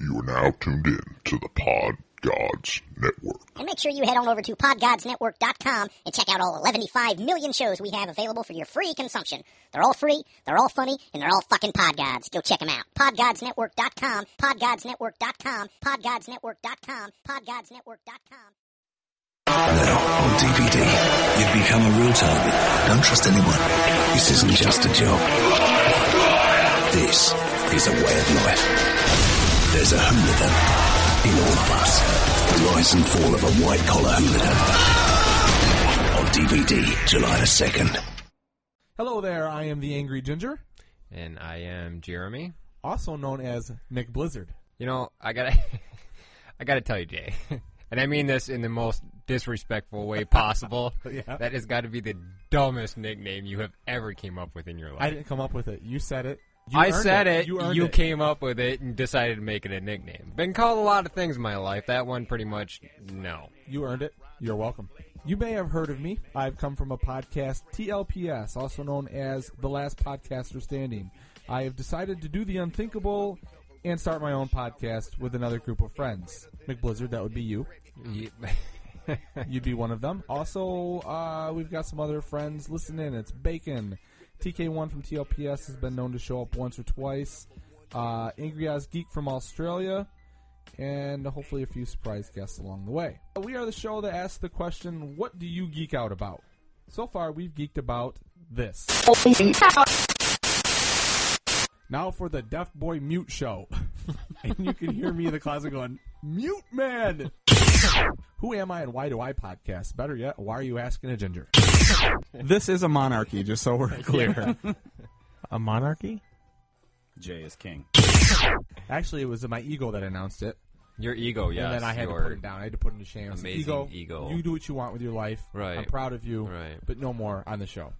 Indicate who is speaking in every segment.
Speaker 1: You are now tuned in to the Pod Gods Network.
Speaker 2: And make sure you head on over to podgodsnetwork.com and check out all 115 million shows we have available for your free consumption. They're all free, they're all funny, and they're all fucking podgods. Go check them out. podgodsnetwork.com, podgodsnetwork.com, podgodsnetwork.com, podgodsnetwork.com.
Speaker 3: Now, on DVD, you've become a real target. Don't trust anyone. This isn't just a job. This is a way of life. There's a hooligan in all of us. The rise and fall of a white collar hooligan. On DVD, July the 2nd.
Speaker 4: Hello there, I am the Angry Ginger,
Speaker 5: And I am Jeremy.
Speaker 4: also known as Nick Blizzard.
Speaker 5: You know, I gotta, I gotta tell you, Jay, and I mean this in the most disrespectful way possible.
Speaker 4: Yeah.
Speaker 5: That has got to be the dumbest nickname you have ever came up with in your
Speaker 4: I
Speaker 5: life.
Speaker 4: didn't come up with it. You said it. You
Speaker 5: I
Speaker 4: earned
Speaker 5: said it.
Speaker 4: You,
Speaker 5: You,
Speaker 4: earned it.
Speaker 5: came up with it and decided to make it a nickname. Been called a lot of things in my life. That one, pretty much, no.
Speaker 4: You earned it. You're welcome. You may have heard of me. I've come from a podcast, TLPS, also known as The Last Podcaster Standing. I have decided to do the unthinkable and start my own podcast with another group of friends. McBlizzard, that would be you.
Speaker 5: You-
Speaker 4: You'd be one of them. Also, uh, we've got some other friends. Listen in. It's Bacon. TK1 from TLPS has been known to show up once or twice. Uh, Angry Oz Geek from Australia. And hopefully a few surprise guests along the way. We are the show that asks the question, what do you geek out about? So far, we've geeked about this. Now for the Deaf Boy Mute Show. and you can hear me in the closet going, Mute Man! Who am I and why do I podcast? Better yet, why are you asking a ginger?
Speaker 6: This is a monarchy, just so we're clear. a monarchy?
Speaker 7: Jay is king.
Speaker 4: Actually, it was my ego that announced it,
Speaker 5: your ego, Oh, yes.
Speaker 4: and then I had to
Speaker 5: your-
Speaker 4: put it down. I had to put it in the shame. I said,
Speaker 5: amazing
Speaker 4: ego,
Speaker 5: ego.
Speaker 4: You do what you want with your life.
Speaker 5: Right.
Speaker 4: I'm proud of you.
Speaker 5: Right.
Speaker 4: But no more on the show.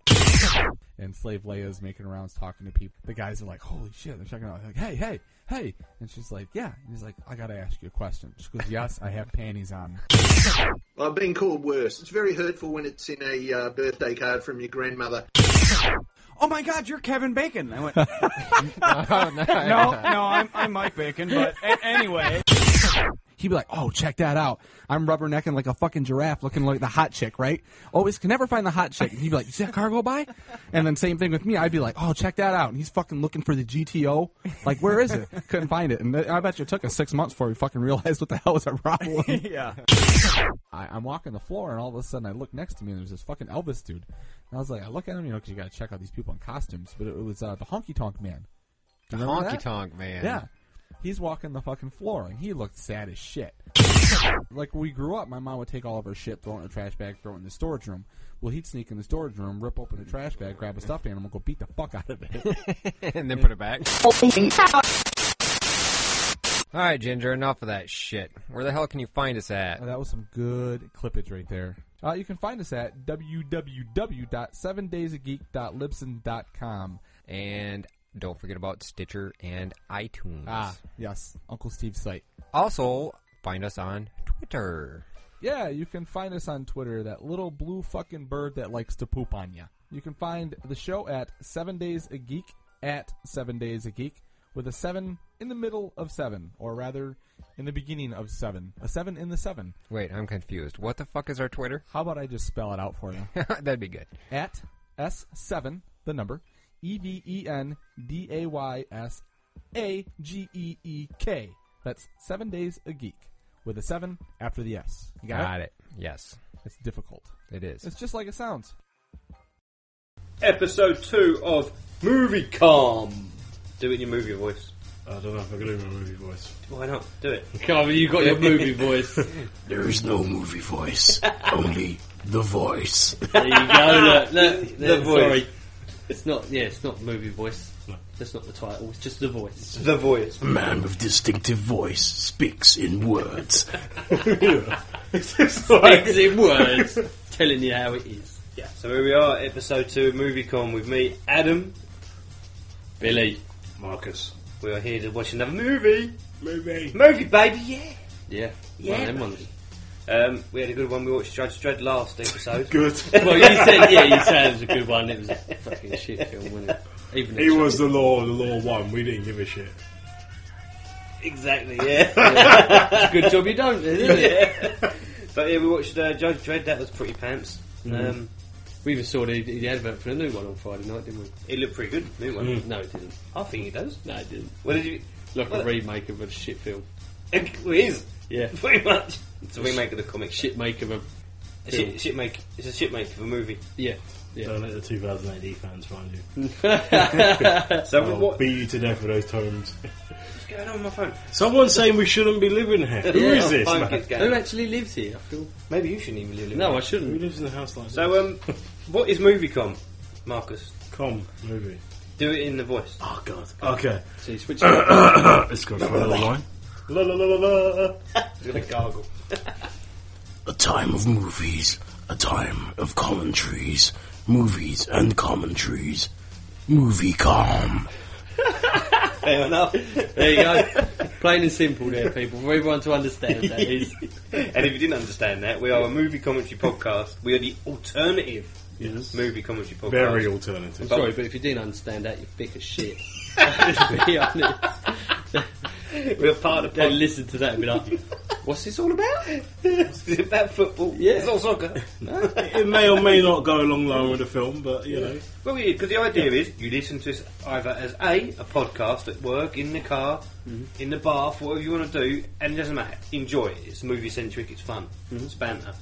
Speaker 4: and Slave Leia's making rounds talking to people. The guys are like, "Holy shit!" They're checking out. Like, "Hey, hey, hey!" And she's like, "Yeah." And he's like, "I gotta ask you a question." She goes, "Yes, I have panties on."
Speaker 8: I've been called worse. It's very hurtful when it's in a uh, birthday card from your grandmother.
Speaker 7: Oh my God, you're Kevin Bacon. I went.
Speaker 5: Oh, no.
Speaker 7: No, no, I'm, I'm Mike Bacon. But a- anyway,
Speaker 6: He'd be like, oh, check that out. I'm rubbernecking like a fucking giraffe looking like the hot chick, right? Always can never find the hot chick. And he'd be like, you see that car go by? And then same thing with me. I'd be like, oh, check that out. And he's fucking looking for the GTO. Like, where is it? Couldn't find it. And th- I bet you it took us six months before we fucking realized what the hell was our problem.
Speaker 7: yeah.
Speaker 4: I, I'm walking the floor, and all of a sudden I look next to me, and there's this fucking Elvis dude. And I was like, I look at him, you know, because you got to check out these people in costumes. But it, was uh, the honky tonk man. Do you remember
Speaker 5: honky
Speaker 4: that?
Speaker 5: tonk man.
Speaker 4: Yeah. He's walking the fucking floor, and he looked sad as shit. like, when we grew up, my mom would take all of her shit, throw it in a trash bag, throw it in the storage room. Well, he'd sneak in the storage room, rip open the trash bag, grab a stuffed animal, go beat the fuck out of it.
Speaker 5: and then put it back. All right, Ginger, enough of that shit. Where the hell can you find us at?
Speaker 4: Uh, That was some good clippage right there. Uh, you can find us at www.sevendaysofgeek.libsen.com.
Speaker 5: And don't forget about Stitcher and iTunes.
Speaker 4: Ah, yes, Uncle Steve's site.
Speaker 5: Also, find us on Twitter.
Speaker 4: Yeah, you can find us on Twitter, that little blue fucking bird that likes to poop on you. You can find the show at Seven Days a Geek, at Seven Days a Geek, with a seven in the middle of seven, or rather, in the beginning of seven. A seven in the seven.
Speaker 5: Wait, I'm confused. What the fuck is our Twitter?
Speaker 4: How about I just spell it out for you?
Speaker 5: That'd be good.
Speaker 4: at S7, the number, E V E N D A Y S A G E E K. That's seven days a geek with a seven after the S. You got, it?
Speaker 5: it. Yes,
Speaker 4: It's difficult.
Speaker 5: it is.
Speaker 4: It's just like it sounds.
Speaker 9: episode two of Movie Calm. Do it in your movie voice.
Speaker 10: I don't know if I can do my movie voice.
Speaker 9: Why not? Do it.
Speaker 10: Carver, you got your movie voice.
Speaker 3: There is no movie voice, only the voice.
Speaker 9: There you go. Look,
Speaker 10: The voice.
Speaker 9: Sorry, it's not. Yeah, it's not movie voice. That's not the title. It's just the voice. The voice.
Speaker 3: Man with distinctive voice speaks in words.
Speaker 9: in words, telling you how it is. Yeah. So here we are, episode two of Movie Con with me, Adam, Billy.
Speaker 10: Marcus.
Speaker 9: We are here to watch another movie.
Speaker 10: Movie.
Speaker 9: Movie, baby. Yeah. Yeah.
Speaker 10: Yeah,
Speaker 9: One of them ones. Um, we had a good one. We watched Judge Dredd last episode.
Speaker 10: Good.
Speaker 9: Well, you said, yeah, you said it was a good one. It was a fucking shit film, wasn't it? Even
Speaker 10: He was the law, the law won. We didn't give a shit.
Speaker 9: Exactly, yeah. yeah.
Speaker 10: Good job you don't, isn't
Speaker 9: it? But yeah, we watched uh, Judge Dredd. That was pretty pants.
Speaker 10: Mm.
Speaker 9: Um,
Speaker 10: We even saw the, the advert for the new one on Friday night, didn't we?
Speaker 9: it looked pretty good. New one.
Speaker 10: Mm. No, it didn't.
Speaker 9: I think it does.
Speaker 10: No, it didn't.
Speaker 9: What did you?
Speaker 10: Like
Speaker 9: Well,
Speaker 10: a remake of a shit film.
Speaker 9: It is.
Speaker 10: Yeah.
Speaker 9: Pretty much. It's a remake of the comic. Shit.
Speaker 10: Shit make of a.
Speaker 9: A shit, shit make. It's a shit make of a movie.
Speaker 10: Yeah. Yeah.
Speaker 11: Don't let the 2008 fans find you.
Speaker 9: So
Speaker 11: I'll
Speaker 9: what-
Speaker 11: beat you to death with those terms.
Speaker 9: what's going on with my phone?
Speaker 11: Someone's saying we shouldn't be living here. Who
Speaker 9: Yeah,
Speaker 11: is
Speaker 9: my
Speaker 11: this,
Speaker 9: phone
Speaker 11: man?
Speaker 9: keeps going.
Speaker 10: Who actually lives here? I feel.
Speaker 9: Maybe you shouldn't even live.
Speaker 10: No, I
Speaker 11: Who
Speaker 10: shouldn't.
Speaker 11: lives in a house like
Speaker 9: So um, what is MovieCom, Marcus?
Speaker 11: this? Com movie.
Speaker 9: Do it in the voice.
Speaker 11: Oh god. Okay.
Speaker 10: See, switch. it.
Speaker 11: It's got a little line. La la la la uh, la.
Speaker 9: He's gonna gargle.
Speaker 11: A time of movies, a time of commentaries, movies and commentaries. Movie com.
Speaker 10: Fair enough. There you go. Plain and simple, there, people, for everyone to understand. That is.
Speaker 9: and if you didn't understand that, we are a movie commentary podcast. We are the alternative
Speaker 11: Yes.
Speaker 9: movie commentary podcast.
Speaker 11: Very alternative.
Speaker 10: Sorry, but if you didn't understand that, you're thick as shit. be honest.
Speaker 9: We're part of the
Speaker 10: Then
Speaker 9: pod-
Speaker 10: listen to that and be like, "What's this all about?"
Speaker 9: Is it about football.
Speaker 10: Yeah.
Speaker 9: It's all soccer.
Speaker 11: it may or may not go along line with the film, but you know.
Speaker 9: Well, because the idea is you listen to us either as a a podcast at work, in the car, in the bath, whatever you want to do, and it doesn't matter. Enjoy it. It's movie centric. It's fun. It's banter.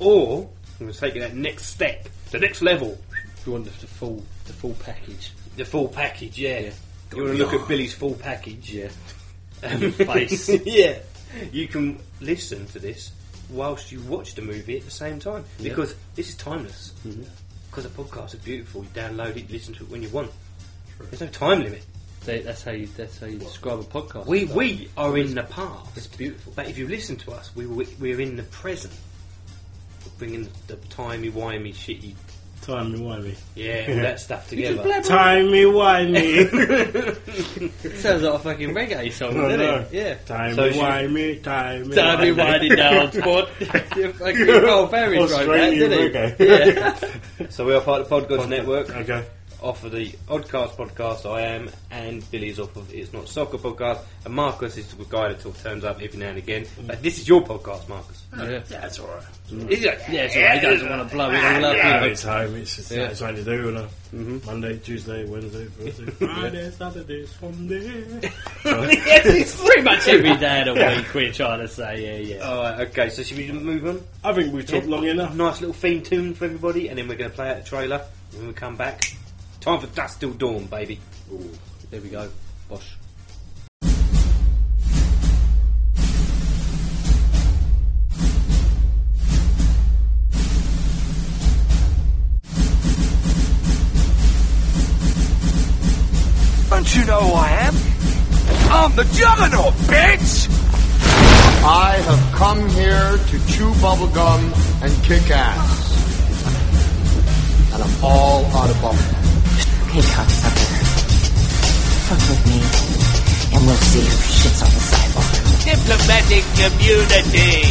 Speaker 9: Or I'm going to take you that next step, the next level,
Speaker 10: If you want the full, the full package,
Speaker 9: the full package. Yeah.
Speaker 10: Yeah.
Speaker 9: You want to look at Billy's full package.
Speaker 10: yeah.
Speaker 9: Um,
Speaker 10: face.
Speaker 9: yeah. You can listen to this whilst you watch the movie at the same time because this is timeless.
Speaker 10: Mm-hmm.
Speaker 9: Because the podcasts are beautiful. You download it, listen to it when you want. There's no time limit.
Speaker 10: They, that's how you. That's how you describe a podcast.
Speaker 9: We we are in the past.
Speaker 10: It's beautiful.
Speaker 9: But if you listen to us, we we- we're in the present. We're bringing the, the timey wimey shitty,
Speaker 11: Timey wimey.
Speaker 9: yeah, all that stuff together.
Speaker 11: Timey wimey.
Speaker 10: It sounds like a fucking reggae song,
Speaker 11: No,
Speaker 10: doesn't
Speaker 11: no.
Speaker 10: it? Yeah.
Speaker 11: Timey
Speaker 9: So she-
Speaker 11: wimey. Timey
Speaker 10: Time you
Speaker 11: wimey.
Speaker 10: winding down, sport. Fucking Carl Ferry wrote that,
Speaker 11: Australian
Speaker 10: didn't he?
Speaker 11: reggae.
Speaker 10: Yeah.
Speaker 9: so we are part of the Podgods Network.
Speaker 11: Okay.
Speaker 9: Off of the Oddcast podcast, I am, and Billy's off of It's Not Soccer podcast, and Marcus is the guy that sort of turns up every now and again. But this is your podcast, Marcus.
Speaker 10: yeah.
Speaker 11: That's alright.
Speaker 9: Is it?
Speaker 10: Yeah, so he doesn't want to blow it all up.
Speaker 11: Yeah,
Speaker 10: you know.
Speaker 11: it's home. It's, it's
Speaker 10: Yeah. Mm-hmm.
Speaker 11: something to do. You know? Monday, Tuesday, Wednesday, Thursday, Friday, Saturday, Sunday.
Speaker 10: yes, it's pretty much every day of the week we're trying to say, yeah, yeah.
Speaker 9: Alright, okay, so should we move on?
Speaker 11: I think we've talked long enough.
Speaker 9: Nice little theme tune for everybody, and then we're going to play out the trailer. and When we come back, time for Dust Till Dawn, baby.
Speaker 10: There we go. Bosh.
Speaker 3: Don't you know who I am? I'm the Juggernaut, bitch! I have come here to chew bubblegum and kick ass. And I'm all out of bubblegum.
Speaker 2: Hey, cocksucker. Fuck with me, and we'll see who shits on the sidewalk.
Speaker 9: Diplomatic community.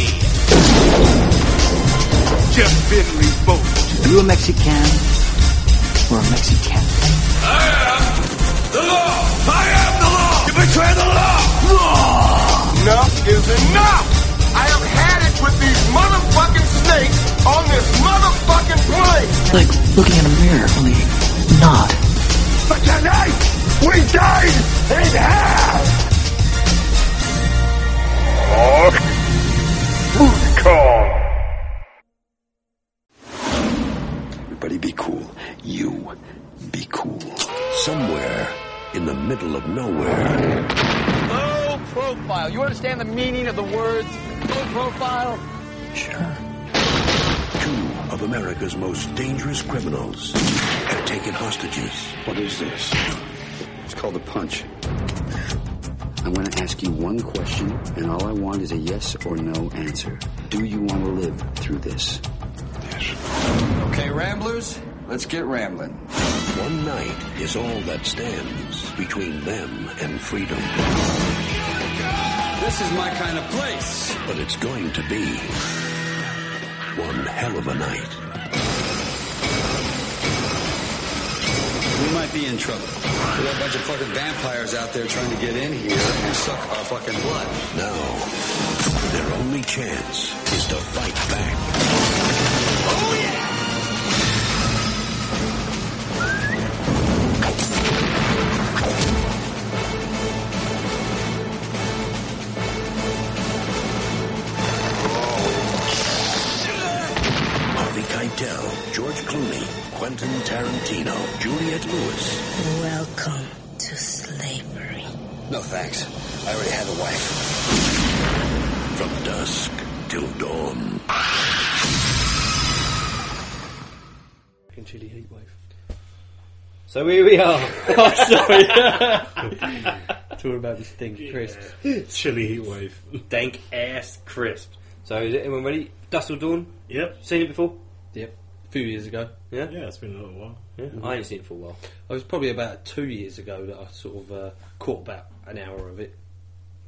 Speaker 3: Just been revoked.
Speaker 2: You a Mexican? We're a Mexican.
Speaker 3: I am the law! You betray the law! Enough is enough! I have had it with these motherfucking snakes on this motherfucking plane!
Speaker 2: Like looking in a mirror, only not.
Speaker 3: But tonight, we died in hell!
Speaker 1: Fuck. Movie Con.
Speaker 3: Everybody be cool. You be cool. Somewhere in the middle of nowhere,
Speaker 12: Low profile. You understand the meaning of the words low profile?
Speaker 3: two of America's most dangerous criminals have taken hostages. What is this?
Speaker 12: It's called a punch. I'm going to ask you one question, and all I want is a yes or no answer. Do you want to live through this?
Speaker 3: Okay, Ramblers, let's get rambling. One night is all that stands between them and freedom. This is my kind of place. But it's going to be one hell of a night.
Speaker 12: We
Speaker 13: we might be in trouble. There are a bunch of fucking vampires out there trying to get in here and suck our fucking blood.
Speaker 3: Now, their only chance is to fight back. Harvey Keitel, George Clooney, Quentin Tarantino, Juliette Lewis.
Speaker 14: Welcome to slavery.
Speaker 3: No thanks. I already have a wife. From dusk till dawn.
Speaker 11: Fucking chilly heatwave.
Speaker 9: So here we are.
Speaker 11: oh, sorry. Talking about this thing, crisp.
Speaker 9: Chili heatwave. Dank ass crisp. So is anyone ready? Dust Till Dawn?
Speaker 15: Yep.
Speaker 9: Seen it before?
Speaker 11: Yep. A few years ago.
Speaker 9: Yeah?
Speaker 15: Yeah, it's been a little while.
Speaker 9: Yeah, I ain't seen it for a while.
Speaker 11: It was probably about two years ago that I sort of uh, caught about an hour of it.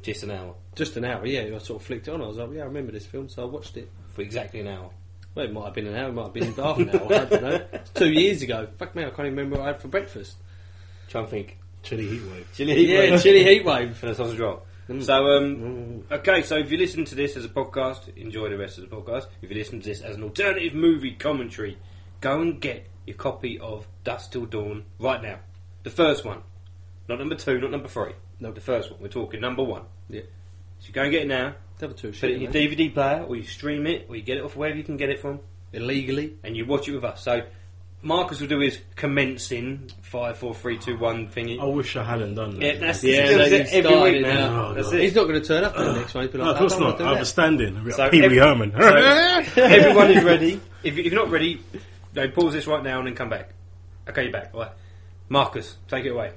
Speaker 9: Just an hour.
Speaker 11: Just an hour, yeah. I sort of flicked it on. I was like, yeah, I remember this film, so I watched it.
Speaker 9: For exactly an hour.
Speaker 11: Well, it might have been an hour, it might have been half an hour, I don't know. It's two years ago. Fuck me, I can't even remember what I had for breakfast.
Speaker 9: Trying to think.
Speaker 15: Chili heatwave.
Speaker 9: Chili heat
Speaker 11: yeah,
Speaker 9: wave.
Speaker 11: chili heatwave.
Speaker 9: And a sausage roll. So, um, okay, so if you listen to this as a podcast, enjoy the rest of the podcast. If you listen to this as an alternative movie commentary, go and get your copy of Dust Till Dawn right now. The first one. Not number two, not number three. No, the first one. We're talking number one.
Speaker 11: Yeah.
Speaker 9: So go and get it now.
Speaker 11: Number two,
Speaker 9: Put it in your
Speaker 11: shit, mate.
Speaker 9: DVD player, or you stream it, or you get it off wherever you can get it from.
Speaker 11: Illegally.
Speaker 9: And you watch it with us. So, Marcus will do his commencing 5, 4, 3, 2, 1 thingy.
Speaker 15: I wish I hadn't done that.
Speaker 9: Yeah, that's that's
Speaker 11: Yeah,
Speaker 9: it
Speaker 11: no, you've
Speaker 9: every
Speaker 11: started
Speaker 9: week now.
Speaker 15: now.
Speaker 9: That's
Speaker 15: No,
Speaker 9: it.
Speaker 11: He's not going to turn up for the next one. He'll be
Speaker 15: No,
Speaker 11: like,
Speaker 15: of course
Speaker 11: I don't wanna
Speaker 15: not.
Speaker 11: do
Speaker 15: I
Speaker 11: that.
Speaker 15: was standing. I'd be like,
Speaker 9: So
Speaker 15: Pee Wee
Speaker 9: every-
Speaker 15: Herman.
Speaker 9: So, everyone is ready. If, you- if you're not ready, then pause this right now and then come back. Okay, you're back. All right. Marcus, take it away.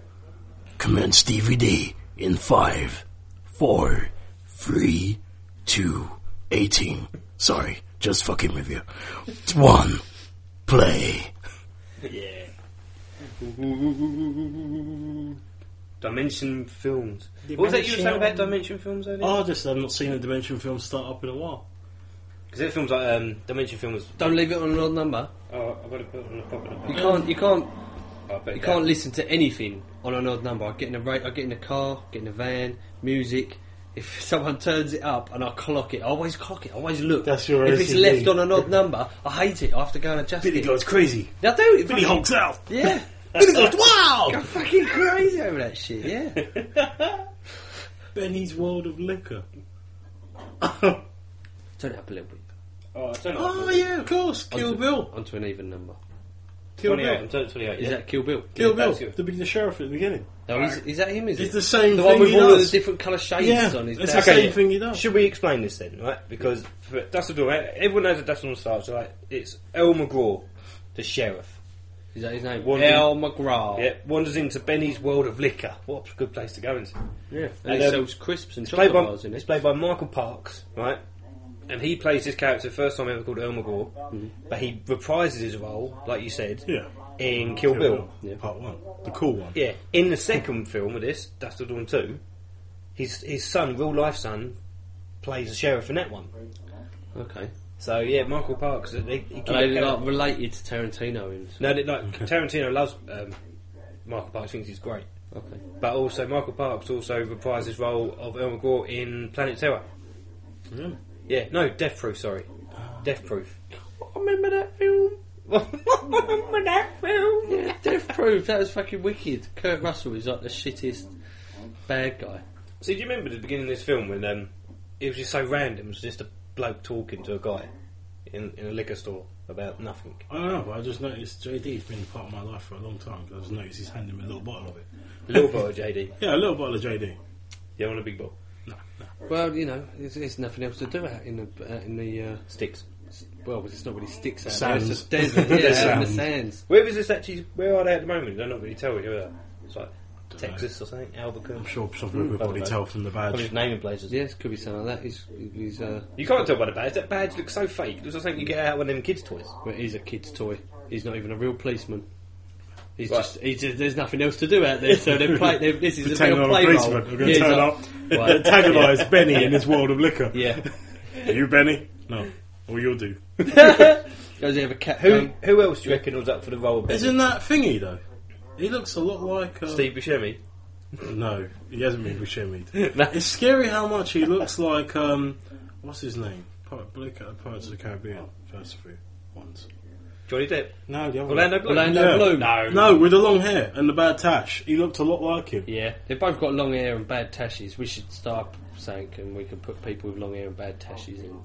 Speaker 3: Commence DVD in five, four, three, two, eighteen. Sorry, just fucking with you. One, play.
Speaker 9: Yeah. Dimension Films. What was that you were saying about Dimension Films earlier?
Speaker 15: Oh, I just I've not seen a Dimension film start up in a while.
Speaker 9: Because that film's like, um, Dimension Films.
Speaker 11: Don't leave it on an odd number.
Speaker 9: Oh, I've got to put it on the proper number.
Speaker 11: You can't. You can't.
Speaker 9: I bet
Speaker 11: You
Speaker 9: that-
Speaker 11: can't listen to anything on an odd number. I get in a rate. I get in a car. Get in a van. Music. If someone turns it up and I clock it, I always clock it. I always look.
Speaker 15: That's your
Speaker 11: If it's
Speaker 15: OCD.
Speaker 11: left on an odd number, I hate it. I have to go and adjust
Speaker 15: Billy
Speaker 11: it.
Speaker 15: goes crazy.
Speaker 11: I do.
Speaker 15: Billy honks out.
Speaker 11: Yeah.
Speaker 15: Billy goes, wow!
Speaker 11: I'm fucking crazy over that shit. Yeah.
Speaker 15: Benny's World of Liquor.
Speaker 11: Turn it up a little bit.
Speaker 9: Oh, I don't know.
Speaker 15: Oh, yeah, of course. Kill
Speaker 11: Onto-
Speaker 15: Bill.
Speaker 11: Onto an even number.
Speaker 15: Kill
Speaker 9: 28. I'm
Speaker 15: Bill.
Speaker 9: turning 28.
Speaker 11: Is
Speaker 9: yeah.
Speaker 11: that Kill Bill?
Speaker 15: Kill Bill.
Speaker 9: that's good.
Speaker 15: The, the sheriff at the beginning.
Speaker 11: No, is, is that him? Is
Speaker 15: It's
Speaker 11: it?
Speaker 15: the same
Speaker 11: The one
Speaker 15: thing
Speaker 11: with
Speaker 15: he
Speaker 11: all of the
Speaker 15: does.
Speaker 11: different colour shades
Speaker 15: Yeah,
Speaker 11: on his
Speaker 15: it's
Speaker 11: back.
Speaker 15: the same thing he does.
Speaker 9: Should we explain this then, right? Because for Dust Till Dawn, everyone knows that Dust Till Dawn starts, right? It's El McGraw, the sheriff.
Speaker 11: Is that his name?
Speaker 9: One-
Speaker 11: Al McGraw.
Speaker 9: Yeah, wanders into Benny's world of liquor. What a good place to go into.
Speaker 11: Yeah. And,
Speaker 9: And,
Speaker 11: he
Speaker 9: um,
Speaker 11: sells crisps and
Speaker 9: It's played
Speaker 11: chocolate
Speaker 9: by
Speaker 11: bars in
Speaker 9: it's
Speaker 11: it.
Speaker 9: played by Michael Parks, right? And he plays his character first time ever called Earl McGraw, but he reprises his role, like you said,
Speaker 15: Mm-hmm. Yeah.
Speaker 9: in Kill,
Speaker 15: Kill
Speaker 9: Bill.
Speaker 15: Bill. Part one. The cool one.
Speaker 9: Yeah, in the second film of this, Dust Till Dawn Two, his his son, real life son, plays the sheriff in that one.
Speaker 11: Okay.
Speaker 9: So yeah, Michael Parks. They, he
Speaker 11: Are they
Speaker 9: keep-
Speaker 11: like related to Tarantino? And,
Speaker 9: No, they, like Tarantino loves um, Michael Parks, thinks he's great.
Speaker 11: okay.
Speaker 9: But also, Michael Parks also reprised his role of Elmer Gore in Planet Terror.
Speaker 11: Hmm.
Speaker 15: Really?
Speaker 9: Yeah, no, Death Proof, sorry. Death Proof.
Speaker 11: Remember that film?
Speaker 9: Remember that film?
Speaker 11: Yeah, Death Proof. That was fucking wicked. Kurt Russell is like the shittiest bad guy.
Speaker 9: See, do you remember the beginning of this film when um, it was just so random? It was just a bloke talking to a guy in, in a liquor store about nothing.
Speaker 15: I don't know, but I just noticed JD's been part of my life for a long time because I just noticed he's handing me a little bottle of it.
Speaker 9: Little boy, JD.
Speaker 15: Yeah, a little bottle of JD.
Speaker 9: You want a big ball?
Speaker 11: Well, you know, there's, there's nothing else to do out in the out in the. Uh,
Speaker 9: Sticks.
Speaker 11: s- well, it's not really sticks out
Speaker 15: Sands.
Speaker 11: there. It's just desert. Yeah, out in the
Speaker 15: Sand.
Speaker 11: sands.
Speaker 9: Where is this actually? Where are they at the moment? They're not really telling you. Are they? It's like Texas or something, Albuquerque.
Speaker 15: I'm sure some people could probably tell from the
Speaker 9: I'm
Speaker 15: badge.
Speaker 9: just naming places.
Speaker 11: Yes, could be something like that. He's, he's uh,
Speaker 9: You can't tell by the badge. That badge looks so fake. It looks like something you get out of one of them kids' toys.
Speaker 11: well, he's a kid's toy. He's not even a real policeman. He's
Speaker 9: Right.
Speaker 11: just, he's just, there's nothing else to do out there, so they play. They're, this is a
Speaker 15: Pretend
Speaker 11: real
Speaker 15: I'm a
Speaker 11: play role.
Speaker 15: policeman. I'm going to
Speaker 11: he's
Speaker 15: turn
Speaker 11: like,
Speaker 15: up,
Speaker 11: well,
Speaker 15: antagonise Benny in his world of liquor.
Speaker 11: Yeah,
Speaker 15: Are you Benny? No. Or you'll do.
Speaker 11: goes in with a cat.
Speaker 9: Who who else do you reckon was up for the role? of Benny?
Speaker 15: Isn't that thingy though?
Speaker 3: He looks a lot like um,
Speaker 9: Steve Buscemi.
Speaker 3: No, he hasn't been Buscemi'd.
Speaker 9: No.
Speaker 3: It's scary how much he looks like. Um, what's his name? Pirate Blake
Speaker 15: uh,
Speaker 3: at Pirates of the Caribbean. First three ones.
Speaker 9: Johnny Depp.
Speaker 3: No, the other
Speaker 9: Orlando
Speaker 3: one.
Speaker 9: Bloom. Orlando Bloom. No.
Speaker 3: no, with the long hair and the bad tash. He looked a lot like him.
Speaker 11: Yeah, they've both got long hair and bad tashes. We should start saying, and we can put people with long hair and bad tashes in.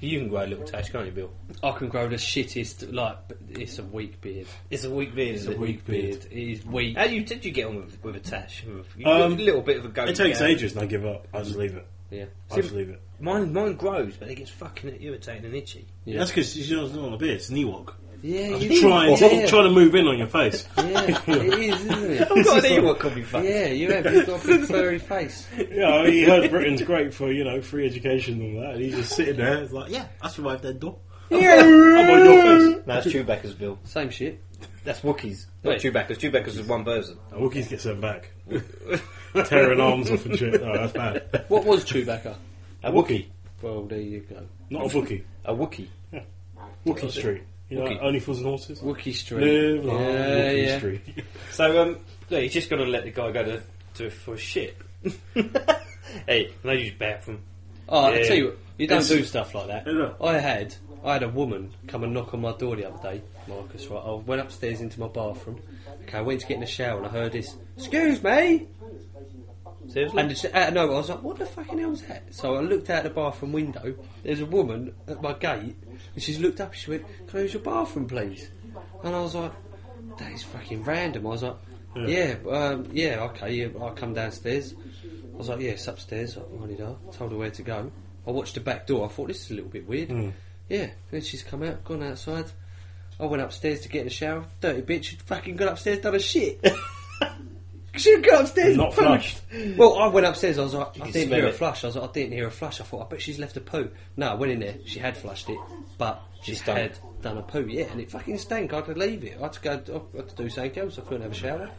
Speaker 9: You can grow a little tash, can't you, Bill?
Speaker 11: I can grow the shittiest. Like, but it's a weak beard.
Speaker 9: It's a weak beard.
Speaker 11: It's
Speaker 9: is
Speaker 11: a
Speaker 9: it?
Speaker 11: weak beard. It is weak.
Speaker 9: How you, did you get on with, with a tash? You
Speaker 3: Um,
Speaker 9: look a little bit of a goat.
Speaker 3: It takes
Speaker 9: goat.
Speaker 3: ages, and I give up. I just leave it.
Speaker 11: Yeah,
Speaker 3: I just leave it.
Speaker 9: Mine, mine grows, but it gets fucking irritating and itchy.
Speaker 3: That's because you're not on a beard. It's an Ewok.
Speaker 11: Yeah,
Speaker 3: I'm
Speaker 11: you-
Speaker 3: trying,
Speaker 11: yeah.
Speaker 3: trying to move in on your face.
Speaker 11: Yeah, it is, isn't it?
Speaker 9: I've got an Ewok on my face.
Speaker 11: Yeah, you have. You've got a big furry face.
Speaker 3: Yeah, Oh, he heard Britain's great for you know free education and all that. And he's just sitting there, it's like, yeah, I survived that door. I'm on your face.
Speaker 9: That's Chewbacca's Bill.
Speaker 11: Same shit.
Speaker 9: That's Wookiees. Not Chewbacca's. Chewbacca's is one person.
Speaker 3: Wookiees get sent back, tearing arms off and shit. Oh, that's bad.
Speaker 11: What was Chewbacca?
Speaker 9: A Wookie.
Speaker 11: Well, there you go.
Speaker 3: Not a Wookie.
Speaker 9: A Wookie.
Speaker 3: Wookie Street. You know,
Speaker 9: Wookiee.
Speaker 3: only fools and horses.
Speaker 11: Wookie Street.
Speaker 3: Live like
Speaker 11: Yeah,
Speaker 3: Wookiee
Speaker 11: yeah.
Speaker 3: Street.
Speaker 9: So, um, yeah, he's just going to let the guy go to, to for shit. hey, no use back from.
Speaker 11: Oh, I
Speaker 9: Yeah.
Speaker 11: tell you, what, you don't
Speaker 9: It's-
Speaker 11: do stuff like that.
Speaker 9: Yeah.
Speaker 11: I had, I had a woman come and knock on my door the other day, Marcus. Right, I went upstairs into my bathroom. Okay, I went to get in the shower and I heard this. Excuse me.
Speaker 9: Seriously?
Speaker 11: And it's, out of nowhere, I was like, "What the fucking hell's that?" So I looked out the bathroom window. There's a woman at my gate, and she's looked up. and She went, "Can I use your bathroom, please?" And I was like, "That is fucking random." I was like, "Yeah, yeah, um, yeah okay." Yeah, I come downstairs. I was like, "Yeah, it's upstairs." I wanted her. Told her where to go. I watched the back door. I thought this is a little bit weird. Yeah. Then she's come out, gone outside. I went upstairs to get in the shower. Dirty bitch had fucking gone upstairs, done a shit. She had gone upstairs,
Speaker 3: Not
Speaker 11: and pooed.
Speaker 3: flushed.
Speaker 11: Well, I went upstairs. I was like, I
Speaker 9: can
Speaker 11: didn't
Speaker 9: smell
Speaker 11: hear a
Speaker 9: it.
Speaker 11: flush. I was like, I didn't hear a flush. I thought, I bet she's left a poo. No, I went in there. She had flushed it, but she
Speaker 9: She stunk.
Speaker 11: had done a poo. Yeah, and it fucking stank. I had to leave it. I had to go. I had to do something else. I couldn't have a shower.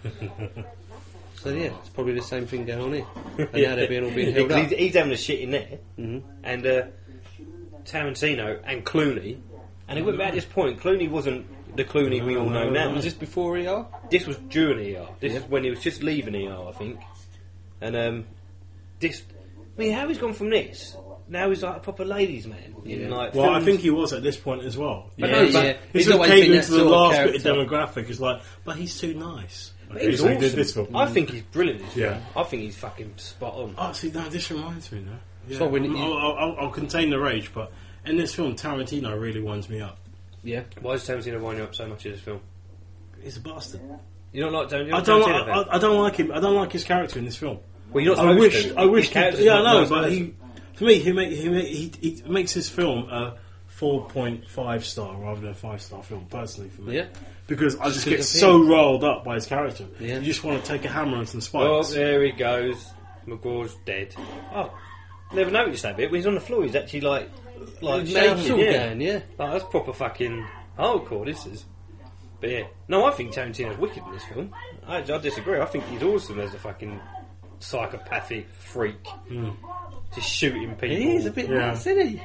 Speaker 11: so yeah, it's probably the same thing going on here. And now they're being all being held
Speaker 9: Yeah,
Speaker 11: up. Mm-hmm.
Speaker 9: 'cause He's, he's having a shit in there, and uh, Tarantino and Clooney, and it went back at this point. Clooney wasn't the Clooney we all know now.
Speaker 11: Was this before ER?
Speaker 9: This was during ER. This is when he was just leaving ER, I think. And um, this, I mean, how he's gone from this? Now he's like a proper ladies' man. In, like,
Speaker 3: Well, I
Speaker 9: films.
Speaker 3: think he was at this point as well.
Speaker 11: Yeah,
Speaker 3: But no, but
Speaker 11: yeah. He's
Speaker 3: This is
Speaker 11: always
Speaker 3: catering
Speaker 11: been that
Speaker 3: to the
Speaker 11: sort of
Speaker 3: last bit of
Speaker 11: character.
Speaker 3: demographic. It's like, but he's too nice.
Speaker 9: But he was
Speaker 3: so
Speaker 9: awesome.
Speaker 3: he did this film.
Speaker 9: I think he's brilliant. This
Speaker 3: Yeah.
Speaker 9: yeah, I think he's fucking spot on.
Speaker 3: Oh, see, no, this reminds me now. Yeah.
Speaker 11: So when
Speaker 3: I'm-
Speaker 11: you-
Speaker 3: I'll, I'll, I'll, I'll contain the rage, but in this film, Tarantino really winds me up.
Speaker 11: Yeah.
Speaker 9: Why is Tarantino winding up so much in this film?
Speaker 3: He's a bastard.
Speaker 9: You don't like Tarantino?
Speaker 3: I don't.
Speaker 9: Tarantino
Speaker 3: Like,
Speaker 9: fan?
Speaker 3: I, I don't like him. I don't like his character in this film.
Speaker 9: Well, you're not
Speaker 3: I
Speaker 9: supposed
Speaker 3: wish.
Speaker 9: to.
Speaker 3: I wish.
Speaker 9: His
Speaker 3: Yeah,
Speaker 9: character's
Speaker 3: I
Speaker 9: not
Speaker 3: know.
Speaker 9: nice
Speaker 3: But he,
Speaker 9: person.
Speaker 3: for me, he, make, he, make, he, he makes his film a four point five star rather than a five star film. Personally, for me,
Speaker 11: Yeah.
Speaker 3: because I just
Speaker 11: Good
Speaker 3: get
Speaker 11: appeal.
Speaker 3: so rolled up by his character.
Speaker 11: Yeah.
Speaker 3: You just want to take a hammer and some
Speaker 9: Oh,
Speaker 3: spikes.
Speaker 9: there he goes. McGraw's dead. Oh, never noticed that bit. When he's on the floor, he's actually like, like
Speaker 11: He's
Speaker 9: shaking.
Speaker 11: naked,
Speaker 9: Yeah,
Speaker 11: Dan, yeah.
Speaker 9: Like, that's proper fucking hardcore. This is. But yeah, no, I think Tarantino's wicked in this film. I, I disagree. I think he's awesome as a fucking psychopathic freak, just shooting people.
Speaker 11: Hmm. He is a bit
Speaker 3: Yeah.
Speaker 11: nuts, isn't he?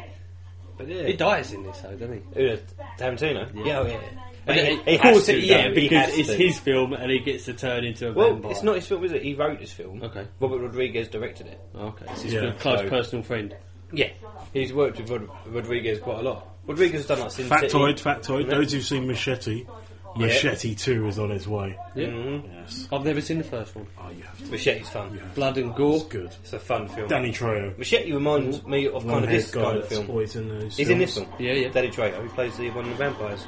Speaker 9: But yeah,
Speaker 11: He dies in this, though, doesn't he?
Speaker 9: Who, Tarantino. Yeah, oh, yeah.
Speaker 11: And
Speaker 9: But he,
Speaker 11: it-
Speaker 9: he
Speaker 11: of
Speaker 9: has
Speaker 11: course
Speaker 9: to,
Speaker 11: it-
Speaker 9: though.
Speaker 11: yeah,
Speaker 9: He
Speaker 11: because
Speaker 9: has
Speaker 11: it's
Speaker 9: to.
Speaker 11: his film and he gets to turn into a
Speaker 9: Well,
Speaker 11: vampire.
Speaker 9: it's not his film, is it? He wrote this film.
Speaker 11: Okay. Oh,
Speaker 9: Robert Rodriguez directed it.
Speaker 11: Okay, it's his
Speaker 3: Yeah.
Speaker 11: good close
Speaker 9: So-
Speaker 11: personal friend.
Speaker 9: Yeah, he's worked with Rod- Rodriguez quite a lot. Rodriguez has done like Sin
Speaker 3: Factoid,
Speaker 9: City.
Speaker 3: factoid.
Speaker 9: Yeah.
Speaker 3: Those who've seen Machete, Machete Two is on its way. Yes.
Speaker 11: I've never seen the first one.
Speaker 3: Oh, you have to.
Speaker 9: Machete's fun.
Speaker 11: Blood and
Speaker 3: It's
Speaker 11: gore.
Speaker 3: good.
Speaker 9: It's a fun film.
Speaker 3: Danny Trejo.
Speaker 9: Machete reminds me of kind of
Speaker 3: Long-haired
Speaker 9: this
Speaker 3: guy
Speaker 9: kind of
Speaker 3: that's
Speaker 9: film.
Speaker 3: always in those
Speaker 9: He's in
Speaker 3: films.
Speaker 9: this film.
Speaker 11: Yeah, yeah.
Speaker 9: Danny Trejo. He plays the one of the vampires.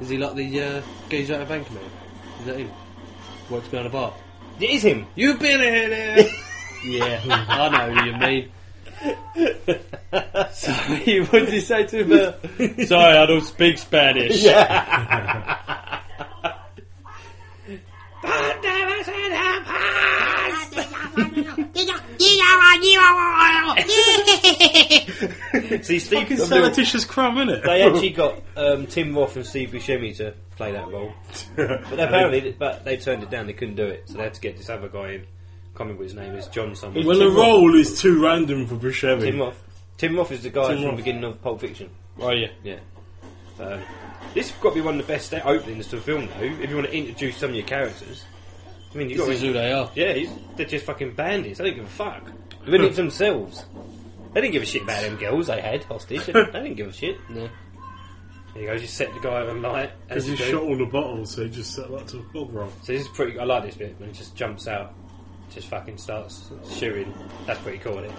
Speaker 11: Is he like the uh, geezer out of Anchorman? Is that him? Works behind a bar.
Speaker 9: It is him.
Speaker 11: You've been here now! yeah, I know what you mean. Sorry, what did you say to him? uh, Sorry, I don't speak Spanish.
Speaker 9: See, Steve.
Speaker 3: Fucking
Speaker 9: they-
Speaker 3: surreptitious crumb, innit?
Speaker 9: They actually got um, Tim Roth and Steve Buscemi to play that role, but apparently, but they turned it down. They couldn't do it, so they had to get this other guy in. Can't remember his name. It's John something.
Speaker 3: When
Speaker 9: Tim
Speaker 3: the
Speaker 9: Roth.
Speaker 3: role is too random for Buscemi.
Speaker 9: Tim Roth. Tim Roth is the guy
Speaker 3: Tim
Speaker 9: from
Speaker 3: Roth.
Speaker 9: the beginning of Pulp Fiction.
Speaker 11: Oh, yeah.
Speaker 9: Yeah. Um, This has got to be one of the best sta- openings to a film, though. If you want to introduce some of your characters, I mean, you
Speaker 10: This
Speaker 9: got
Speaker 10: is who they are.
Speaker 9: Yeah, he's, they're just fucking bandits. They don't give a fuck. They're in
Speaker 10: Hmm.
Speaker 9: it themselves. They didn't give a shit about them girls they had hostage. They didn't they didn't give a shit. No. There you go. Just set the guy on light.
Speaker 11: Because
Speaker 9: as
Speaker 11: you
Speaker 9: you do.
Speaker 11: shot all the bottles, so you just set that to a bog roll.
Speaker 9: So this is pretty. I like this bit when it just jumps out, just fucking starts shooting. That's pretty cool, isn't it?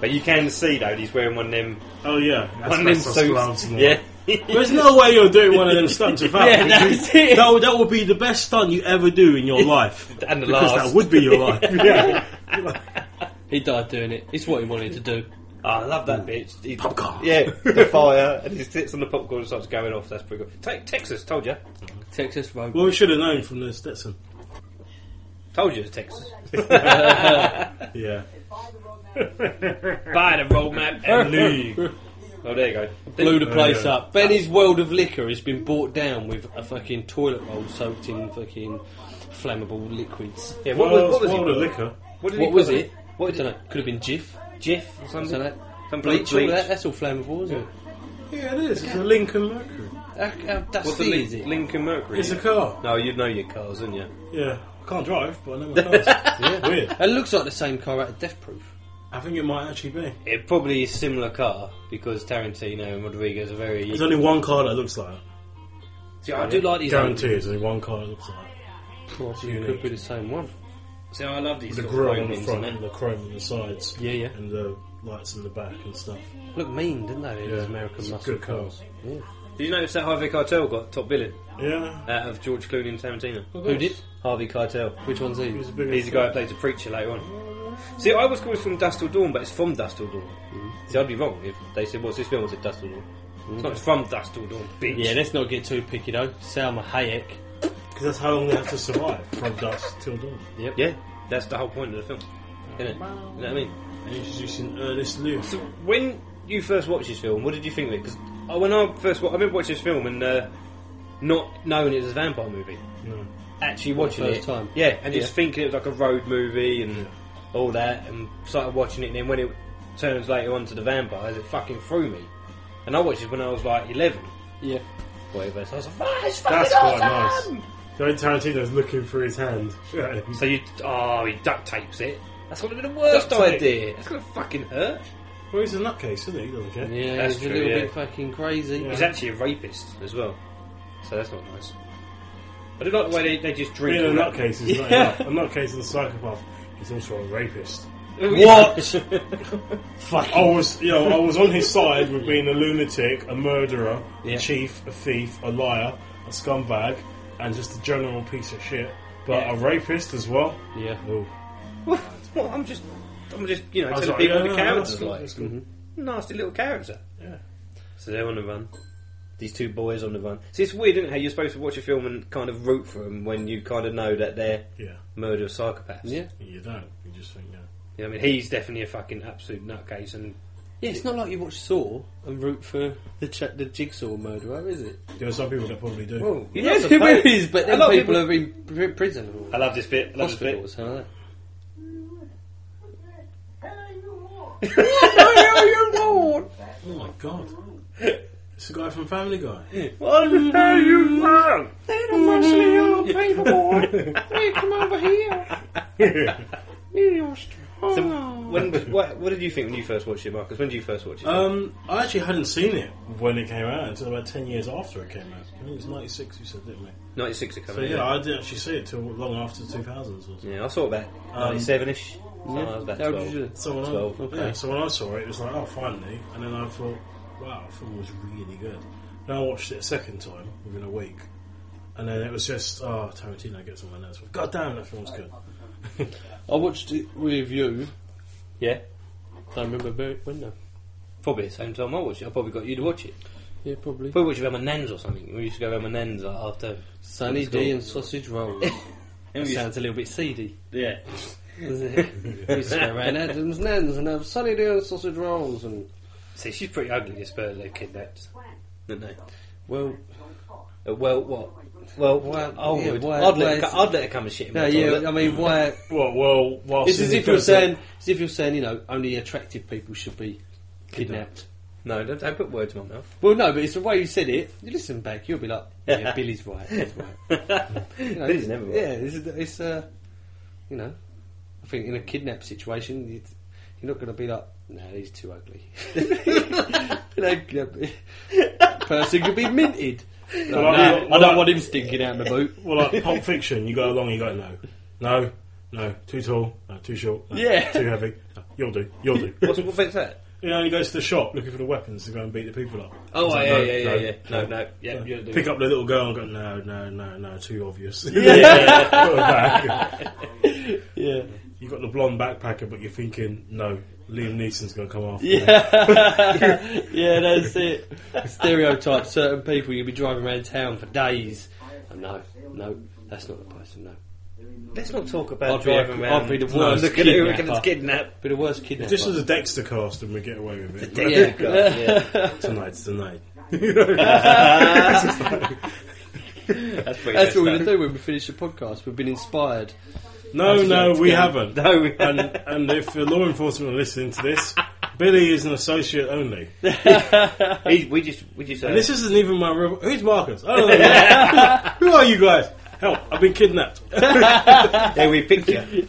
Speaker 9: But you can see though, he's wearing one of them.
Speaker 11: Oh yeah,
Speaker 9: one of them
Speaker 11: asbestos gloves
Speaker 9: suits.
Speaker 11: and all
Speaker 9: Yeah.
Speaker 11: that. There's no way you're doing one of them stunts without.
Speaker 9: Yeah,
Speaker 11: it.
Speaker 9: that's
Speaker 11: You- That, would- that would be the best stunt you ever do in your life,
Speaker 9: And the
Speaker 11: because
Speaker 9: last.
Speaker 11: that would be your life. Yeah.
Speaker 10: He died doing it. It's what he wanted to do.
Speaker 11: Ah,
Speaker 9: I love that bitch. He, popcorn. Yeah, the fire, and he sits on the popcorn and starts going off. That's pretty good. Take Texas, told you.
Speaker 10: Texas road.
Speaker 11: Well, we should have known from the Stetson.
Speaker 9: Told you it's Texas.
Speaker 11: Yeah.
Speaker 9: Buy the roadmap and leave. Oh, there you go.
Speaker 10: Blew the place up. Benny's world of liquor has been brought down with a fucking toilet roll soaked in fucking flammable liquids.
Speaker 9: Yeah, what was- what was he
Speaker 10: World of
Speaker 9: put? What did he
Speaker 10: What was
Speaker 9: put?
Speaker 10: it? What did I dunno. Could have been Jif.
Speaker 9: Jif or something?
Speaker 10: Something like
Speaker 9: Some
Speaker 10: that. Bleach, all
Speaker 9: bleach.
Speaker 10: that. That's all flammable, isn't
Speaker 11: Yeah, it is. It's a Lincoln Mercury.
Speaker 10: it? How, how dusty
Speaker 9: What's the Lin-
Speaker 10: is it?
Speaker 9: Lincoln Mercury?
Speaker 11: It's a car.
Speaker 9: No, you'd know your cars, wouldn't you?
Speaker 11: Yeah, I can't drive, but I know my cars. yeah. Weird.
Speaker 10: It looks like the same car out of Death Proof.
Speaker 11: I think it might actually be.
Speaker 9: It probably is similar car because Tarantino and Rodriguez are very.
Speaker 11: There's only one car that looks like.
Speaker 9: See, I do like these.
Speaker 11: Guarantee, there's only one car that looks like.
Speaker 10: Well, it could
Speaker 11: unique.
Speaker 10: be the same one.
Speaker 9: See, I love these.
Speaker 11: The
Speaker 9: sort of
Speaker 11: grill on the
Speaker 9: openings,
Speaker 11: front
Speaker 9: innit?
Speaker 11: and the chrome on the sides.
Speaker 10: Yeah, yeah.
Speaker 11: And the lights in the back and stuff.
Speaker 10: Look mean, didn't they? These
Speaker 11: Yeah,
Speaker 10: American
Speaker 11: it's
Speaker 10: muscle
Speaker 11: good cars.
Speaker 10: Yeah.
Speaker 9: Did you notice that Harvey Keitel got top billing?
Speaker 11: Yeah.
Speaker 9: Out of George Clooney and Tarantino.
Speaker 10: Who did?
Speaker 9: Harvey Keitel.
Speaker 10: Which one's he?
Speaker 11: was a big
Speaker 9: He's the guy who plays the preacher later on. See, I was called from Dust Till Dawn, but it's from Dust Till Dawn.
Speaker 10: Mm-hmm.
Speaker 9: See, I'd be wrong if they said, "What's this film?" Was it Dust Till Dawn? It's not from Dust Till Dawn, bitch.
Speaker 10: Yeah, let's not get too picky though. Salma Hayek.
Speaker 11: Because that's how long they have to survive from dusk till dawn.
Speaker 10: Yep.
Speaker 9: Yeah, that's the whole point of the film, isn't it? You know what I mean?
Speaker 11: And introducing Ernest Lewis.
Speaker 9: So when you first watched this film, what did you think of it? Because when I first, wa- I remember watching this film and uh, not knowing it was a vampire movie.
Speaker 11: No.
Speaker 9: Actually
Speaker 10: For the
Speaker 9: watching
Speaker 10: first
Speaker 9: it,
Speaker 10: time.
Speaker 9: yeah, and just
Speaker 10: Yeah.
Speaker 9: thinking it was like a road movie and all that, and started watching it. And then when it turns later on to the vampires, it fucking threw me. And I watched it when I was like eleven,
Speaker 10: Yeah.
Speaker 9: whatever. So I was like, "Fuck, it's fucking
Speaker 11: That's quite
Speaker 9: awesome!"
Speaker 11: nice. Joe Tarantino's looking for his hand. Yeah.
Speaker 9: So you, oh, he duct tapes it. That's gonna be the worst
Speaker 11: Duct tape.
Speaker 9: idea. That's gonna fucking hurt.
Speaker 11: Well, he's a nutcase, isn't he? He doesn't care.
Speaker 10: Yeah,
Speaker 9: That's
Speaker 10: he's a
Speaker 9: true,
Speaker 10: little
Speaker 9: yeah.
Speaker 10: bit fucking crazy.
Speaker 11: Yeah.
Speaker 9: He's actually a rapist as well, so that's not nice. I do like the way they, they just drink.
Speaker 11: Being a
Speaker 9: all that-
Speaker 11: nutcase is not enough. A nutcase is a psychopath. He's also a rapist.
Speaker 9: What?
Speaker 11: Fuck. I was, you know, I was on his side with being a lunatic, a murderer, a chief, a thief, a liar, a scumbag, and just a general piece of shit. But a rapist as well.
Speaker 10: Yeah.
Speaker 11: Ooh.
Speaker 9: well, I'm just, I'm just, you know,
Speaker 11: I was
Speaker 9: telling
Speaker 11: like,
Speaker 9: people
Speaker 11: yeah,
Speaker 9: what
Speaker 11: no,
Speaker 9: the
Speaker 11: no,
Speaker 9: character's
Speaker 11: that's good,
Speaker 9: like.
Speaker 11: that's good.
Speaker 9: Nasty little character.
Speaker 11: Yeah.
Speaker 9: Mm-hmm. So they're on the run. These two boys on the run. See, it's weird, isn't it? How you're supposed to watch a film and kind of root for them when you kind of know that they're
Speaker 11: Yeah.
Speaker 9: murder psychopaths.
Speaker 10: Yeah.
Speaker 11: You don't. You just think, yeah.
Speaker 9: You know what I mean, he's definitely a fucking absolute nutcase, and
Speaker 10: Yeah, it's not like you watch Saw and root for the ch- the jigsaw murderer, is it?
Speaker 11: There are some people that probably do.
Speaker 9: well, you're
Speaker 10: Yes,
Speaker 9: not
Speaker 10: there
Speaker 9: supposed-
Speaker 10: is, but
Speaker 9: A
Speaker 10: then
Speaker 9: lot
Speaker 10: people,
Speaker 9: of
Speaker 10: are in pr- prison
Speaker 9: I
Speaker 10: or
Speaker 9: love this bit. I love this bit.
Speaker 10: hospitals, aren't
Speaker 11: Oh my god. It's the guy from Family Guy.
Speaker 9: What the hell you want?
Speaker 10: they? They don't want to see your paper boy. They come over here.
Speaker 9: So when, what, what did you think when you first watched it, Marcus? When did you first watch it?
Speaker 11: Um, I actually hadn't seen it when it came out until about 10 years after it came out. I think it was 96, you said, didn't we?
Speaker 9: 96 it came
Speaker 11: So
Speaker 9: out.
Speaker 11: yeah, I didn't actually see it till long after the 2000s or something.
Speaker 9: Yeah, I saw about
Speaker 11: Um,
Speaker 9: 97-ish. So I was about
Speaker 10: How
Speaker 9: 12.
Speaker 10: did you do
Speaker 11: So when, I,
Speaker 9: 12, okay.
Speaker 11: yeah, so when I saw it, it was like, oh, finally. And then I thought, wow, the film was really good. Then I watched it a second time within a week. And then it was just, oh, Tarantino gets on my nerves. God damn, that film's good.
Speaker 10: I watched it with you.
Speaker 9: Yeah,
Speaker 10: Don't remember very- when though.
Speaker 9: probably at the same time I watched it. I probably got you to watch it.
Speaker 10: Yeah, probably.
Speaker 9: Probably watched it around my nan's or something. We used to go around my nan's like, after...
Speaker 10: Sunny
Speaker 9: after school.
Speaker 10: D and sausage rolls.
Speaker 9: And
Speaker 10: that
Speaker 9: we used-
Speaker 10: sounds a little bit seedy.
Speaker 9: Yeah.
Speaker 10: Doesn't it? we used to go around Adam's Nans and have Sunny D and sausage rolls and
Speaker 9: See, she's pretty ugly, this bird they kidnapped. Didn't they?
Speaker 10: well,
Speaker 9: Uh, well, what? Well,
Speaker 10: Why-
Speaker 9: oh,
Speaker 10: yeah,
Speaker 9: would-
Speaker 10: why-
Speaker 9: I'd,
Speaker 10: why
Speaker 9: let her,
Speaker 10: is-
Speaker 9: co- I'd let her come and shit in
Speaker 10: no,
Speaker 9: my
Speaker 10: yeah.
Speaker 9: toilet.
Speaker 10: I mean, why?
Speaker 11: Well, well, whilst
Speaker 10: It's as
Speaker 11: in the
Speaker 10: if you're
Speaker 11: desert-
Speaker 10: saying, it's as if you're saying, you know, only attractive people should be kidnapped.
Speaker 9: No, don't, don't put words in my mouth.
Speaker 10: Well, no, but it's the way you said it. You listen back, you'll be like, yeah, Billy's right. He's right. You know,
Speaker 9: Billy's never right.
Speaker 10: Yeah, it's, it's uh, you know, I think in a kidnap situation, you you're not going to be like, no, he's too ugly. you know, you know, that person could be minted. Like,
Speaker 11: Well, like-
Speaker 10: "No,
Speaker 11: well,
Speaker 10: I don't
Speaker 11: like-
Speaker 10: want him stinking out in the boot.
Speaker 11: Well, like Pulp Fiction, you go along, you go no, no, no, too tall, no, too short, no,
Speaker 10: Yeah.
Speaker 11: too heavy. No, you'll do, you'll do.
Speaker 9: What's what fits that?
Speaker 11: You know, he goes to the shop looking for the weapons to go and beat the people up.
Speaker 9: Oh,
Speaker 11: He's
Speaker 9: yeah, yeah, yeah, yeah. No, no, yeah,
Speaker 11: no.
Speaker 9: you'll do
Speaker 11: Pick
Speaker 9: it.
Speaker 11: up the little girl and go, no, no, no, no, too obvious.
Speaker 9: Yeah.
Speaker 11: Put her back.
Speaker 10: Yeah.
Speaker 11: You got the blonde backpacker, but you're thinking, no, Liam Neeson's going to come after
Speaker 10: Yeah,
Speaker 11: me.
Speaker 10: yeah, that's it. Stereotype certain people. You'll be driving around town for days. Oh, no, no, that's not the person. No.
Speaker 9: Let's not talk about
Speaker 10: I'd be a-
Speaker 9: driving around.
Speaker 10: I'd be the
Speaker 9: No,
Speaker 10: worst
Speaker 9: look at it,
Speaker 10: kidnapper.
Speaker 9: look at this kidnap.
Speaker 10: Be the worst
Speaker 11: If
Speaker 10: kidnapper.
Speaker 11: this was a Dexter cast, and we get away with it.
Speaker 10: The Dexter Yeah. cast, yeah.
Speaker 11: Tonight's the night.
Speaker 10: That's, what we're going to do when we finish the podcast. We've been inspired.
Speaker 11: No,
Speaker 10: That's
Speaker 11: no,
Speaker 10: good.
Speaker 11: we haven't.
Speaker 10: No, we
Speaker 11: and, and if the law enforcement are listening to this, Billy is an associate only.
Speaker 9: He- we just, we just. uh,
Speaker 11: And this isn't even my real. Who's Marcus? I don't know. Who are you guys? Help! I've been kidnapped.
Speaker 9: yeah, we picked you.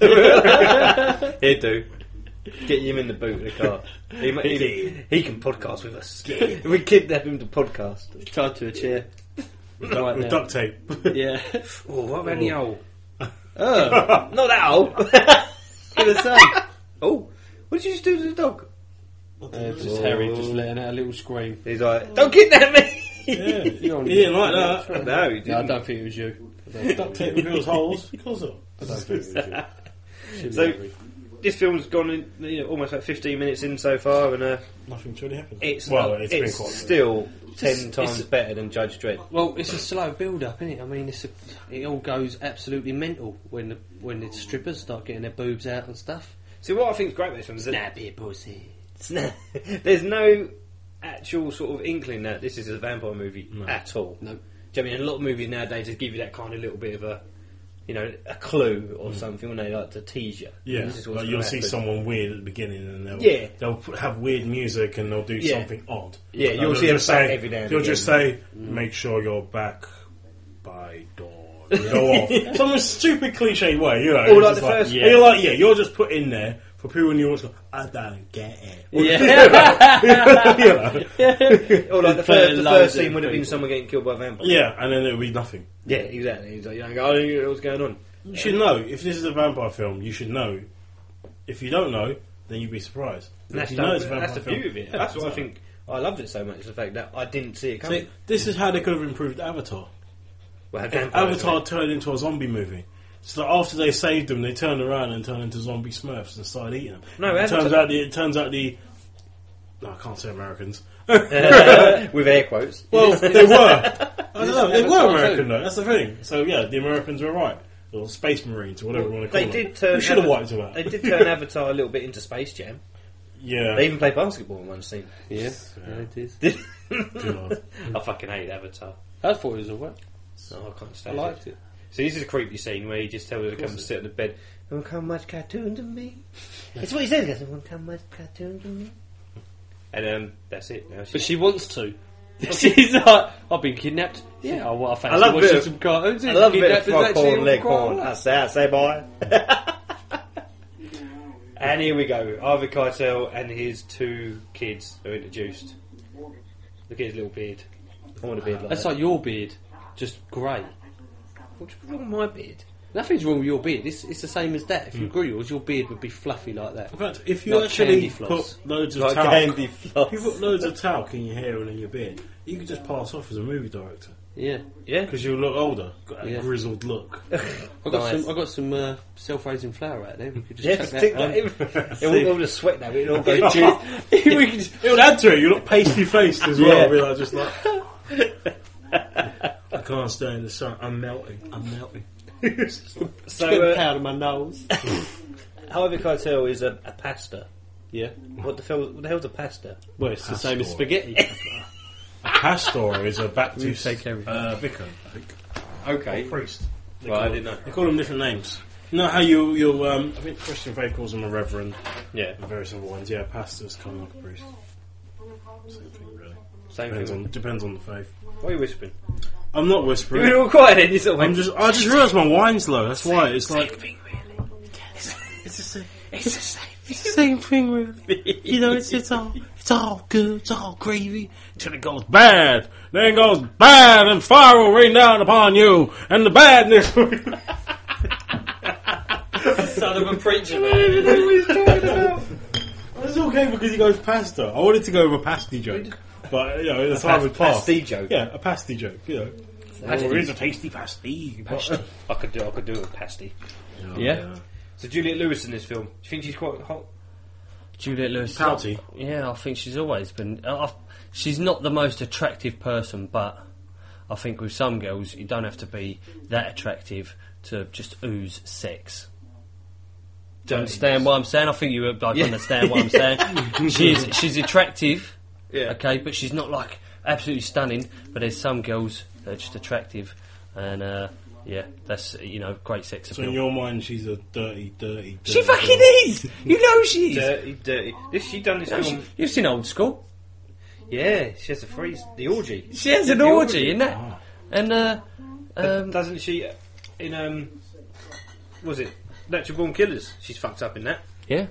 Speaker 9: Here, do. Get him in the boot of the car. He, ma- he, he can podcast with us. we kidnap him to podcast.
Speaker 10: Tied to a chair.
Speaker 11: With duct- with duct tape.
Speaker 10: Yeah.
Speaker 9: Oh, what about the owl?
Speaker 10: Oh.
Speaker 9: Not that owl.
Speaker 10: Gonna say.
Speaker 9: Oh, what did you just do to the dog?
Speaker 10: Uh, just Harry just letting out a little scream.
Speaker 9: He's like, "Don't kidnap me."
Speaker 11: Yeah,
Speaker 10: You don't
Speaker 11: he didn't like that.
Speaker 9: No, he
Speaker 10: No, I
Speaker 9: didn't.
Speaker 10: don't think it was you. I don't think
Speaker 11: Duct
Speaker 10: it
Speaker 11: tape
Speaker 10: was you.
Speaker 11: reveals holes. Of course
Speaker 10: I don't think it was you. Shouldn't
Speaker 9: so
Speaker 10: have.
Speaker 9: this film's gone in, you know, almost like 15 minutes in so far, and uh,
Speaker 11: Nothing's really happened.
Speaker 9: it's
Speaker 11: well,
Speaker 9: not-
Speaker 11: it's been
Speaker 9: it's
Speaker 11: quite.
Speaker 9: still ten
Speaker 10: It's-
Speaker 9: times
Speaker 10: it's-
Speaker 9: better than Judge Dredd.
Speaker 10: Well, it's a slow build-up, isn't it? I mean, it's a, it all goes absolutely mental when the when the strippers start getting their boobs out and stuff.
Speaker 9: See, what I think's great about this film is that
Speaker 10: Snap your pussy.
Speaker 9: there's no actual sort of inkling that this is a vampire movie at all.
Speaker 10: No.
Speaker 9: Do you know what I mean, a lot of movies nowadays just give you that kind of little bit of a, you know, a clue or something when they like to tease you.
Speaker 11: Mm. Yeah,
Speaker 9: This is what's
Speaker 11: like
Speaker 9: gonna
Speaker 11: you'll see
Speaker 9: happen.
Speaker 11: someone weird at the beginning, and they'll
Speaker 9: Yeah.
Speaker 11: they'll put, have weird music, and they'll do
Speaker 9: Yeah.
Speaker 11: something odd.
Speaker 9: Yeah,
Speaker 11: And
Speaker 9: you'll
Speaker 11: they'll
Speaker 9: see them
Speaker 11: just
Speaker 9: back
Speaker 11: say-
Speaker 9: every now and
Speaker 11: They'll just
Speaker 9: again.
Speaker 11: say, "Make sure you're back by dawn." Go off some stupid cliche way, you know.
Speaker 9: Or
Speaker 11: it's
Speaker 9: like
Speaker 11: just
Speaker 9: the first-
Speaker 11: and You're like, yeah, you're just put in there for people in the audience. Go, I don't get it.
Speaker 9: Yeah. or like the first, the
Speaker 10: Loads
Speaker 9: first
Speaker 10: of
Speaker 9: scene would have been
Speaker 10: people.
Speaker 9: someone getting killed by a vampire.
Speaker 11: Yeah, and then it'll be nothing.
Speaker 9: Yeah, exactly. He's like, you don't go, I don't know what's going on.
Speaker 11: You should know if this is a vampire film. You should know. If you don't know, then you'd be surprised.
Speaker 9: And that's,
Speaker 11: if
Speaker 9: the,
Speaker 11: you know it's a
Speaker 9: that's
Speaker 11: vampire
Speaker 9: the
Speaker 11: film,
Speaker 9: beauty of it.
Speaker 11: yeah,
Speaker 9: That's what I
Speaker 11: it's-
Speaker 9: think. I loved it so much. is The fact that I didn't see it coming.
Speaker 11: See, this is how they could have improved Avatar.
Speaker 9: Well, had vampires in
Speaker 11: Avatar
Speaker 9: it.
Speaker 11: turned into a zombie movie. So that after they saved them, they turned around and turned into zombie Smurfs and started eating them.
Speaker 9: No,
Speaker 11: it
Speaker 9: Avatar-
Speaker 11: turns out the it turns out the no, I can't say Americans.
Speaker 9: with air quotes.
Speaker 11: well, they were. I don't know. They
Speaker 9: Avatar
Speaker 11: were
Speaker 9: too.
Speaker 11: American though. That's the thing. So yeah, the Americans were right, or space marines, or whatever you want to
Speaker 9: They
Speaker 11: call them.
Speaker 9: did turn.
Speaker 11: We should have
Speaker 9: Ava-
Speaker 11: wiped them out.
Speaker 9: They did turn Avatar a little bit into Space Jam.
Speaker 11: Yeah.
Speaker 9: They even played basketball in one scene.
Speaker 10: Yeah, yeah, it is.
Speaker 11: God.
Speaker 9: I fucking hate Avatar.
Speaker 10: Mm. I thought it was alright.
Speaker 9: No, I can't
Speaker 10: I
Speaker 9: stand
Speaker 10: liked it.
Speaker 9: So this is a creepy scene where he just tells her to come and sit on the bed. You want to come watch cartoons with me? That's what he says. He goes, "You want to come watch cartoons with me? And um, that's it. Now
Speaker 10: But
Speaker 9: she's
Speaker 10: she wants to. She's like, I've been kidnapped. Oh, Yeah, I, I fancy
Speaker 9: I love a bit
Speaker 10: watching
Speaker 9: of-
Speaker 10: some cartoons.
Speaker 9: I love a bit of
Speaker 10: Kidnapped is
Speaker 9: frog
Speaker 10: actually
Speaker 9: corn,
Speaker 10: all
Speaker 9: leg
Speaker 10: quite
Speaker 9: corn.
Speaker 10: alright.
Speaker 9: I say, I say, boy. and here we go. Harvey Keitel and his two kids are introduced. Look at his little beard. I want a beard like
Speaker 10: That's
Speaker 9: that.
Speaker 10: like your beard, just grey.
Speaker 9: What's wrong with my beard?
Speaker 10: Nothing's wrong with your beard. It's, it's the same as that. If
Speaker 9: Hmm.
Speaker 10: you grew yours, your beard would be fluffy like that.
Speaker 11: In fact, if you
Speaker 10: Like
Speaker 11: actually
Speaker 10: candy floss.
Speaker 11: put loads of
Speaker 9: Like
Speaker 11: talc,
Speaker 9: candy floss.
Speaker 11: if you put loads of talc in your hair and in your beard, you could just pass off as a movie director
Speaker 10: Yeah.
Speaker 9: Yeah.
Speaker 11: because you'll look older, got a
Speaker 10: Yeah.
Speaker 11: grizzled look.
Speaker 10: I got
Speaker 9: Nice.
Speaker 10: some. I got some uh, self-raising flour out there. We could just
Speaker 9: Yeah,
Speaker 10: chuck
Speaker 9: just
Speaker 10: that
Speaker 9: stick
Speaker 10: down.
Speaker 9: that in. It will all just sweat now. It'll all go
Speaker 10: We could just-
Speaker 11: It would add to it. You look pasty faced as well.
Speaker 9: Yeah.
Speaker 11: Be like, just like, I can't stay in the sun. I'm melting. I'm melting.
Speaker 9: So, uh,
Speaker 10: powder in my nose.
Speaker 9: Harvey Keitel is a, a pasta.
Speaker 10: yeah.
Speaker 9: What the, hell, what the hell's a pasta?
Speaker 10: Well, it's the
Speaker 11: Pastor.
Speaker 10: same as spaghetti.
Speaker 11: Pastor is a Baptist
Speaker 10: take care of it.
Speaker 11: uh, vicar, I think,
Speaker 9: Okay.
Speaker 11: priest. They
Speaker 9: Well, I
Speaker 11: call-
Speaker 9: didn't know.
Speaker 11: They call them different names. You know how you you um, I think Christian faith calls them a reverend.
Speaker 9: Yeah.
Speaker 11: and various other ones. Yeah, pastors, kind of like a priest. Same thing, really.
Speaker 8: Same
Speaker 11: depends
Speaker 8: thing.
Speaker 11: On, depends on the faith.
Speaker 8: Why are you whispering?
Speaker 11: I'm not whispering.
Speaker 8: You were all quiet then, you sort of
Speaker 11: I'm
Speaker 8: went-
Speaker 11: just. I just realised my wine's low. That's why it's like.
Speaker 9: It's the same. It's the same. It's the same thing, really. You know, it's it's all it's all good. It's all gravy.
Speaker 11: till it goes bad. Then goes bad, and fire will rain down upon you, and the badness.
Speaker 9: Son of a preacher,
Speaker 11: It's okay because he goes pasta. I wanted to go with a pasty joke, but you know, it's
Speaker 8: A
Speaker 11: hard
Speaker 8: pas-
Speaker 11: with pass.
Speaker 8: pasty joke.
Speaker 11: yeah, a pasty joke. You know,
Speaker 8: Pasty.
Speaker 11: Oh, here's a tasty pasty.
Speaker 8: Pasty. I could do. I could do it with pasty.
Speaker 11: Yeah.
Speaker 8: So Juliet Lewis in this film. Do you think she's quite hot?
Speaker 9: Juliet Lewis.
Speaker 8: Pouty.
Speaker 9: Yeah, I think she's always been. I, I- she's not the most attractive person, but I think with some girls, you don't have to be that attractive to just ooze sex. Do you understand what I'm saying? I think you uh, like,
Speaker 8: Yeah.
Speaker 9: understand what I'm saying. she's she's attractive,
Speaker 8: Yeah.
Speaker 9: okay, but she's not like absolutely stunning. But there's some girls that are just attractive, and uh, yeah, that's you know great sex
Speaker 11: So
Speaker 9: appeal.
Speaker 11: in your mind, she's a dirty, dirty.
Speaker 9: She
Speaker 11: dirty
Speaker 9: fucking
Speaker 11: girl.
Speaker 9: is. You know she is.
Speaker 8: Dirty, dirty. This she done this
Speaker 9: No,
Speaker 8: film.
Speaker 9: she- you've seen Old School.
Speaker 8: Yeah, she has a freeze. The orgy. Ah.
Speaker 9: She has an
Speaker 8: The
Speaker 9: orgy, in that, and uh,
Speaker 8: But
Speaker 9: um,
Speaker 8: doesn't she? uh, In um, was it Natural Born Killers? She's fucked up in that.
Speaker 9: Yeah.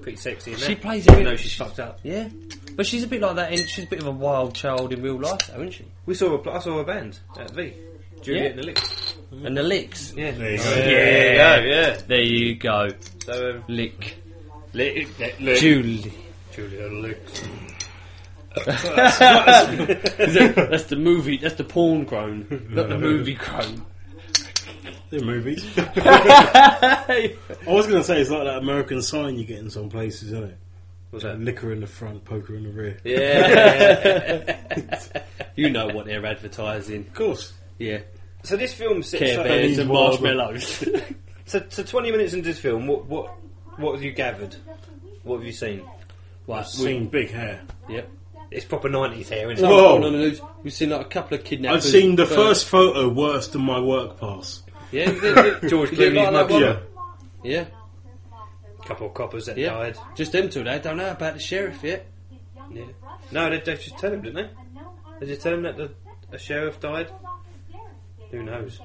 Speaker 8: Pretty sexy in that.
Speaker 9: She plays a bit-
Speaker 8: No, she's fucked up.
Speaker 9: yeah, but she's a bit like that. In, she's a bit of a wild child in real life, though, isn't she?
Speaker 8: We saw a. pl- I saw a band at V. Juliet
Speaker 9: Yeah.
Speaker 8: and the Licks.
Speaker 9: And the licks.
Speaker 8: Yeah.
Speaker 11: There you go.
Speaker 9: Yeah,
Speaker 8: There you go, yeah.
Speaker 9: There you go.
Speaker 8: So um,
Speaker 9: Lick.
Speaker 8: Lick.
Speaker 9: Julie.
Speaker 8: Juliet and the Licks.
Speaker 9: that's the movie. That's the porn groan, not the movie groan.
Speaker 11: They're movies. I was going to say it's like that American sign you get in some places, isn't it?
Speaker 8: What's that?
Speaker 11: Liquor in the front, poker in the rear.
Speaker 9: Yeah. you know what they're advertising.
Speaker 11: Of course.
Speaker 9: Yeah.
Speaker 8: So this film sits.
Speaker 9: Care
Speaker 8: up-
Speaker 9: Bears and
Speaker 11: wild.
Speaker 9: marshmallows.
Speaker 8: So, so twenty minutes into this film, what what what have you gathered? What have you seen?
Speaker 9: Like,
Speaker 11: Seen big hair.
Speaker 9: Yep.
Speaker 8: It's proper nineties hair, isn't it?
Speaker 9: No,
Speaker 11: Whoa.
Speaker 9: no, no, no, no. We've seen like a couple of
Speaker 11: I've
Speaker 9: kidnappers.
Speaker 11: seen the
Speaker 9: but-
Speaker 11: first photo worse than my work pass.
Speaker 9: Yeah, you did- you-
Speaker 8: George
Speaker 9: you did
Speaker 8: Clooney's
Speaker 9: like that
Speaker 8: mugshot.
Speaker 9: one?
Speaker 11: Yeah.
Speaker 9: Yeah,
Speaker 8: Couple of coppers that
Speaker 9: yeah.
Speaker 8: died.
Speaker 9: Just them two. They don't know about the sheriff yet.
Speaker 8: Yeah. No, they, they just tell him, didn't they? They just tell him that the, a sheriff died. Who knows?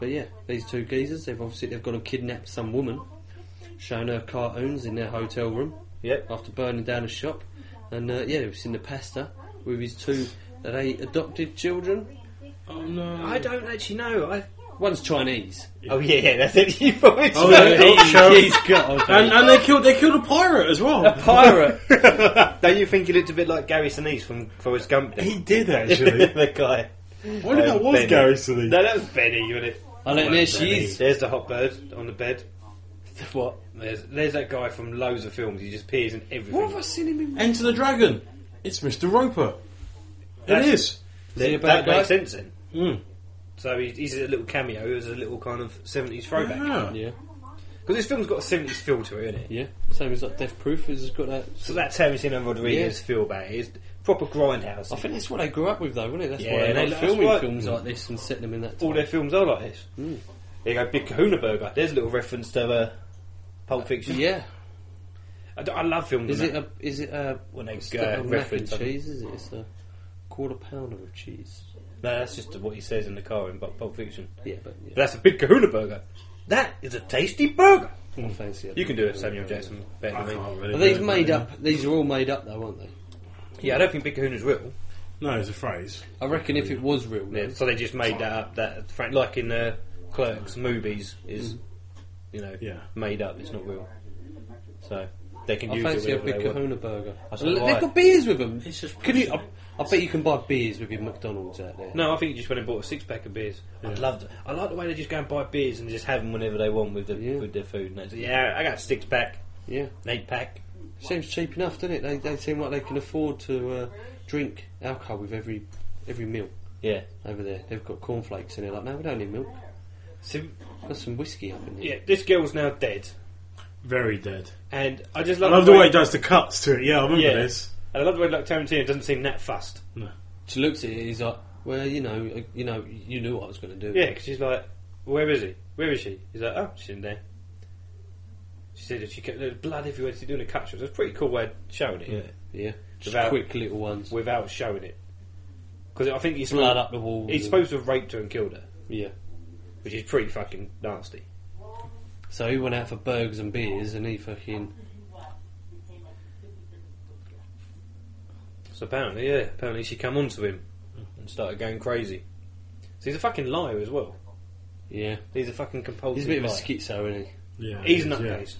Speaker 9: But yeah, these two geezers. They've obviously they've got to kidnap some woman, showing her cartoons in their hotel room
Speaker 8: Yep.
Speaker 9: after burning down a shop, and uh, yeah, we've seen the pastor with his two are they adopted children.
Speaker 11: Oh no.
Speaker 8: I don't actually know. I.
Speaker 9: One's Chinese.
Speaker 8: Oh yeah, yeah, that's it. You probably
Speaker 11: Oh, yeah,
Speaker 8: know.
Speaker 11: oh, sure.
Speaker 9: He's got
Speaker 11: and, and they killed they killed a pirate as well.
Speaker 9: pirate.
Speaker 8: Don't you think he looked a bit like Gary Sinise from Forrest Gump? then?
Speaker 11: he did actually.
Speaker 8: the guy.
Speaker 11: What if that
Speaker 8: Um,
Speaker 11: was
Speaker 8: Benny.
Speaker 11: Gary Sinise?
Speaker 8: No, that was Benny, wasn't it?
Speaker 9: Oh, look, there she
Speaker 8: Benny.
Speaker 9: is.
Speaker 8: There's the hot bird on the bed.
Speaker 9: What?
Speaker 8: There's, there's that guy from loads of films. He just appears in everything.
Speaker 11: What have I seen him in? Enter the Dragon. It's Mr. Roper. It
Speaker 8: That's-
Speaker 11: is.
Speaker 9: he a
Speaker 8: That,
Speaker 9: bad
Speaker 8: that makes
Speaker 9: guy?
Speaker 8: sense then.
Speaker 11: Mm.
Speaker 8: So he, he's a little cameo as a little kind of 70s throwback. Because
Speaker 11: Yeah.
Speaker 9: Yeah,
Speaker 8: this film's got a 70s feel to it, isn't it?
Speaker 9: yeah. Same as like Death Proof. Has got that.
Speaker 8: So that's Tarantino Rodriguez feel back. It's proper grindhouse.
Speaker 9: I think that's what they grew up with, though, wasn't it? That's
Speaker 8: Yeah,
Speaker 9: why
Speaker 8: they-
Speaker 9: they like
Speaker 8: that's
Speaker 9: filming
Speaker 8: right.
Speaker 9: films Hmm. like this and setting them in that.
Speaker 8: All
Speaker 9: Time.
Speaker 8: their films are like this. There you go, Big Kahuna Burger. There's a little reference to uh, Pulp Fiction.
Speaker 9: Yeah.
Speaker 8: I, d- I love films.
Speaker 9: Is
Speaker 8: like
Speaker 9: it
Speaker 8: that.
Speaker 9: a? Is it a?
Speaker 8: When they
Speaker 9: it's
Speaker 8: go
Speaker 9: not a mac and
Speaker 8: reference on-
Speaker 9: cheese? Is it? It's a quarter pounder of cheese.
Speaker 8: No, that's just what he says in the car in Pul- Pulp Fiction.
Speaker 9: Yeah, but yeah,
Speaker 8: That's a Big Kahuna Burger. That is a tasty burger.
Speaker 9: I fancy.
Speaker 8: You can do it, Samuel Jackson. Better
Speaker 11: I
Speaker 8: than me.
Speaker 11: can't really
Speaker 9: Are these
Speaker 11: do it.
Speaker 9: made up? These are all made up, though, aren't they?
Speaker 8: Yeah, I don't think Big Kahuna's real.
Speaker 11: No, it's a phrase.
Speaker 9: I reckon if it was real,
Speaker 8: Yeah,
Speaker 9: then
Speaker 8: so they just made that up. That Frank, like in uh, Clerks movies, is
Speaker 9: Mm-hmm.
Speaker 8: you know
Speaker 11: Yeah.
Speaker 8: made up. It's not real. So they can
Speaker 9: I
Speaker 8: use
Speaker 9: fancy a
Speaker 8: it. whenever
Speaker 9: big
Speaker 8: they want.
Speaker 9: Kahuna burger.
Speaker 8: That's
Speaker 9: Look,
Speaker 8: right.
Speaker 9: They've got beers with them.
Speaker 11: It's just
Speaker 9: Can you? I, I bet you can buy beers with your McDonald's out there.
Speaker 8: No, I think you just went and bought a six pack of beers. I loved it. I like the way they just go and buy beers and just have them whenever they want with the
Speaker 9: Yeah.
Speaker 8: with their food. And they say, yeah, I got a six pack,
Speaker 9: Yeah.
Speaker 8: an eight pack.
Speaker 9: Seems cheap enough, doesn't it? They, they seem like they can afford to uh, drink alcohol with every every meal
Speaker 8: Yeah.
Speaker 9: over there. They've got cornflakes in it. Like, no, we don't need milk.
Speaker 8: So
Speaker 9: There's some whiskey up in here.
Speaker 8: yeah, this girl's now dead,
Speaker 11: Very dead.
Speaker 8: and I just
Speaker 11: I
Speaker 8: love,
Speaker 11: love the way he does the cuts to it. Yeah, I remember
Speaker 8: Yeah.
Speaker 11: this.
Speaker 8: I love the way like Tarantino doesn't seem that fussed.
Speaker 11: No.
Speaker 9: She looks at it. He's like, well, you know, uh, you know, you knew what I was going to do.
Speaker 8: Yeah, because she's like, where is he? Where is she? He's like, oh, she's in there.
Speaker 9: She said that she kept there was blood everywhere. She's doing a cut shot. It was a pretty cool way of showing it.
Speaker 10: Yeah. Yeah. Just quick little ones
Speaker 9: without showing it. Because I think he's
Speaker 10: Blood
Speaker 9: supposed-
Speaker 10: up the walls
Speaker 9: He's
Speaker 10: and-
Speaker 9: supposed to have raped her and killed her.
Speaker 10: Yeah.
Speaker 9: Which is pretty fucking nasty.
Speaker 10: So he went out for burgers and beers, and he fucking
Speaker 9: So apparently, yeah, apparently she come onto him and started going crazy. So he's a fucking liar as well.
Speaker 10: yeah.
Speaker 9: He's a fucking compulsive.
Speaker 10: He's a bit of a
Speaker 9: liar.
Speaker 10: schizo, isn't he?
Speaker 9: Yeah, he's nutcase.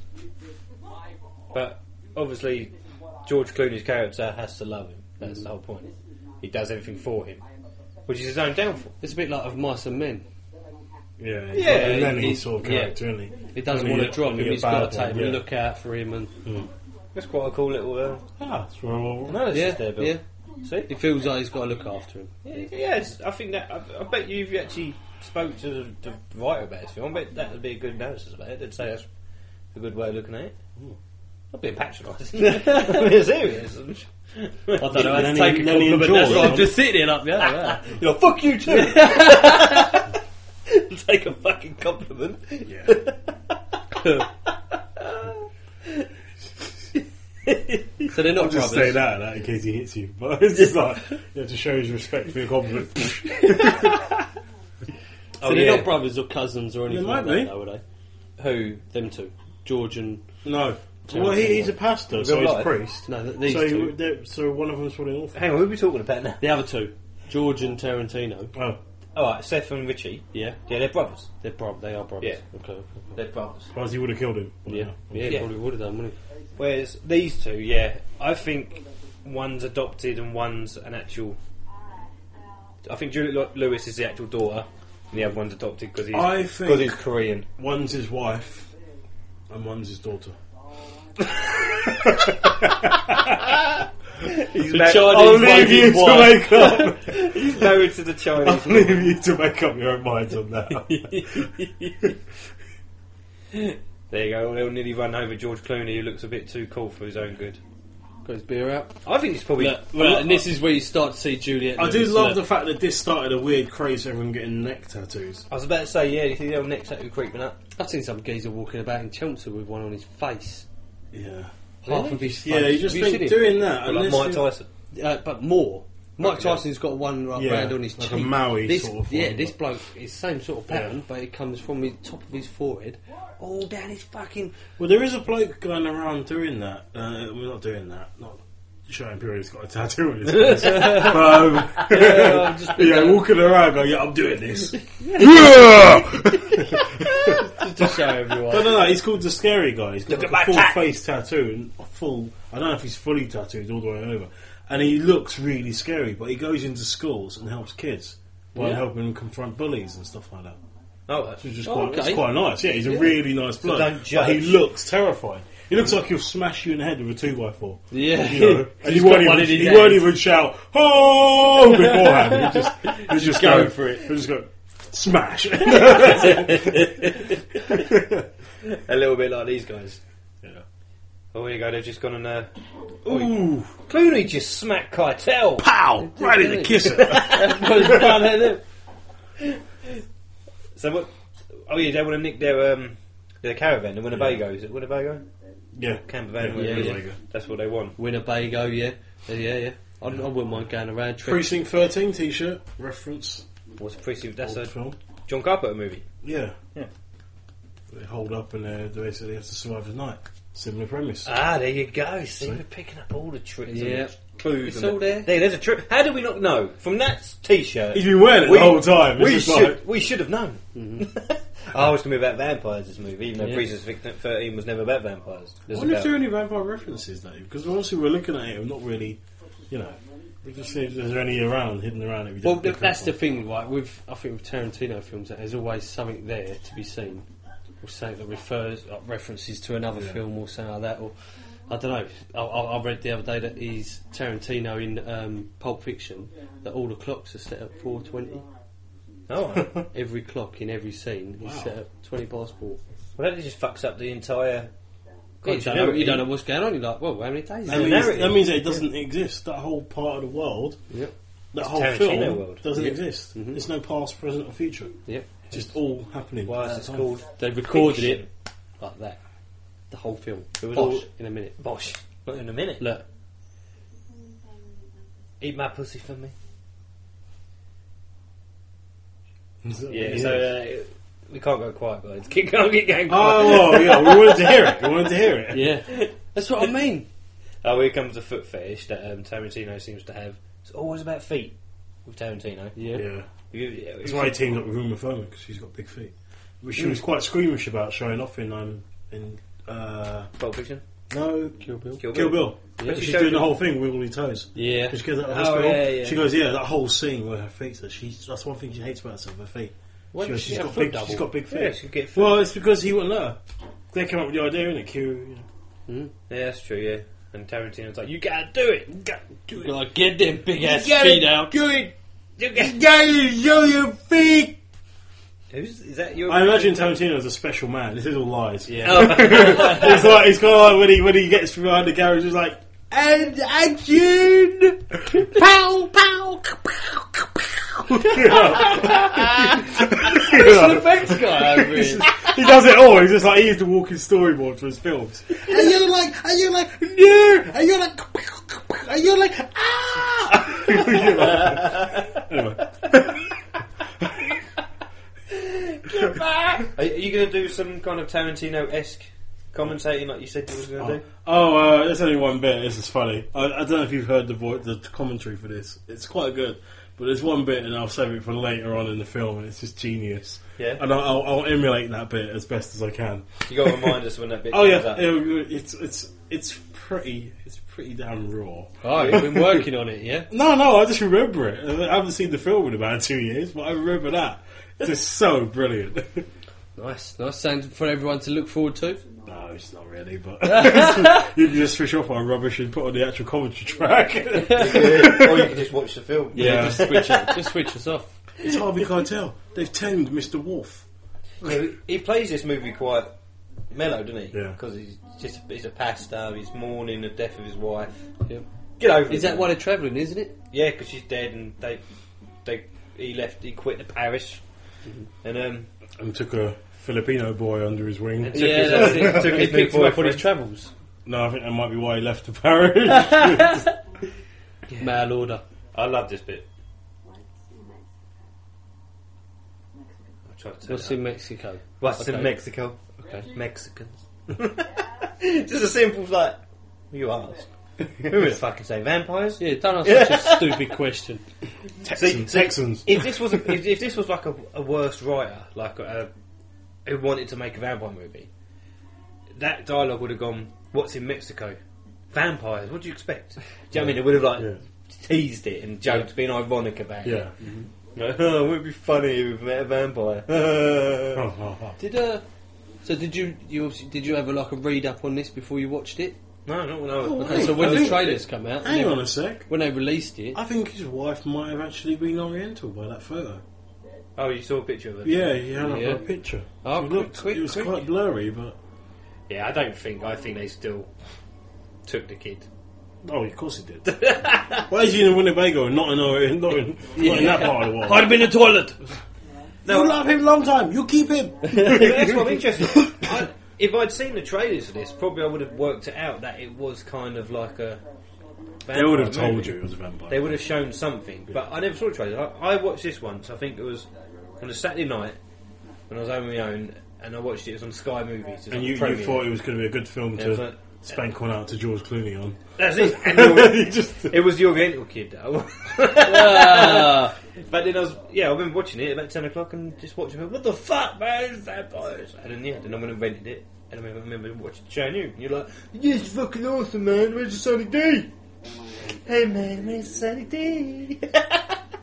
Speaker 9: But obviously, George Clooney's character has to love him. That's the whole point. He does everything for him, which is his own downfall.
Speaker 10: It's a bit like of mice and men.
Speaker 11: Yeah,
Speaker 9: he's Yeah, like a
Speaker 10: he-
Speaker 9: Lenny
Speaker 10: he-
Speaker 9: sort of
Speaker 10: yeah.
Speaker 9: character, isn't he?
Speaker 10: He doesn't
Speaker 9: Only
Speaker 10: want
Speaker 9: a-
Speaker 10: to drop
Speaker 9: only
Speaker 10: him.
Speaker 9: a
Speaker 10: He's got to
Speaker 9: bad
Speaker 10: take him
Speaker 9: one,
Speaker 10: and
Speaker 9: yeah. Hmm.
Speaker 10: look out for him, and
Speaker 9: That's quite a cool little. Uh, ah, it's no, this
Speaker 10: yeah,
Speaker 9: is there, Bill.
Speaker 10: yeah.
Speaker 9: See,
Speaker 10: he feels like he's got to look after him.
Speaker 9: Yeah, yes, I think that. I, I bet you if you actually spoke to the, the writer about this film, I bet that would be a good analysis about it. They'd say that's a good way of looking at it.
Speaker 10: Hmm.
Speaker 9: Not being patronising. I'm being serious. I
Speaker 10: don't know how to take a compliment. That's why I'm just sitting here like, yeah, yeah.
Speaker 9: You're like, fuck you too. take a fucking compliment.
Speaker 10: So they're not
Speaker 11: I'll just
Speaker 10: brothers.
Speaker 11: say that, that in case he hits you. But it's just like you have to show his respect for your compliment.
Speaker 10: So they're not brothers or cousins or anything like that, though, are they?
Speaker 9: Who?
Speaker 10: Them two. George and.
Speaker 11: No. Well, he, he's a pastor, so he's a priest.
Speaker 10: No, th- these
Speaker 11: so, he-
Speaker 10: two.
Speaker 11: they're- so one of them's probably an orphan.
Speaker 9: Hang on, who are we talking about now?
Speaker 10: The other two. George and Tarantino.
Speaker 11: Oh.
Speaker 9: Alright, Seth and Richie.
Speaker 10: Yeah.
Speaker 9: Yeah, they're brothers.
Speaker 10: They're brothers. They are brothers.
Speaker 9: Yeah.
Speaker 10: Okay.
Speaker 9: They're brothers.
Speaker 11: Otherwise, he would have killed him.
Speaker 10: Yeah. Yeah, he
Speaker 9: Yeah.
Speaker 10: probably would have done, wouldn't
Speaker 9: Whereas these two, yeah, I think one's adopted and one's an actual. I think Juliet Lo- Lewis is the actual daughter, and the other one's adopted because he's
Speaker 11: I
Speaker 9: 'cause
Speaker 11: think
Speaker 9: he's Korean.
Speaker 11: One's his wife, and one's his daughter.
Speaker 9: He's
Speaker 11: The
Speaker 9: mar-
Speaker 11: Chinese
Speaker 9: I'll
Speaker 11: wife
Speaker 9: leave you
Speaker 11: is
Speaker 9: to
Speaker 11: wife.
Speaker 9: wake up. He's married to the Chinese.
Speaker 11: I'll leave you to make up your own minds on
Speaker 9: that. there you go. They'll nearly run over George Clooney, who looks a bit too cool for his own good.
Speaker 10: Got his beer out.
Speaker 9: I think it's probably.
Speaker 10: Look, well, and this is where you start to see Juliet.
Speaker 11: I do
Speaker 10: Lewis,
Speaker 11: love
Speaker 10: look.
Speaker 11: the fact that this started a weird craze of everyone getting neck tattoos.
Speaker 9: I was about to say, yeah, you see the old neck tattoo creeping up.
Speaker 10: I've seen some geezer walking about in Chelmsford with one on his face.
Speaker 11: Yeah.
Speaker 10: Half
Speaker 11: Really?
Speaker 10: of his face.
Speaker 11: Yeah, you just
Speaker 10: Have
Speaker 11: think
Speaker 10: seen him?
Speaker 11: doing that, Well, like unless Mike you-
Speaker 9: Tyson.
Speaker 10: Uh, but more. Mike Tyson's got one like,
Speaker 11: Yeah,
Speaker 10: round on his
Speaker 11: like a
Speaker 10: cheek.
Speaker 11: Maui
Speaker 10: this,
Speaker 11: sort of
Speaker 10: Yeah,
Speaker 11: one,
Speaker 10: this bloke is same sort of pattern, but it comes from the top of his forehead all down his fucking.
Speaker 11: Well, there is a bloke going around doing that. Uh, we're not doing that. Not showing people he's got a tattoo on his face. but, um,
Speaker 10: Yeah, I'm just-
Speaker 11: yeah, walking around going, yeah, I'm doing this.
Speaker 10: Just show everyone.
Speaker 11: No, no, no. He's called the scary guy. He's got
Speaker 10: Look at
Speaker 11: like a
Speaker 10: my
Speaker 11: full
Speaker 10: tat.
Speaker 11: face tattoo and a full. I don't know if he's fully tattooed all the way over, and he looks really scary. But he goes into schools and helps kids while
Speaker 9: Yeah.
Speaker 11: helping them confront bullies and stuff like that.
Speaker 9: Oh, that's
Speaker 11: Which is
Speaker 9: Oh,
Speaker 11: quite,
Speaker 9: okay.
Speaker 11: it's quite nice. Yeah, he's a
Speaker 9: Yeah.
Speaker 11: really nice
Speaker 9: So
Speaker 11: bloke.
Speaker 9: don't
Speaker 11: But
Speaker 9: judge.
Speaker 11: he looks terrifying. He looks like he'll smash you in the head with a two by four.
Speaker 10: Yeah.
Speaker 11: you know, and he
Speaker 10: He's
Speaker 11: won't
Speaker 10: got one
Speaker 11: even
Speaker 10: in his
Speaker 11: he
Speaker 10: hand.
Speaker 11: won't even shout "oh" beforehand. He'll just, he'll
Speaker 10: Just
Speaker 11: just
Speaker 10: go
Speaker 11: go
Speaker 10: for it.
Speaker 11: He'll just go smash.
Speaker 9: a little bit like these guys. Yeah. Oh, here you go. They've just gone and. Uh, Ooh, Clooney just smacked Keitel.
Speaker 11: Pow! Right in the kisser.
Speaker 9: so what? Oh yeah, they want to nick their um their caravan, the Winnebago. Is it Winnebago?
Speaker 11: Yeah.
Speaker 9: camper van.
Speaker 10: Yeah,
Speaker 9: whatever it is.
Speaker 10: Winnebago.
Speaker 9: That's what they want.
Speaker 10: Winnebago, yeah, yeah, yeah. yeah. I, I wouldn't mind going around. Trip.
Speaker 11: Precinct 13 t-shirt reference.
Speaker 9: What's precinct? That's
Speaker 11: Old
Speaker 9: a
Speaker 11: film.
Speaker 9: John Carpenter movie.
Speaker 11: Yeah.
Speaker 9: Yeah.
Speaker 11: They hold up and uh, they basically have to survive the night. Similar premise.
Speaker 9: Ah, there you go. See, we're picking up all the tricks.
Speaker 11: Yeah.
Speaker 9: And the clues.
Speaker 11: It's
Speaker 9: and the-
Speaker 11: all there.
Speaker 9: There's a trick. How did we not know from that T-shirt?
Speaker 11: He's been wearing it the
Speaker 9: we-
Speaker 11: whole time. It's
Speaker 9: We
Speaker 11: just
Speaker 9: should.
Speaker 11: like-
Speaker 9: We should have known. oh, it's going to be about vampires. This movie, even though
Speaker 11: Yeah.
Speaker 9: Precinct Thirteen was never about vampires. It
Speaker 11: I
Speaker 9: was
Speaker 11: wonder if
Speaker 9: about-
Speaker 11: there are any vampire references though, because obviously we're looking at it and not really, you know, we just see if there's any around, hidden around. That we
Speaker 10: Well,
Speaker 11: didn't pick
Speaker 10: th-
Speaker 11: up
Speaker 10: that's
Speaker 11: on.
Speaker 10: the thing, right? With I think with Tarantino films, there's always something there to be seen, or something that refers like references to another
Speaker 9: Yeah.
Speaker 10: film, or something like that. Or I don't know. I, I, I read the other day that he's Tarantino in um, Pulp Fiction that all the clocks are set at four twenty.
Speaker 9: Oh,
Speaker 10: every clock in every scene is
Speaker 9: Wow.
Speaker 10: set at twenty past four.
Speaker 9: Well, that just fucks up the entire.
Speaker 10: Yeah, you, don't know, you don't know what's going on. You're like, well, how many days? is
Speaker 11: That
Speaker 10: it?
Speaker 11: means, that means it doesn't exist. That whole part of the world,
Speaker 10: Yep.
Speaker 11: that
Speaker 10: It's
Speaker 11: whole
Speaker 10: Tarantino
Speaker 11: film
Speaker 10: world.
Speaker 11: doesn't
Speaker 10: Yep. Mm-hmm.
Speaker 11: exist. There's no past, present, or future.
Speaker 10: Yep.
Speaker 11: Just all happening.
Speaker 10: Why
Speaker 11: at
Speaker 10: is
Speaker 11: the
Speaker 10: it
Speaker 11: time.
Speaker 10: called- They recorded it like that. the whole film.
Speaker 9: It was
Speaker 10: Bosh
Speaker 9: all-
Speaker 10: in a minute.
Speaker 9: Bosh. But in a minute.
Speaker 10: Look,
Speaker 9: Eat my pussy for me.
Speaker 11: that
Speaker 9: yeah,
Speaker 11: what
Speaker 9: so uh, we can't go quiet, guys. Keep going, keep going.
Speaker 11: Oh, well, yeah, we wanted to hear it. We wanted to hear it.
Speaker 9: Yeah.
Speaker 10: That's what I mean.
Speaker 9: Oh, here comes the foot fetish that um, Tarantino seems to have. It's always about feet with Tarantino.
Speaker 10: Yeah.
Speaker 11: Yeah.
Speaker 9: You-
Speaker 11: That's why he teamed up with Uma Thurman because she's got big feet, which she
Speaker 9: Mm.
Speaker 11: was quite squeamish about showing off in um, in uh,
Speaker 9: Pulp Fiction.
Speaker 11: No,
Speaker 10: Kill Bill.
Speaker 11: Kill Bill.
Speaker 9: Yeah, she
Speaker 11: she's
Speaker 9: showed
Speaker 11: doing the
Speaker 9: him-
Speaker 11: whole thing with all her toes.
Speaker 10: Yeah.
Speaker 11: She goes, at the
Speaker 10: Oh,
Speaker 11: hospital.
Speaker 10: yeah, yeah.
Speaker 11: She goes, yeah, that whole scene where her feet are. She, that's one thing she hates about herself, her feet.
Speaker 9: Why does
Speaker 11: she goes,
Speaker 9: she
Speaker 11: she's
Speaker 9: have
Speaker 11: got
Speaker 9: foot
Speaker 11: big, she's
Speaker 9: double?
Speaker 11: got big feet.
Speaker 9: Yeah, she'd get foot-
Speaker 11: well, it's because he wouldn't let her. They came up with the idea, innit? Q.
Speaker 10: Mm.
Speaker 9: Yeah, that's true, yeah. And Tarantino's like, you gotta do it! You gotta do it!
Speaker 10: Like, get them big
Speaker 9: You
Speaker 10: ass
Speaker 9: gotta
Speaker 10: feet out.
Speaker 9: Do it! You gotta
Speaker 11: show your feet!
Speaker 9: Who's, is that your...
Speaker 11: I imagine Tarantino's a special man. This is all lies.
Speaker 9: Yeah.
Speaker 11: it's like it's kind of like when he when he gets behind the garage, he's like, and action,
Speaker 3: pow, pow, pow,
Speaker 11: Special
Speaker 10: effects guy over here.
Speaker 11: he does it all. He's just like he's the walking storyboard for his films.
Speaker 3: Are you like? Are you like? No. Are you like? Are you like? Ah!
Speaker 11: Anyway,
Speaker 3: Get back!
Speaker 9: Are you going to do some kind of Tarantino-esque commentating like you said you was going to do?
Speaker 11: oh, uh, there's only one bit. This is funny. I, I don't know if you've heard the vo- the commentary for this. It's quite good, but there's one bit, and I'll save it for later on in the film, and it's just genius.
Speaker 9: Yeah.
Speaker 11: and I'll, I'll, I'll emulate that bit as best as I can.
Speaker 9: You gotta remind us when that bit
Speaker 11: oh yeah,
Speaker 9: comes up.
Speaker 11: it- it's it's it's pretty it's pretty damn raw.
Speaker 10: Oh, you've been working on it, yeah?
Speaker 11: No, no, I just remember it. I haven't seen the film in about two years, but I remember that. It's just so brilliant.
Speaker 10: Nice, nice sound for everyone to look forward to.
Speaker 11: No, it's not really, but you can just switch off our rubbish and put on the actual commentary track.
Speaker 9: or you can just watch the film.
Speaker 10: Yeah, just switch it. Just switch us off.
Speaker 11: It's Harvey Keitel. They've tamed Mr. Wolf.
Speaker 9: Yeah, he- he plays this movie quite mellow, doesn't he?
Speaker 11: Yeah.
Speaker 9: Because he's just he's a pastor. He's mourning the death of his wife.
Speaker 10: Yeah.
Speaker 9: Get over.
Speaker 10: Is
Speaker 9: it,
Speaker 10: that
Speaker 9: man.
Speaker 10: why they're travelling, isn't it?
Speaker 9: Yeah, because she's dead, and they they he left. He quit the parish, and um
Speaker 11: And took a Filipino boy under his wing.
Speaker 9: And took Yeah, his- that's it. took
Speaker 11: He
Speaker 9: his new
Speaker 11: picked him up on
Speaker 9: boyfriend.
Speaker 11: his travels. No, I think that might be why he left the parish.
Speaker 10: Mail order.
Speaker 9: I love this bit. I'll try to turn
Speaker 10: What's
Speaker 9: it
Speaker 10: in
Speaker 9: up.
Speaker 10: Mexico?
Speaker 9: What's
Speaker 10: Okay.
Speaker 9: in Mexico?
Speaker 10: Okay.
Speaker 9: Mexicans. just a simple like you asked. Who would fucking say vampires?
Speaker 10: Yeah, don't ask such a stupid question.
Speaker 11: Texans. Texans.
Speaker 9: If this was a, if, if this was like a, a worse writer, like a, who wanted to make a vampire movie, that dialogue would have gone. What's in Mexico? Vampires. What do you expect? Do you know what I mean? They would have like teased it and joked, being ironic about
Speaker 11: Yeah.
Speaker 9: it. Like, oh, it would be funny if we met a vampire.
Speaker 11: Oh, Uh-huh.
Speaker 10: Did uh, so did you you obviously, did you have a, like a read up on this before you watched it?
Speaker 9: no, not when I
Speaker 11: Oh,
Speaker 9: was.
Speaker 10: Okay, so
Speaker 11: I
Speaker 10: when the
Speaker 11: think-
Speaker 10: trailers come out,
Speaker 11: Hang
Speaker 10: they-
Speaker 11: on a sec.
Speaker 10: when they released it,
Speaker 11: I think his wife might have actually been Oriental by that photo.
Speaker 9: Oh, you saw a picture of it.
Speaker 11: Yeah, he had
Speaker 10: Yeah.
Speaker 11: up a picture.
Speaker 10: Oh,
Speaker 11: It
Speaker 10: quick,
Speaker 11: looked-
Speaker 10: quick,
Speaker 11: it was
Speaker 10: quick.
Speaker 11: quite blurry, but
Speaker 9: Yeah, I don't think. I think they still took the kid.
Speaker 11: oh, of course it did. Why is he in Winnebago and not in Ori- not in, not in that part of the world?
Speaker 10: I'd have been in the toilet.
Speaker 9: No,
Speaker 11: you love him long time. You keep him.
Speaker 9: That's what I'm interested. in. I, if I'd seen the trailers for this, probably I would have worked it out that it was kind of like a.
Speaker 11: They would have
Speaker 9: vampire
Speaker 11: told
Speaker 9: movie.
Speaker 11: you it was a vampire.
Speaker 9: They would have shown something, but I never saw the trailer. I, I watched this once. I think it was on a Saturday night when I was home on my own, and I watched it. It was on Sky Movies. It was on
Speaker 11: and you,
Speaker 9: Premiere.
Speaker 11: you thought it was going to be a good film
Speaker 9: Yeah,
Speaker 11: to
Speaker 9: but-
Speaker 11: spank one out to George Clooney on.
Speaker 9: That's it. And the-
Speaker 11: You just-
Speaker 9: it was the Oriental kid. That I wa-
Speaker 10: Ah.
Speaker 9: but then I was yeah, I remember watching it about ten o'clock and just watching it. What the fuck, man? It's vampires. And then yeah, then I went and rented it. And I remember, remember watching showing you. And you're like, yes, it's fucking awesome, man. Where's your Sunny D? Hey man, where's Sunny D?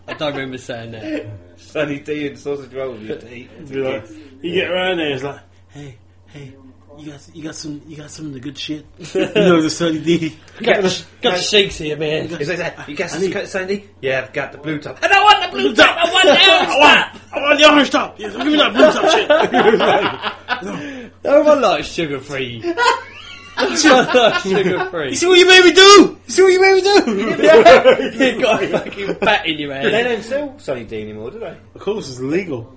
Speaker 10: I don't remember saying that.
Speaker 9: Sunny D and sausage rolls. You eat.
Speaker 11: Be like, you get around there, it's like, hey, hey, you got you got some you got some of the good shit. you know the Sunny D.
Speaker 10: Got, the- got the shakes here, man.
Speaker 9: Is that that? You
Speaker 11: I
Speaker 9: guys
Speaker 11: need-
Speaker 9: got Sunny D? Yeah, I've got the blue top.
Speaker 3: I don't want the blue top. I want the
Speaker 11: I want, I want the orange top. Yes, give me that blue top shit.
Speaker 10: No one likes sugar free. no one likes sugar free.
Speaker 11: See what you made me do. See what you made me do.
Speaker 10: you got a fucking bat in your
Speaker 9: They
Speaker 10: hand.
Speaker 9: don't sell Sunny D anymore, do they?
Speaker 11: Of course, it's legal.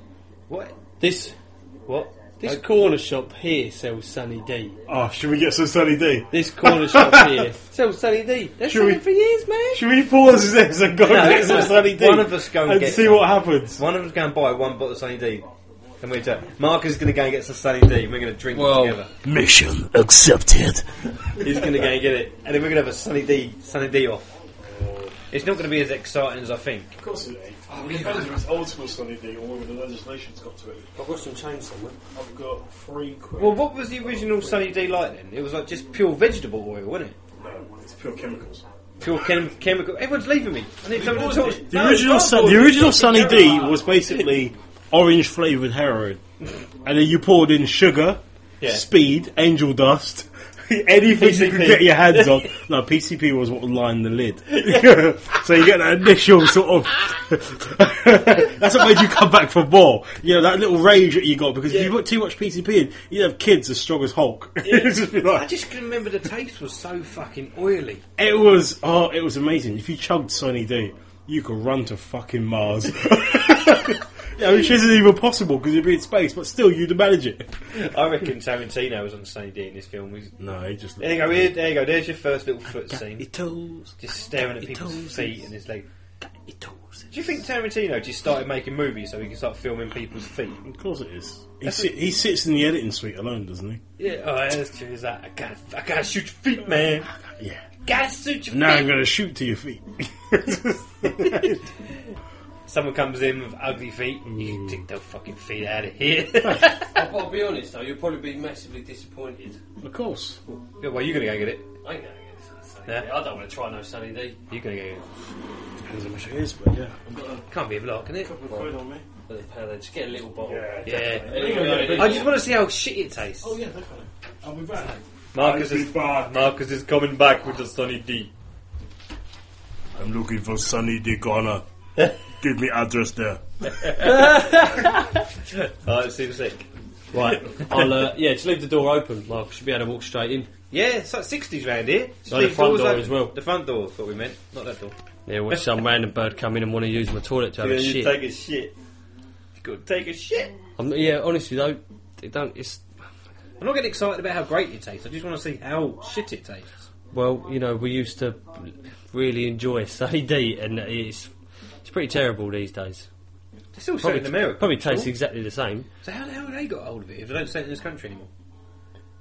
Speaker 9: What?
Speaker 10: This
Speaker 9: What? Oh,
Speaker 10: This corner shop here sells Sunny D.
Speaker 11: Oh, should we get some Sunny D?
Speaker 10: This corner shop here sells Sunny D. They've
Speaker 11: Should
Speaker 10: sold
Speaker 11: we-
Speaker 10: it for years, man.
Speaker 11: Should we pause this and go get some Sunny D?
Speaker 9: One of us go and,
Speaker 11: and
Speaker 9: get
Speaker 11: see
Speaker 9: some.
Speaker 11: what happens.
Speaker 9: One of us go and buy one bottle of Sunny D. And we do. it. Mark is going to go and get some Sunny D. We're going to drink
Speaker 16: Well,
Speaker 9: it together.
Speaker 16: Mission accepted.
Speaker 9: He's going to go and get it, and then we're going to have a Sunny D. Sunny D off. It's not going to be as exciting as I think.
Speaker 11: Of course it ain't. it's old school Sunny D or whether the legislation's got to it. I've got some change somewhere. I've got three quid.
Speaker 9: Well, what was the original Sunny D like then? It was like just pure vegetable oil, wasn't it?
Speaker 11: No, it's pure chemicals.
Speaker 9: Pure chem- chemical. Everyone's leaving me. I need someone to talk. to.
Speaker 11: The
Speaker 9: No,
Speaker 11: original,
Speaker 9: Mark
Speaker 11: Sun,
Speaker 9: was-
Speaker 11: the original Sunny D was basically orange flavored heroin, and then you poured in sugar,
Speaker 9: Yeah.
Speaker 11: speed, angel dust, anything you could
Speaker 9: PCP.
Speaker 11: get your hands on. No, PCP was what lined the lid, so you get that initial sort of. that's what made you come back for more. You know that little rage that you got because if you put too much PCP in, you would have kids as strong as Hulk. It'd just be like-
Speaker 9: I just can remember the taste was so fucking oily.
Speaker 11: it was oh, it was amazing. If you chugged Sunny D, you could run to fucking Mars. yeah, which isn't even possible because you'd be in space, but still you'd manage it.
Speaker 9: I reckon Tarantino was on Sunny D in this film. He's-
Speaker 11: No, he just.
Speaker 9: There you go. Here, there you go. There's your first little foot scene. Just staring at people's feet and his leg. Do you think Tarantino just started making movies so he can start filming people's feet?
Speaker 11: Of course it is. He, si- he sits in the editing suite alone, doesn't he?
Speaker 9: Yeah, oh, that's true. Is that I gotta, I gotta shoot your feet, man.
Speaker 11: Yeah.
Speaker 9: Gotta shoot your
Speaker 11: Now I'm
Speaker 9: feet.
Speaker 11: going to shoot to your feet.
Speaker 9: Someone comes in with ugly feet. You can take their fucking feet out of here.
Speaker 10: I'll, I'll be honest though, you'll probably be massively disappointed.
Speaker 11: Of course.
Speaker 9: yeah, well, you're gonna go get it.
Speaker 10: I ain't gonna get some Sunny
Speaker 9: No.
Speaker 10: D. I don't want to try no Sunny D.
Speaker 9: You're gonna go. Get it.
Speaker 11: Depends how much it is, but yeah.
Speaker 10: I've got a
Speaker 9: Can't be a block, can it?
Speaker 10: couple of
Speaker 11: quid
Speaker 10: quid
Speaker 11: on me.
Speaker 10: on the pallet. Just get a little bottle.
Speaker 9: Yeah. I just want to see how shit it tastes.
Speaker 10: Oh yeah, definitely.
Speaker 11: I'll be back.
Speaker 9: Marcus is Marcus is coming back with the Sunny D.
Speaker 11: I'm looking for Sunny D Garner. Give me address there.
Speaker 9: Oh, it seems sick.
Speaker 10: Right, I'll uh, yeah, just leave the door open. Mark should be able to walk straight in.
Speaker 9: Yeah, it's like sixties round here. Just
Speaker 10: No, the
Speaker 9: leave
Speaker 10: front
Speaker 9: doors
Speaker 10: door
Speaker 9: open.
Speaker 10: as well.
Speaker 9: The front door, is what we meant, not that door.
Speaker 10: Yeah, watch some random bird come in and want to use my toilet to have a
Speaker 9: you
Speaker 10: shit.
Speaker 9: take a shit. You gotta take a shit.
Speaker 10: I'm, yeah, honestly though, it don't. It's
Speaker 9: I'm not getting excited about how great it tastes. I just want to see how shit it tastes.
Speaker 10: well, you know, we used to really enjoy Sunny D, and it's it's pretty terrible these days.
Speaker 9: It's still set in America.
Speaker 10: Probably tastes
Speaker 9: Cool.
Speaker 10: exactly the same.
Speaker 9: So how the hell they got hold of it if they don't sell it in this country anymore?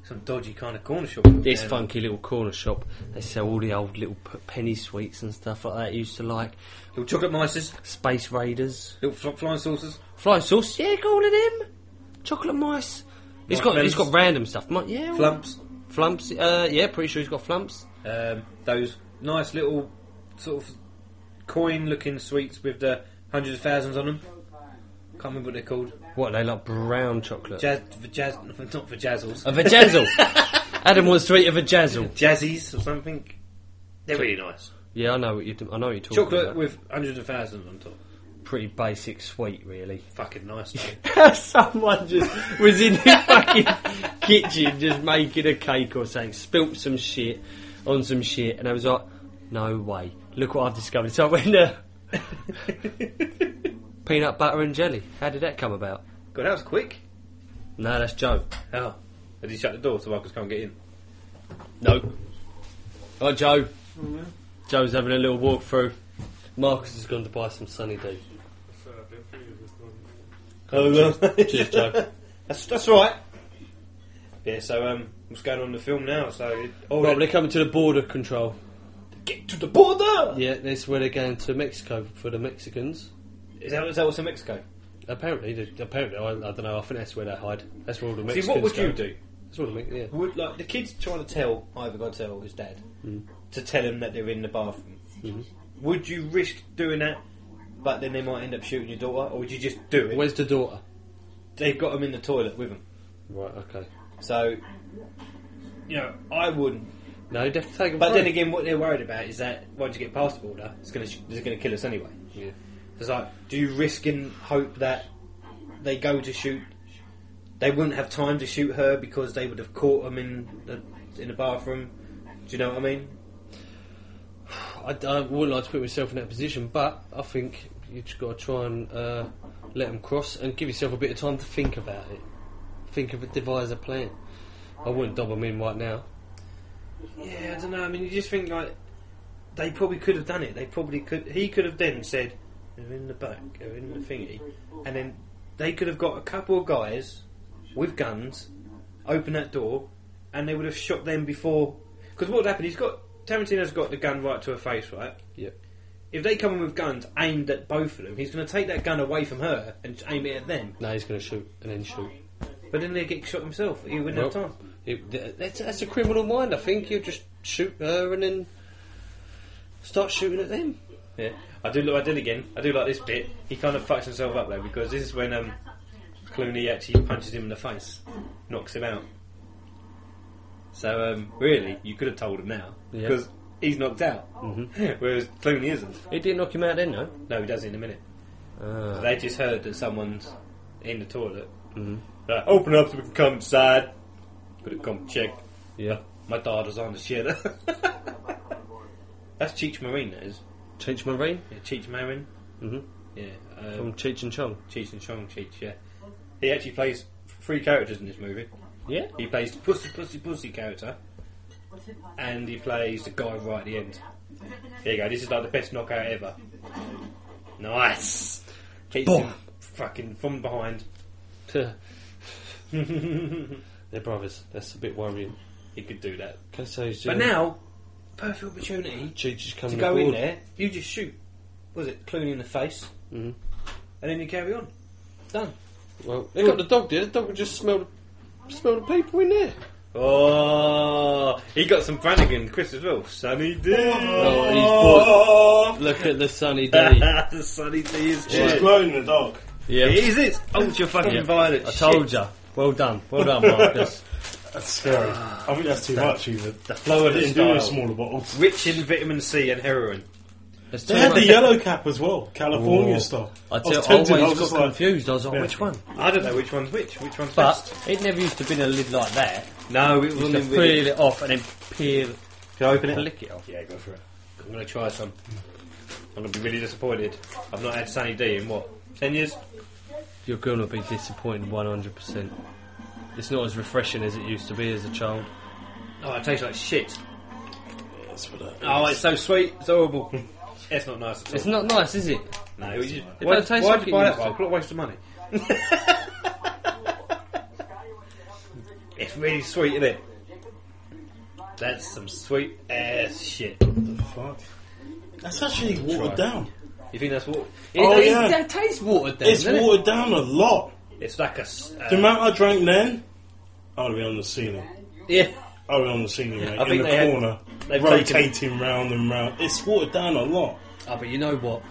Speaker 9: Some dodgy kind of corner shop.
Speaker 10: This
Speaker 9: Yeah.
Speaker 10: funky little corner shop, they sell all the old little p- penny sweets and stuff like that. I used to like
Speaker 9: little chocolate mices,
Speaker 10: space raiders,
Speaker 9: little fl- flying saucers.
Speaker 10: flying sauce. Yeah, go all of them. Chocolate mice. He's
Speaker 9: Mice
Speaker 10: got
Speaker 9: melons.
Speaker 10: he's got random stuff. Mi- yeah, all-
Speaker 9: Flumps.
Speaker 10: flumps. Uh, yeah, pretty sure he's got flumps.
Speaker 9: Um, those nice little sort of coin-looking sweets with the hundreds of thousands on them. Can't remember what they're called.
Speaker 10: What are they like brown chocolate?
Speaker 9: Jazz, jazz, not for jazzles.
Speaker 10: a vajazzle. Adam wants to eat a vajazzle.
Speaker 9: Jazzies or something. They're really nice.
Speaker 10: Yeah, I know what you I know what you're talking
Speaker 9: Chocolate
Speaker 10: about.
Speaker 9: with hundreds of thousands on top.
Speaker 10: pretty basic sweet, really.
Speaker 9: Fucking nice. though.
Speaker 10: Someone just was in his fucking kitchen just making a cake or something, spilt some shit on some shit, and I was like, no way. Look what I've discovered. So I went, uh, peanut butter and jelly. How did that come about?
Speaker 9: God, that was quick.
Speaker 10: No, that's Joe.
Speaker 9: Oh, did he shut the door so Marcus can't get in?
Speaker 10: No. Oh, Joe. Joe's having a little walk through. Marcus has gone to buy some Sunny D.
Speaker 9: Oh,
Speaker 10: Cheers, Joe.
Speaker 9: that's that's right. Yeah. So, um, what's going on in the film now? So, it- oh,
Speaker 10: Right, they're coming to the border control.
Speaker 9: get to the border.
Speaker 10: Yeah, this is where they're going to Mexico for the Mexicans.
Speaker 9: Is that, is that what's in Mexico?
Speaker 10: Apparently, the- apparently, I, I don't know. I think that's where they hide. That's where all the Mexicans
Speaker 9: See, what would
Speaker 10: go.
Speaker 9: you do?
Speaker 10: That's what I mean, yeah.
Speaker 9: Would like the kids trying to tell either Godzilla or his dad
Speaker 10: Mm.
Speaker 9: to tell him that they're in the bathroom?
Speaker 10: Mm-hmm.
Speaker 9: Would you risk doing that? But then they might end up shooting your daughter, or would you just do it?
Speaker 10: Where's the daughter?
Speaker 9: They've got them in the toilet with them.
Speaker 10: Right, okay.
Speaker 9: So, you know, I wouldn't.
Speaker 10: No, you'd have to take them.
Speaker 9: But then again, what they're worried about is that once you get past the border, it's going to it's going to kill us anyway.
Speaker 10: yeah.
Speaker 9: It's like, do you risk and hope that they go to shoot? They wouldn't have time to shoot her because they would have caught them in the in the bathroom. Do you know what I mean?
Speaker 10: I, I wouldn't like to put myself in that position, but I think you just got to try and uh, let them cross and give yourself a bit of time to think about it. think of a devise a plan. I wouldn't dob them in right now.
Speaker 9: Yeah, I don't know. I mean, you just think like they probably could have done it. They probably could. He could have then said, "They're in the back. They're in the thingy," and then they could have got a couple of guys with guns, open that door, and they would have shot them before. Because what would happen? He's got Tarantino's got the gun right to her face, right?
Speaker 10: Yeah.
Speaker 9: If they come in with guns aimed at both of them, he's going to take that gun away from her and aim it at them.
Speaker 10: No, he's going to shoot and then shoot.
Speaker 9: But then they get shot himself. He wouldn't have
Speaker 10: Nope.
Speaker 9: time.
Speaker 10: It- th- that's, that's a criminal mind. I think you just shoot her and then start shooting at them.
Speaker 9: Yeah, I do. I did again. I do like this bit. He kind of fucks himself up though because this is when um, Clooney actually punches him in the face, knocks him out. So um, really, you could have told him now
Speaker 10: Yeah. Mm-hmm.
Speaker 9: because he's knocked out, whereas Clooney isn't.
Speaker 10: He didn't knock him out then, Ah. no.
Speaker 9: No, he does in a minute. They just heard that someone's in the toilet.
Speaker 10: Mhm.
Speaker 9: Like, open up so we can come inside. Could have come check. Yeah, my daughter's on the shit. That's Cheech Marine, that is.
Speaker 10: Cheech Marine?
Speaker 9: Yeah, Cheech Marin.
Speaker 10: Mhm.
Speaker 9: Yeah. Um,
Speaker 10: From Cheech and Chong.
Speaker 9: Cheech and Chong, Cheech, yeah. He actually plays three characters in this movie.
Speaker 10: Yeah?
Speaker 9: He plays the pussy, pussy, pussy character, and he plays the guy right at the end. There you go, this is like the best knockout ever. Nice! Keeps him fucking from behind.
Speaker 10: They're brothers. That's a bit worrying.
Speaker 9: He could do that.
Speaker 10: Okay, so he's
Speaker 9: But
Speaker 10: doing-
Speaker 9: now, perfect opportunity
Speaker 10: Cheech is
Speaker 9: to
Speaker 10: coming
Speaker 9: go in
Speaker 10: aboard.
Speaker 9: there, you just shoot, was it, Clooney in the face,
Speaker 10: Mhm.
Speaker 9: and then you carry on. Done.
Speaker 10: Well, they got the dog there. The dog would just smell the, smell the people in there.
Speaker 9: Oh, he got some Brannigan, Chris as well. Sunny D.
Speaker 10: Oh, he's
Speaker 9: Oh,
Speaker 10: bought- Look at the sunny day.
Speaker 9: the Sunny D is
Speaker 10: She's
Speaker 9: shit.
Speaker 11: glowing in the dark.
Speaker 10: Yeah.
Speaker 9: It is it's ultra fucking
Speaker 10: Yeah.
Speaker 9: violet.
Speaker 10: I told
Speaker 9: shit.
Speaker 10: ya. Well done. Well done, Marcus.
Speaker 11: That's scary. I think that's too
Speaker 9: That-
Speaker 11: much, even.
Speaker 9: The Florida
Speaker 11: They didn't do
Speaker 9: style.
Speaker 11: a smaller bottle.
Speaker 9: Rich in vitamin C and heroin.
Speaker 10: It's
Speaker 11: They had the yellow cap as well, California
Speaker 10: Whoa.
Speaker 11: style.
Speaker 10: I,
Speaker 11: was
Speaker 10: tell, I always
Speaker 11: tempted, I was
Speaker 10: got
Speaker 11: just like-
Speaker 10: confused. I was like,
Speaker 11: Yeah.
Speaker 10: which one?
Speaker 9: I don't know which one's which. Which one's
Speaker 10: But
Speaker 9: best.
Speaker 10: it never used to be in a lid like that.
Speaker 9: No, it
Speaker 10: You
Speaker 9: was
Speaker 10: used
Speaker 9: on
Speaker 10: to
Speaker 9: the-
Speaker 10: peel it off and then peel.
Speaker 9: Can I open it?
Speaker 10: Lick it off.
Speaker 9: Yeah, go for it. I'm going to try some. I'm going to be really disappointed. I've not had Sunny D in what? 10 years?
Speaker 10: You're going to be disappointed 100%. It's not as refreshing as it used to be as a child.
Speaker 9: Oh, it tastes like shit.
Speaker 11: That's what I-
Speaker 9: Oh, it's so sweet. It's horrible. it's not nice at all.
Speaker 10: It's not nice, is it?
Speaker 9: No, it just,
Speaker 10: It
Speaker 9: why,
Speaker 10: don't taste
Speaker 9: why
Speaker 10: like
Speaker 9: did you
Speaker 10: it
Speaker 9: buy
Speaker 10: used
Speaker 9: that
Speaker 10: to.
Speaker 9: one? What a waste of money. it's really sweet, isn't it? That's some sweet ass shit.
Speaker 11: Fuck. That's actually watered down.
Speaker 9: You think that's what?
Speaker 11: Oh,
Speaker 10: it,
Speaker 11: yeah.
Speaker 10: it, it tastes watered down.
Speaker 11: It's
Speaker 10: doesn't it?
Speaker 11: watered down a lot.
Speaker 9: It's like a. s- Uh,
Speaker 11: The amount I drank then, I would be on the ceiling.
Speaker 9: yeah.
Speaker 11: I would be on the ceiling, mate.
Speaker 9: I think
Speaker 11: in the
Speaker 9: they had-
Speaker 11: corner,
Speaker 9: they've
Speaker 11: rotating round and round. It's watered down a lot.
Speaker 10: Oh, but you know what?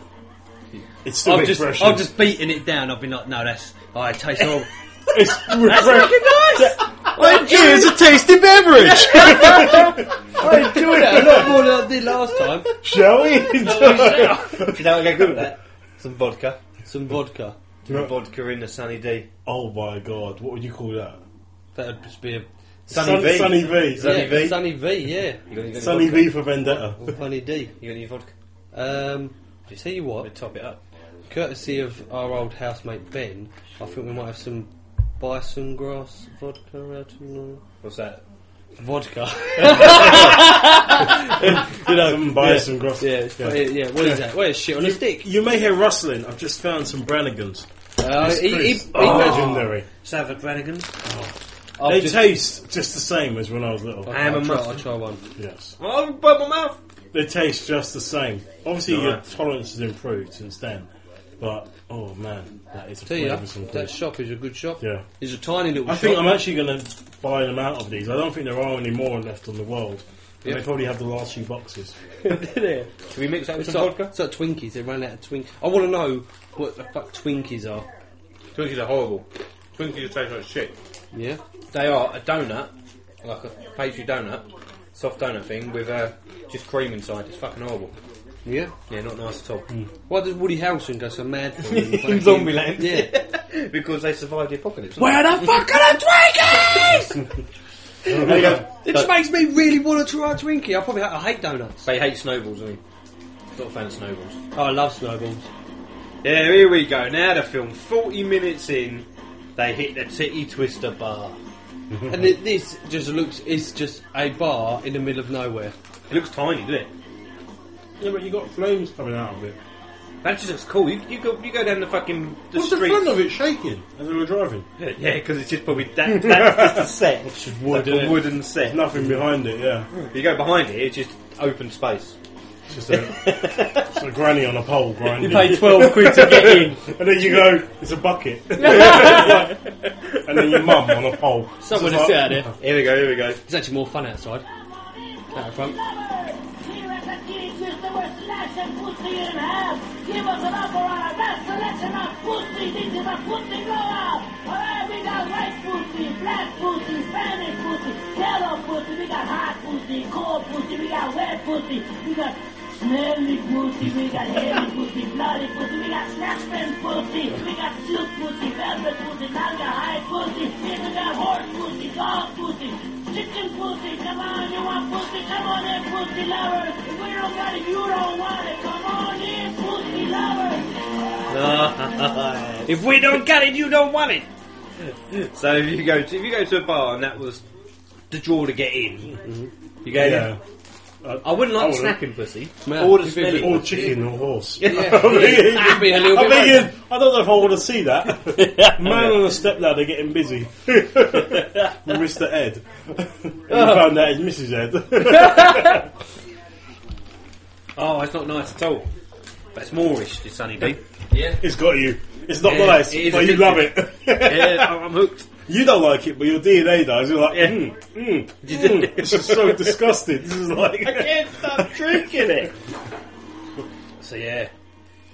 Speaker 11: It's still
Speaker 10: I've just,
Speaker 11: refreshing.
Speaker 10: I've just beaten it down. I've been like, no, that's. Oh, it tastes horrible.
Speaker 11: It's refreshing.
Speaker 10: I enjoyed
Speaker 11: a tasty beverage.
Speaker 10: that a lot more than I did last time.
Speaker 11: Shall we?
Speaker 9: you know what I go good with that? Some vodka.
Speaker 10: Some vodka.
Speaker 9: Some vodka in the Sunny D.
Speaker 11: oh my god, what would you call that?
Speaker 10: That would just be a.
Speaker 9: Sunny
Speaker 11: Sun-
Speaker 9: V.
Speaker 11: Sunny V.
Speaker 9: Sunny
Speaker 10: yeah,
Speaker 9: V.
Speaker 10: Sunny V, yeah.
Speaker 9: You got any- you got any
Speaker 11: Sunny
Speaker 9: vodka?
Speaker 11: V for Vendetta.
Speaker 10: Or Sunny D.
Speaker 9: You got any vodka?
Speaker 10: Um, tell you
Speaker 9: We'll
Speaker 10: what,
Speaker 9: top it up.
Speaker 10: courtesy of our old housemate Ben, I think we might have some bison grass vodka out tomorrow.
Speaker 9: What's that?
Speaker 10: Vodka.
Speaker 11: You know, some bias
Speaker 10: yeah,
Speaker 11: and grass.
Speaker 10: Yeah, it's- yeah, yeah, what is that? What is shit on a stick?
Speaker 11: You may hear rustling. I've just found some Brannigans.
Speaker 10: Uh, he, he, he,
Speaker 11: Oh, legendary.
Speaker 9: Savage Brannigan.
Speaker 10: I've
Speaker 11: they
Speaker 10: just-
Speaker 11: taste just the same as when I was little.
Speaker 10: I'll,
Speaker 9: Ham
Speaker 10: I'll,
Speaker 9: and
Speaker 10: try, I'll
Speaker 9: mustard.
Speaker 10: try one.
Speaker 11: Yes,
Speaker 9: Oh, by my mouth.
Speaker 11: they taste just the same. Obviously, your
Speaker 9: Alright.
Speaker 11: tolerance has improved since then. But oh man, that is a
Speaker 10: Tell you,
Speaker 11: flavoursome
Speaker 10: that
Speaker 11: dish.
Speaker 10: shop is a good shop.
Speaker 11: Yeah.
Speaker 10: It's a tiny little
Speaker 11: I
Speaker 10: shop.
Speaker 11: think I'm actually going to buy them out of these. I don't think there are any more left on the world. And
Speaker 10: Yeah.
Speaker 11: They probably have the last few boxes.
Speaker 10: there.
Speaker 9: Can we mix that with
Speaker 10: It's
Speaker 9: some
Speaker 10: like,
Speaker 9: vodka?
Speaker 10: it's like Twinkies. They ran out of Twinkies. I want to know what the fuck Twinkies are.
Speaker 9: Twinkies are horrible. Twinkies taste like shit.
Speaker 10: Yeah.
Speaker 9: They are a donut, like a pastry donut, soft donut thing with uh, just cream inside. It's fucking horrible.
Speaker 10: Yeah. Hmm.
Speaker 9: Yeah, not nice at all.
Speaker 10: Why does Woody Harrelson go so mad for him?
Speaker 9: In Zombieland.
Speaker 10: Yeah.
Speaker 9: because they survived the apocalypse.
Speaker 10: Where the fuck are the Twinkies?
Speaker 9: They, go-
Speaker 10: it just makes me really want to try a Twinkie. I probably ha- I hate donuts.
Speaker 9: they hate snowballs, I mean. Not a fan of snowballs.
Speaker 10: Oh, I love snowballs.
Speaker 9: Yeah, here we go. Now the film, 40 minutes in, They hit the City Twister bar.
Speaker 10: and it, this just looks, it's just a bar in the middle of nowhere.
Speaker 9: It looks tiny, doesn't it?
Speaker 11: Yeah, but you got flames coming out of it.
Speaker 9: That just looks cool. You, you go you go down the fucking the
Speaker 11: What's the
Speaker 9: street.
Speaker 11: fun of it shaking as we were driving?
Speaker 9: Yeah, because it's just probably that, that's just a set. It's just
Speaker 11: wood,
Speaker 9: like
Speaker 11: innit?
Speaker 9: a wooden set.
Speaker 11: Nothing behind it, yeah.
Speaker 9: You go behind it, it's just open space.
Speaker 11: It's just a, it's a granny on a pole grinding.
Speaker 9: You pay 12 quid to get in.
Speaker 11: and then you go, it's a bucket. It's like- and then your mum on a pole. It's
Speaker 10: Someone to
Speaker 11: just
Speaker 10: sit out
Speaker 11: like-
Speaker 10: there.
Speaker 9: Here we go, here we go.
Speaker 10: It's actually more fun outside. Out front.
Speaker 17: Smelly pussy, we got heavy pussy, bloody pussy, we got snapman pussy, we got silk pussy, velvet pussy, nalga high pussy, we got horse pussy, dog pussy, chicken pussy, come on, you want pussy, come on in pussy lovers, if we don't got it, you don't want it, come on in pussy lovers.
Speaker 9: if we don't get it, you don't want it. So if you go to if you go to a bar and that was the draw to get in, you go.
Speaker 11: Yeah.
Speaker 9: there. Uh, I wouldn't like
Speaker 11: I
Speaker 9: the
Speaker 11: wouldn't.
Speaker 9: snapping pussy.
Speaker 11: Yeah.
Speaker 9: Or the
Speaker 11: It'd be a
Speaker 9: smelly
Speaker 11: bit- or
Speaker 9: pussy.
Speaker 11: chicken or horse.
Speaker 9: Yeah.
Speaker 11: I'm thinking,
Speaker 9: Yeah. It'd be a little
Speaker 11: I'm
Speaker 9: bit
Speaker 11: thinking, I don't know if I want to see that. Man on a stepladder getting busy. With Mr. Ed. And you found out it's Mrs. Ed.
Speaker 9: Oh, it's not nice at all. But it's Moorish, this Sunny D.
Speaker 11: yeah. It's got you. It's not
Speaker 9: Yeah,
Speaker 11: nice,
Speaker 9: it is
Speaker 11: but you
Speaker 9: addictive.
Speaker 11: love it.
Speaker 9: yeah, I'm- I'm hooked.
Speaker 11: You don't like it, but your DNA does. You're like, mm, mm, mm. This is so disgusting. This is like.
Speaker 9: I can't stop drinking it. So yeah,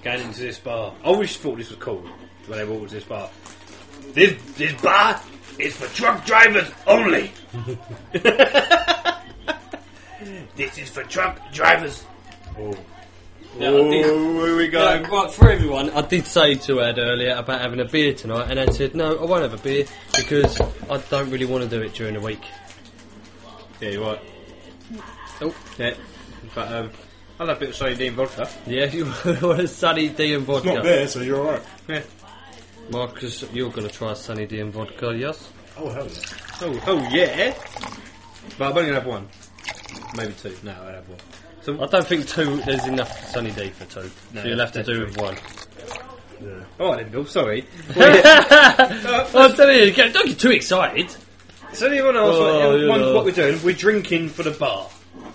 Speaker 9: going into this bar. I always thought this was cool when I walked into this bar. This this bar is for truck drivers only. this is for truck drivers. Oh,
Speaker 10: Oh,
Speaker 9: here we go.
Speaker 10: Yeah, quite for everyone, I did say to Ed earlier about having a beer tonight, and Ed said, no, I won't have a beer because I don't really want to do it during the week.
Speaker 9: Yeah, you're right. Oh, yeah. But um, I love a bit of Sunny D and vodka.
Speaker 10: Yeah, you want a Sunny D and vodka.
Speaker 11: not there, so you're alright.
Speaker 9: Yeah.
Speaker 10: Marcus, you're going to try Sunny D and vodka, yes?
Speaker 11: Oh, hell
Speaker 9: Oh, oh yeah. But I'm only gonna have one, maybe two. No, I have one. So
Speaker 10: I don't think two. There's enough Sunny D for two,
Speaker 9: No,
Speaker 10: so you'll have to do with one.
Speaker 11: yeah.
Speaker 9: All right, then, Bill. Sorry. Uh,
Speaker 10: I'm telling you, don't get too excited.
Speaker 9: So anyone else?
Speaker 10: Oh,
Speaker 9: what-
Speaker 10: you
Speaker 9: one-
Speaker 10: know.
Speaker 9: what we're doing? We're drinking for the bar.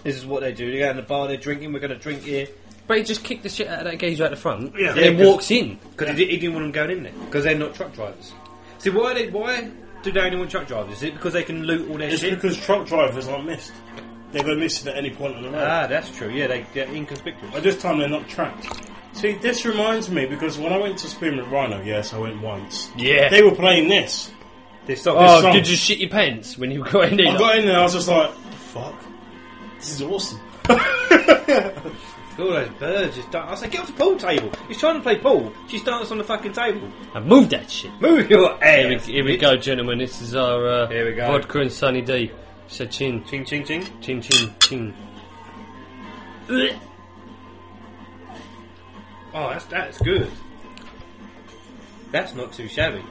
Speaker 9: This is what they do. They go in the bar. They're drinking. We're going to drink here.
Speaker 10: But he just kicked the shit out of that geezer at the front,
Speaker 9: Yeah.
Speaker 10: and
Speaker 9: Yeah,
Speaker 10: then
Speaker 9: 'cause-
Speaker 10: walks in.
Speaker 9: Because he, didn't want them going in there. Because they're not truck drivers. See why? They, why do they only want truck drivers? Is it because they can loot all their
Speaker 11: It's
Speaker 9: shit?
Speaker 11: because truck drivers aren't missed. They go missing at any point on the road.
Speaker 9: ah, that's true. Yeah, they, they're inconspicuous.
Speaker 11: By this time, they're not tracked. See, this reminds me because when I went to Spin with Rhino, yes, I went once.
Speaker 10: Yeah.
Speaker 11: They were playing this.
Speaker 9: This song.
Speaker 10: Oh,
Speaker 11: This song.
Speaker 10: did you shit your pants when you got in there?
Speaker 11: I got in there and I was just like, fuck, this is awesome.
Speaker 9: All those birds just dan- I said, get off the pool table. He's trying to play pool. She's dancing on the fucking table.
Speaker 10: And move that shit.
Speaker 9: Move your
Speaker 10: Here we,
Speaker 9: ass.
Speaker 10: here we go, gentlemen. This is our uh,
Speaker 9: Here we go.
Speaker 10: vodka and Sunny D. So chin,
Speaker 9: Ching, ching, ching.
Speaker 10: chin, chin, chin. Ugh.
Speaker 9: Oh, that's that's good. That's not too shabby.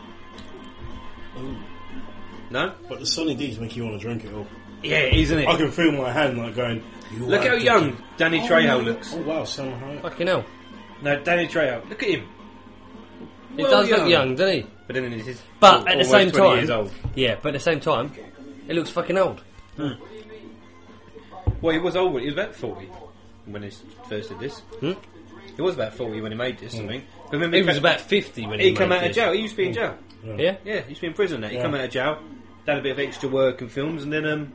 Speaker 9: No?
Speaker 11: But the Sunny D's make you want to drink it all.
Speaker 9: Yeah, isn't it?
Speaker 11: I can feel my hand like going, you
Speaker 9: Look
Speaker 11: are
Speaker 9: how young
Speaker 11: drinking.
Speaker 9: Danny
Speaker 11: Oh,
Speaker 9: Trejo
Speaker 11: no.
Speaker 9: looks.
Speaker 11: Oh wow, Sam Hyde.
Speaker 10: Fucking hell.
Speaker 9: No, Danny Trejo. Look at him.
Speaker 10: He
Speaker 9: Well
Speaker 10: does
Speaker 9: young.
Speaker 10: look young, doesn't he?
Speaker 9: But then he's
Speaker 10: But
Speaker 9: al-
Speaker 10: at the
Speaker 9: almost
Speaker 10: same
Speaker 9: 20
Speaker 10: time,
Speaker 9: years old. Hmm.
Speaker 10: yeah. But at the same time, it looks fucking old.
Speaker 9: Well, he was old. when- He was about forty when he s- first did this.
Speaker 10: Hmm?
Speaker 9: He was about forty when he made this. I think. But remember
Speaker 10: He was
Speaker 9: came-
Speaker 10: about fifty when
Speaker 9: He
Speaker 10: he,
Speaker 9: came
Speaker 10: made
Speaker 9: out of
Speaker 10: this. Hmm.
Speaker 9: jail. He used to be in jail.
Speaker 10: Yeah,
Speaker 9: Yeah, he used to be in prison. That he
Speaker 11: Yeah.
Speaker 9: come out of jail, done a bit of extra work and films, and then um,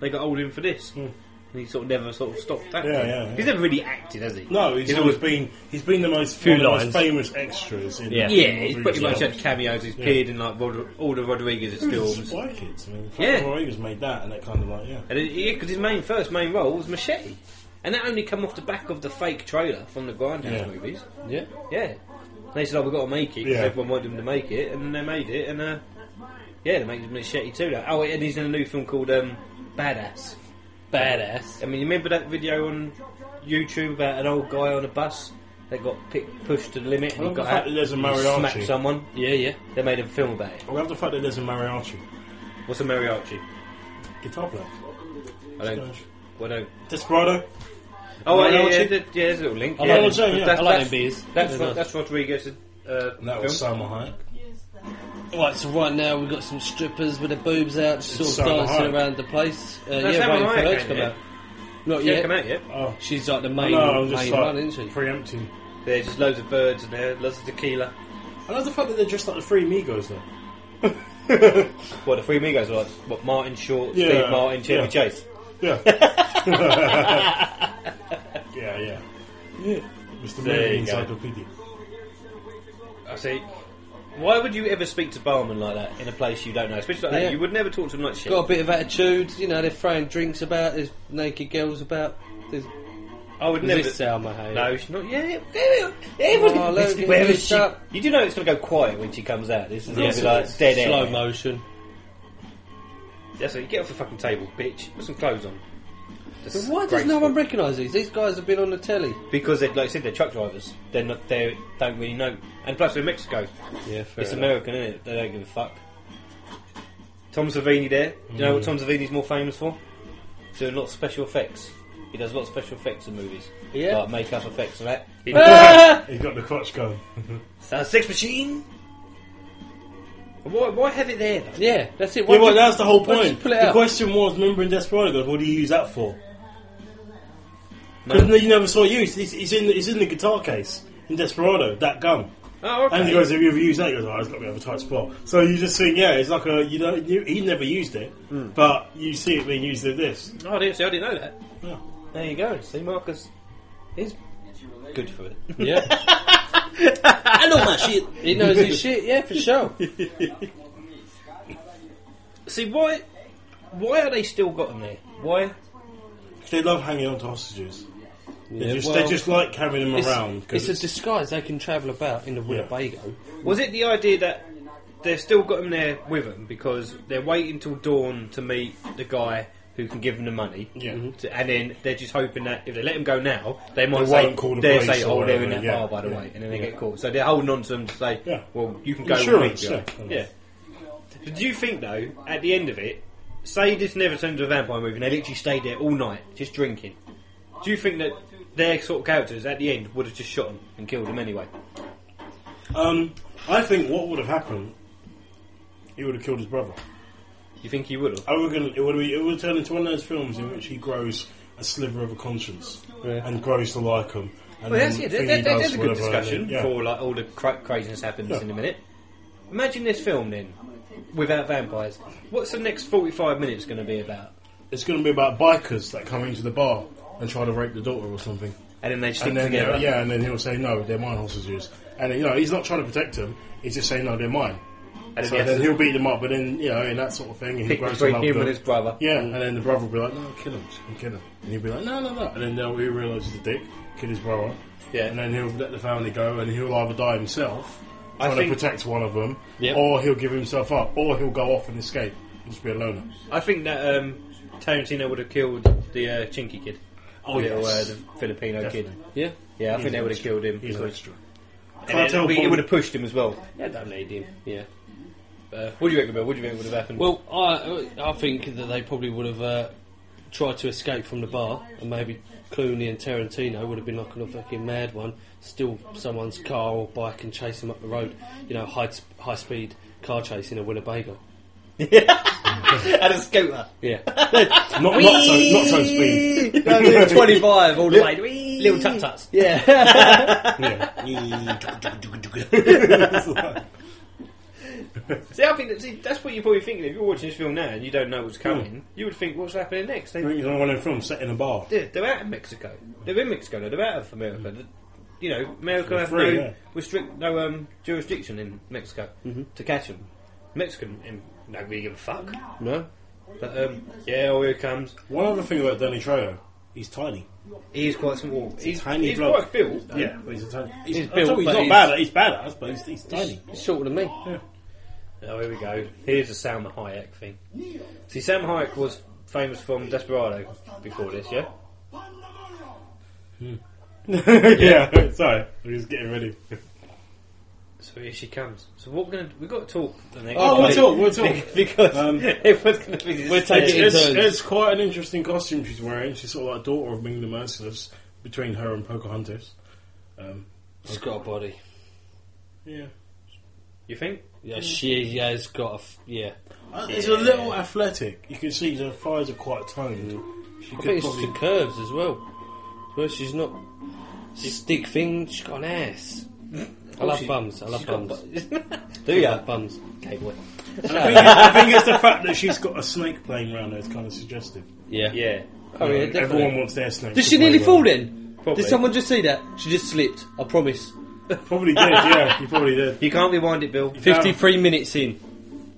Speaker 9: they got hold of him for this.
Speaker 10: Hmm.
Speaker 9: And he sort of never sort of stopped acting.
Speaker 11: Yeah, yeah, yeah.
Speaker 9: He's never really acted, has he?
Speaker 11: No, he's, always been. He's been the most,
Speaker 10: Few
Speaker 11: one of the most
Speaker 10: lines.
Speaker 11: famous extras. In
Speaker 10: Yeah.
Speaker 9: Yeah, he's pretty
Speaker 11: Yeah.
Speaker 9: much had cameos. He's
Speaker 11: Yeah.
Speaker 9: appeared in like Rod- all the Rodriguez's films.
Speaker 11: Spy Kids. I mean,
Speaker 9: Yeah.
Speaker 11: yeah. Rodriguez made that, and that kind of like, yeah.
Speaker 9: And it, yeah, because his main first main role was Machete, and that only come off the back of the fake trailer from the Grindhouse
Speaker 11: Yeah.
Speaker 9: movies.
Speaker 10: yeah.
Speaker 9: Yeah, they said, "Oh, we've got to make it because
Speaker 11: Yeah.
Speaker 9: everyone wanted them to make it," and they made it, and uh, yeah, they made Machete too. Like, oh, and he's in a new film called um, Badass.
Speaker 10: Badass.
Speaker 9: I mean, you remember that video on YouTube about an old guy on a bus They got picked, pushed to the limit.
Speaker 11: I
Speaker 9: and
Speaker 11: love
Speaker 9: he got
Speaker 11: the fact
Speaker 9: out
Speaker 11: that there's a
Speaker 9: and
Speaker 11: mariachi.
Speaker 9: Smacked someone. Yeah, yeah. They made a film about it.
Speaker 11: I love the fact that there's a mariachi.
Speaker 9: What's a mariachi?
Speaker 11: Guitar player.
Speaker 9: I don't. I don't.
Speaker 11: Desperado.
Speaker 9: Oh, well, yeah, yeah,
Speaker 11: Mariachi?
Speaker 9: th- yeah, there's a little link.
Speaker 11: I
Speaker 9: yeah.
Speaker 11: like them, yeah. I like
Speaker 9: that's,
Speaker 11: them beers.
Speaker 9: That's,
Speaker 11: They're
Speaker 9: Ro-
Speaker 11: nice.
Speaker 9: that's Rodriguez. Uh,
Speaker 11: That was Salma Hayek.
Speaker 10: Right, so right now we've got some strippers with their boobs out, just
Speaker 11: It's
Speaker 10: sort of
Speaker 11: Salma
Speaker 10: dancing
Speaker 11: Hayek.
Speaker 10: around the place. Uh,
Speaker 11: That's
Speaker 10: yeah,
Speaker 11: Salma
Speaker 10: waiting for
Speaker 11: Hayek,
Speaker 10: her to come
Speaker 11: ain't
Speaker 10: out.
Speaker 11: it?
Speaker 10: Not
Speaker 9: She ain't
Speaker 10: yet.
Speaker 9: come out yet.
Speaker 11: Oh.
Speaker 10: She's like the main,
Speaker 11: No, I'm just
Speaker 10: main
Speaker 11: like
Speaker 10: one, isn't she?
Speaker 11: Preempting.
Speaker 9: There's just loads of birds in there, loads of tequila.
Speaker 11: I love the fact that they're dressed like the Three Migos though.
Speaker 9: What the Three Amigos are like? What Martin Short,
Speaker 11: Yeah,
Speaker 9: Steve Martin, Chevy
Speaker 11: yeah.
Speaker 9: Chase?
Speaker 11: Yeah. yeah, yeah. Yeah. Mr.
Speaker 9: There
Speaker 11: Movie
Speaker 9: you go.
Speaker 11: Encyclopedia.
Speaker 9: I see. Why would you ever speak to barman like that in a place you don't know? Especially like
Speaker 10: Yeah.
Speaker 9: that, you would never talk to them like shit.
Speaker 10: Got a bit of attitude, you know, they're throwing drinks about, there's naked girls about. There's,
Speaker 9: I would
Speaker 10: Is
Speaker 9: never.
Speaker 10: this Salma Hayek?
Speaker 9: No, she's not. Yeah, yeah, yeah, everyone.
Speaker 10: Oh, look, it's
Speaker 9: wherever
Speaker 10: just
Speaker 9: she,
Speaker 10: up.
Speaker 9: you do know it's going to go quiet when she comes out. This is going
Speaker 10: Yeah.
Speaker 9: to be like dead air.
Speaker 10: Slow motion.
Speaker 9: That's it. Get off the fucking table, bitch. Put some clothes on.
Speaker 10: But why does no one recognise these? These guys have been on the telly.
Speaker 9: Because, they, like I said, they're truck drivers. They're not. They don't really know. And plus, they're Mexico.
Speaker 10: Yeah, fair
Speaker 9: It's
Speaker 10: enough.
Speaker 9: American, isn't it? They don't give a fuck. Tom Savini there. Do you know what
Speaker 10: Mm.
Speaker 9: Tom Savini's more famous for? Doing lots of special effects. He does a lot of special effects in movies.
Speaker 11: Yeah.
Speaker 9: Like makeup effects and that. He
Speaker 11: He's got, he's got the crotch going.
Speaker 9: Sound Six Uh, Machine. Why, why have it there? Though?
Speaker 10: Yeah, that's it.
Speaker 11: yeah, well, that's the whole
Speaker 9: why don't you
Speaker 11: point.
Speaker 9: pull it
Speaker 11: The
Speaker 9: out?
Speaker 11: question was, remember in Desperado, what do you use that for? Because you never saw it used. It's, it's in, it's in the guitar case in Desperado, that gun.
Speaker 9: Oh, okay.
Speaker 11: And he goes, "Have you ever used that?" He goes, "Oh, it's got me have a tight spot." So you just think, yeah, it's like a you know you, he never used it, but you see it being used in this.
Speaker 9: Oh, I didn't, see, I didn't know that. There you go. See, Marcus is good for it.
Speaker 10: Yeah. I know my shit. He knows his shit, yeah, for sure.
Speaker 9: See why? Why are they still got them there? Why?
Speaker 11: They love hanging on to hostages.
Speaker 10: Yeah,
Speaker 11: they, just,
Speaker 10: well,
Speaker 11: they just like carrying them
Speaker 10: it's,
Speaker 11: around. 'cause
Speaker 10: It's, a disguise. They can travel about in the Winnebago.
Speaker 9: Was it the idea that they've still got them there with them because they're waiting till dawn to meet the guy who can give them the money?
Speaker 11: Yeah.
Speaker 10: Mm-hmm.
Speaker 9: To- and then they're just hoping that if they let them go now, they might
Speaker 11: They
Speaker 9: say,
Speaker 11: won't call the
Speaker 9: they'll
Speaker 11: police
Speaker 9: say,
Speaker 11: or
Speaker 9: oh, they're
Speaker 11: whatever,
Speaker 9: in that
Speaker 11: yeah,
Speaker 9: bar, by the
Speaker 11: yeah,
Speaker 9: way, and then they
Speaker 11: yeah.
Speaker 9: get caught. So they're holding on to them to say, well, you can go
Speaker 11: Insurance,
Speaker 9: with me. if you
Speaker 11: yeah.
Speaker 9: like." yeah. Do you think, though, at the end of it, say this never turned into a vampire movie and they literally stayed there all night, just drinking, do you think that their sort of characters at the end would have just shot them and killed them anyway?
Speaker 11: Um, I think what would have happened, he would have killed his brother.
Speaker 9: You think he would have?
Speaker 11: I reckon it would be. It would turn into one of those films in which he grows a sliver of a conscience and grows to like him. And
Speaker 9: Well, that's,
Speaker 11: then
Speaker 9: yeah,
Speaker 11: thing
Speaker 9: that,
Speaker 11: he
Speaker 9: that,
Speaker 11: does,
Speaker 9: that's a good
Speaker 11: whatever, and then-
Speaker 9: discussion
Speaker 11: yeah.
Speaker 9: for like all the cra- craziness happens
Speaker 11: Yeah.
Speaker 9: in a minute. Imagine this film then, without vampires. What's the next forty-five minutes going to be about?
Speaker 11: It's going to be about bikers that come into the bar and try to rape the daughter or something.
Speaker 9: And then they stick
Speaker 11: and then,
Speaker 9: together.
Speaker 11: Yeah, and then he'll say, no, they're mine hostages. And, you know, he's not trying to protect them. He's just saying, no, they're mine.
Speaker 9: And then
Speaker 11: so
Speaker 9: he has
Speaker 11: then
Speaker 9: to-
Speaker 11: he'll beat them up, but then, you know, and that sort of thing. And he
Speaker 9: Pick
Speaker 11: grows to
Speaker 9: between
Speaker 11: love
Speaker 9: him
Speaker 11: them.
Speaker 9: and his brother.
Speaker 11: Yeah, and then the brother will be like, no, kill him, just kill him. And he'll be like, no, no, no. And then they'll, he realises he's a dick, kill his brother.
Speaker 9: Yeah.
Speaker 11: And then he'll let the family go, and he'll either die himself,
Speaker 9: I
Speaker 11: trying
Speaker 9: think-
Speaker 11: to protect one of them,
Speaker 9: Yep.
Speaker 11: or he'll give himself up, or he'll go off and escape and just be a loner.
Speaker 9: I think that um, Tarantino would have killed the uh, Chinky kid,
Speaker 11: Oh,
Speaker 9: the, little,
Speaker 11: yes.
Speaker 9: uh, the Filipino
Speaker 11: Definitely.
Speaker 9: kid. Yeah, yeah, I
Speaker 11: He's
Speaker 9: think they
Speaker 11: an
Speaker 9: would have
Speaker 11: extra.
Speaker 9: killed him.
Speaker 11: He's an
Speaker 9: because-
Speaker 11: extra.
Speaker 9: And then
Speaker 11: Cartel
Speaker 9: we- it
Speaker 11: bomb.
Speaker 9: would have pushed him as well.
Speaker 10: Yeah, don't need him. Yeah.
Speaker 9: Uh, what do you reckon? Bill? What do you think would have happened?
Speaker 10: Well, I I think that they probably would have uh, tried to escape from the bar, and maybe Clooney and Tarantino would have been like on a fucking mad one, steal someone's car or bike and chase them up the road. You know, high sp- high speed car chase in a Winnebago.
Speaker 9: and a scooter.
Speaker 10: Yeah.
Speaker 11: not, not, so, not so speed.
Speaker 10: No, they're 25 all the way.
Speaker 9: Little tut tuts.
Speaker 11: Yeah.
Speaker 9: See, I think that, see, that's what you're probably thinking. If you're watching this film now and you don't know
Speaker 11: Hmm.
Speaker 9: what's coming, you would think, what's happening next? They,
Speaker 11: I think it's one of them films set in a bar.
Speaker 9: they're, they're out of Mexico. They're in Mexico. now, They're out of America. The- You know, America
Speaker 11: Hmm. They're
Speaker 9: have
Speaker 11: free,
Speaker 9: no
Speaker 11: yeah. Mm-hmm.
Speaker 9: restrict, no um, jurisdiction in Mexico to catch them. Mexican, in, no, we give a fuck.
Speaker 10: No.
Speaker 9: But um, yeah, oh, here it comes.
Speaker 11: One other thing about Danny Trejo, he's tiny.
Speaker 9: He is quite small.
Speaker 11: He's,
Speaker 9: He's
Speaker 11: a tiny
Speaker 9: He's
Speaker 11: bloke.
Speaker 9: quite built. though.
Speaker 11: Yeah, but he's a tiny. He's,
Speaker 10: He's
Speaker 11: I'm
Speaker 10: built,
Speaker 11: talking-
Speaker 10: but
Speaker 11: he's
Speaker 10: he's-
Speaker 11: not badass. He's badass, but he's, he's tiny.
Speaker 10: Shorter than me.
Speaker 9: Oh, here we go. Here's the Salma Hayek thing. See, Salma Hayek was famous from Desperado before this, yeah?
Speaker 11: yeah, sorry. I'm just getting ready.
Speaker 9: So here she comes. So what we're gonna we've got to talk the next.
Speaker 11: Oh, we'll
Speaker 9: week.
Speaker 11: talk, we'll talk.
Speaker 9: because
Speaker 11: Um,
Speaker 9: everyone's gonna be.
Speaker 11: We're taking
Speaker 9: it
Speaker 11: it's, it's quite an interesting costume she's wearing. She's sort of like daughter of Ming the Merciless between her and Pocahontas. Um,
Speaker 10: She's got a body.
Speaker 11: Yeah.
Speaker 9: You think?
Speaker 10: Yeah, she has got a. F- yeah.
Speaker 11: Uh, It's a little athletic. You can see the thighs are quite toned. She
Speaker 10: I think it's just the curves as well. Well, she's not. She's thick thing. She's got an ass. I
Speaker 9: Oh,
Speaker 10: love
Speaker 9: she-
Speaker 10: bums. I love
Speaker 9: she's got
Speaker 10: bums.
Speaker 9: bu-
Speaker 10: Do you? I love bums. Okay, boy.
Speaker 11: And I, think it's, I think it's the fact that she's got a snake playing around her is kind of suggestive.
Speaker 10: Yeah.
Speaker 9: Yeah.
Speaker 10: Oh, yeah,
Speaker 11: everyone
Speaker 10: definitely.
Speaker 11: wants their snake.
Speaker 10: Did
Speaker 11: to
Speaker 10: she
Speaker 11: play
Speaker 10: nearly
Speaker 11: around.
Speaker 10: fall then?
Speaker 9: Probably.
Speaker 10: Did someone just see that? She just slipped. I promise.
Speaker 11: Probably did. Yeah, you probably did.
Speaker 9: You can't rewind it, Bill.
Speaker 10: Fifty-three minutes in.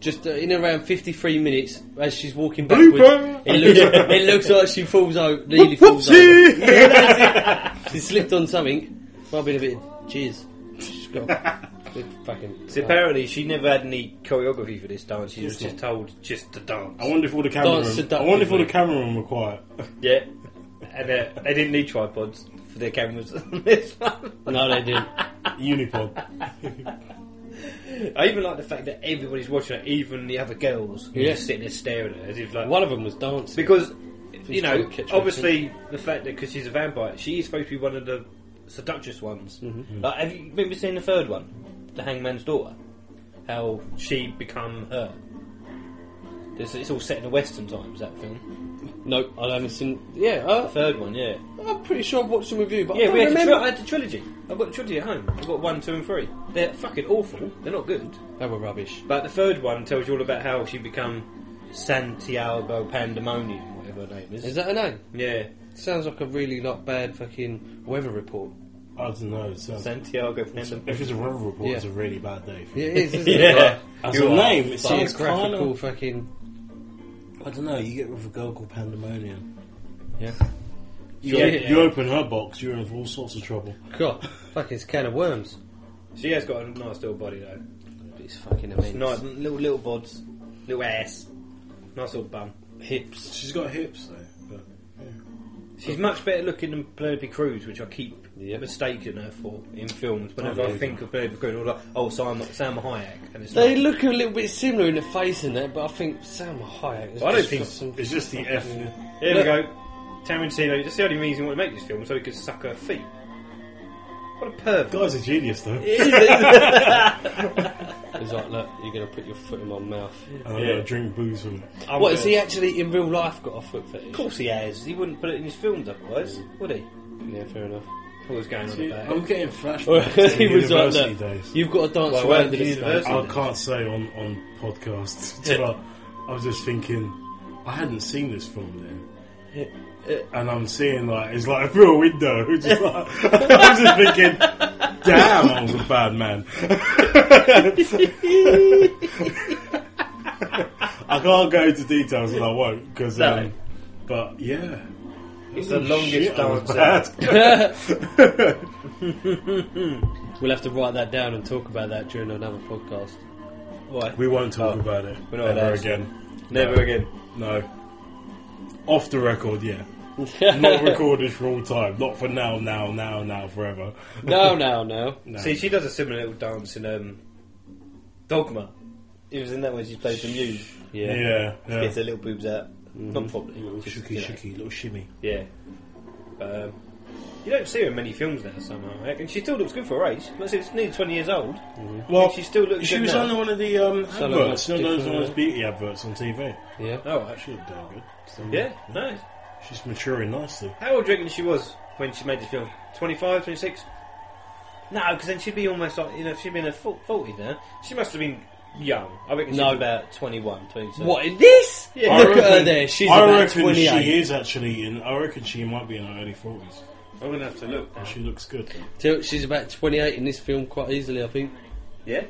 Speaker 10: Just uh, in around fifty-three minutes, as she's walking
Speaker 9: Blooper!
Speaker 10: backwards, it looks, it looks like she falls over, nearly falls
Speaker 9: Whoopsie!
Speaker 10: over. Yeah, that's it. she slipped on something. Might have been a bit of jizz. She's got a bit fucking.
Speaker 9: So apparently she never had any choreography for this dance. She was
Speaker 11: Yes,
Speaker 9: just told just to dance.
Speaker 11: I wonder if all the cameramen. I wonder if all the cameramen were quiet.
Speaker 9: Yeah. And uh, they didn't need tripods for their cameras on this one.
Speaker 10: No, they didn't.
Speaker 11: Unipod.
Speaker 9: I even like the fact that everybody's watching it, even the other girls who are
Speaker 10: Yeah.
Speaker 9: just sitting there staring at her as if like
Speaker 10: One of them was dancing
Speaker 9: because you
Speaker 10: She's
Speaker 9: know
Speaker 10: got a catch
Speaker 9: obviously the fact that because she's a vampire, she is supposed to be one of the seductress ones.
Speaker 10: Mhm.
Speaker 9: Like, have you remember seeing the third one, the Hangman's Daughter? How she become her. It's, it's all set in the Western times. That film.
Speaker 10: Nope, I haven't seen. Yeah, uh,
Speaker 9: the third one. Yeah,
Speaker 10: I'm pretty sure I've watched them with you, but I
Speaker 9: yeah.
Speaker 10: don't
Speaker 9: We had, the
Speaker 10: remember.
Speaker 9: tri- I had the trilogy. I've got the trilogy at home. I've got one, two, and three. They're fucking awful. They're not good.
Speaker 10: They were rubbish.
Speaker 9: But the third one tells you all about how she become Santiago Pandemonium, whatever her name is.
Speaker 10: Is that her name?
Speaker 9: Yeah.
Speaker 10: Sounds like a really not bad fucking weather report.
Speaker 11: I don't know. It sounds,
Speaker 9: Santiago
Speaker 11: Pandemonium. If it's a weather report,
Speaker 10: Yeah.
Speaker 11: it's a really bad day. For
Speaker 10: Yeah,
Speaker 11: you.
Speaker 10: it is, isn't it?
Speaker 11: yeah.
Speaker 10: But
Speaker 11: As
Speaker 10: you
Speaker 11: a
Speaker 10: are.
Speaker 11: name,
Speaker 10: But
Speaker 11: it sounds
Speaker 10: it's graphical
Speaker 11: kind of.
Speaker 10: fucking.
Speaker 11: I don't know. You get with a girl called Pandemonium.
Speaker 10: Yeah.
Speaker 11: You,
Speaker 10: Yeah.
Speaker 11: you open her box, you're in for all sorts of trouble.
Speaker 10: God, fucking it's a can of worms.
Speaker 9: She has got a nice little body though.
Speaker 10: It's fucking immense.
Speaker 9: Nice little little bods, little ass, nice little bum.
Speaker 10: Hips.
Speaker 11: She's got hips though. But,
Speaker 9: She's much better looking than Penelope Cruz, which I keep
Speaker 10: Yeah.
Speaker 9: mistaking her for in films. Whenever
Speaker 11: Oh,
Speaker 9: I
Speaker 11: yeah.
Speaker 9: think of Penelope Cruz, I'm like, oh, Sam, Sam Hayek, and it's
Speaker 10: They
Speaker 9: like,
Speaker 10: look a little bit similar in the face and that, but I think Sam Hayek. has
Speaker 9: I don't
Speaker 10: just
Speaker 9: think
Speaker 10: got some-
Speaker 11: it's just the F.
Speaker 9: here we go. Tarantino. That's the only reason he wanted to make this film so he could suck her feet. What a perv!
Speaker 11: Guy's a genius though.
Speaker 10: He's like, look, you're gonna put your foot in my mouth.
Speaker 11: And I'm
Speaker 9: Yeah.
Speaker 11: gonna drink booze from it.
Speaker 9: I'm
Speaker 10: What has
Speaker 9: gonna-
Speaker 10: he actually in real life got a foot fetish?
Speaker 9: Oh, Of course he has. He wouldn't put it in his films otherwise, would he?
Speaker 10: Yeah, fair enough.
Speaker 9: What was going on about it?
Speaker 11: getting
Speaker 10: Well,
Speaker 11: flashbacks.
Speaker 10: he was like,
Speaker 11: university
Speaker 10: look,
Speaker 11: days.
Speaker 10: you've got to dance
Speaker 9: Well,
Speaker 10: around
Speaker 9: well,
Speaker 10: in
Speaker 9: university.
Speaker 10: the
Speaker 11: I can't say on on podcasts, but I was just thinking, I hadn't seen this film then. And I'm seeing like it's like through a window. Just like, I was just thinking, damn, I was a bad man. I can't go into details and I won't because,
Speaker 9: No.
Speaker 11: um, but yeah,
Speaker 9: It's the
Speaker 11: Holy
Speaker 9: longest
Speaker 11: shit, I was
Speaker 9: dance. ever.
Speaker 11: bad.
Speaker 10: We'll have to write that down and talk about that during another podcast.
Speaker 9: Why?
Speaker 11: We won't talk about it
Speaker 9: we're not
Speaker 11: ever
Speaker 9: allowed.
Speaker 11: again.
Speaker 9: Never again.
Speaker 11: No. Off the record, yeah. not recorded for all time. Not for now, now, now, now, forever.
Speaker 10: No, no, no.
Speaker 11: No.
Speaker 9: See, she does a similar little dance in um, Dogma. It was in that when she played the muse.
Speaker 10: Yeah.
Speaker 11: yeah, yeah. Mm-hmm.
Speaker 9: Gets her little boobs out. Not probably. just,
Speaker 11: Shooky,
Speaker 9: you know.
Speaker 11: shooky, little shimmy.
Speaker 9: Yeah. But, um, you don't see her in many films now somehow. And she still looks good for her age. Like I said, it's nearly 20 years old.
Speaker 11: Well,
Speaker 9: she still looks
Speaker 11: Mm-hmm. She
Speaker 9: good
Speaker 11: was
Speaker 9: now.
Speaker 11: on one of the um,
Speaker 10: So
Speaker 11: adverts,
Speaker 10: like
Speaker 11: not those,
Speaker 10: different-
Speaker 11: those beauty adverts on TV.
Speaker 10: Yeah.
Speaker 9: Oh, actually.
Speaker 11: She looked damn good. So,
Speaker 9: Yeah, nice.
Speaker 11: She's maturing nicely.
Speaker 9: How old do you reckon she was when she made this film? 25, 26? No, because then she'd be almost like, you know, if she'd been a 40 now. She must have been young. I reckon she
Speaker 10: No.
Speaker 9: was about 21, 22.
Speaker 10: What in this? Look
Speaker 9: Yeah.
Speaker 11: I
Speaker 10: at her
Speaker 11: reckon-
Speaker 10: there. She's
Speaker 11: I
Speaker 10: about
Speaker 11: reckon she
Speaker 10: twenty-eight.
Speaker 11: is actually in. I reckon she might be in her early forties.
Speaker 9: I'm going to have to look.
Speaker 11: She looks good.
Speaker 10: Tell- She's about twenty-eight in this film quite easily, I think.
Speaker 9: Yeah?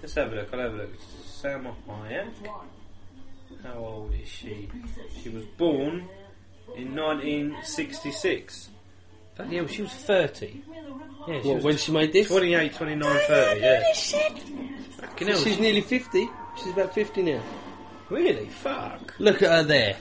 Speaker 9: Let's have a look. I'll have a look. Salma Hayek. How old is she? She was born in 1966. Bloody hell, she was 30. Yeah, she
Speaker 10: What,
Speaker 9: was
Speaker 10: when she made this?
Speaker 9: 28, 29, 30, yeah. Fucking hell,
Speaker 10: She's nearly fifty. She's about fifty now.
Speaker 9: really? Fuck.
Speaker 10: Look at her there.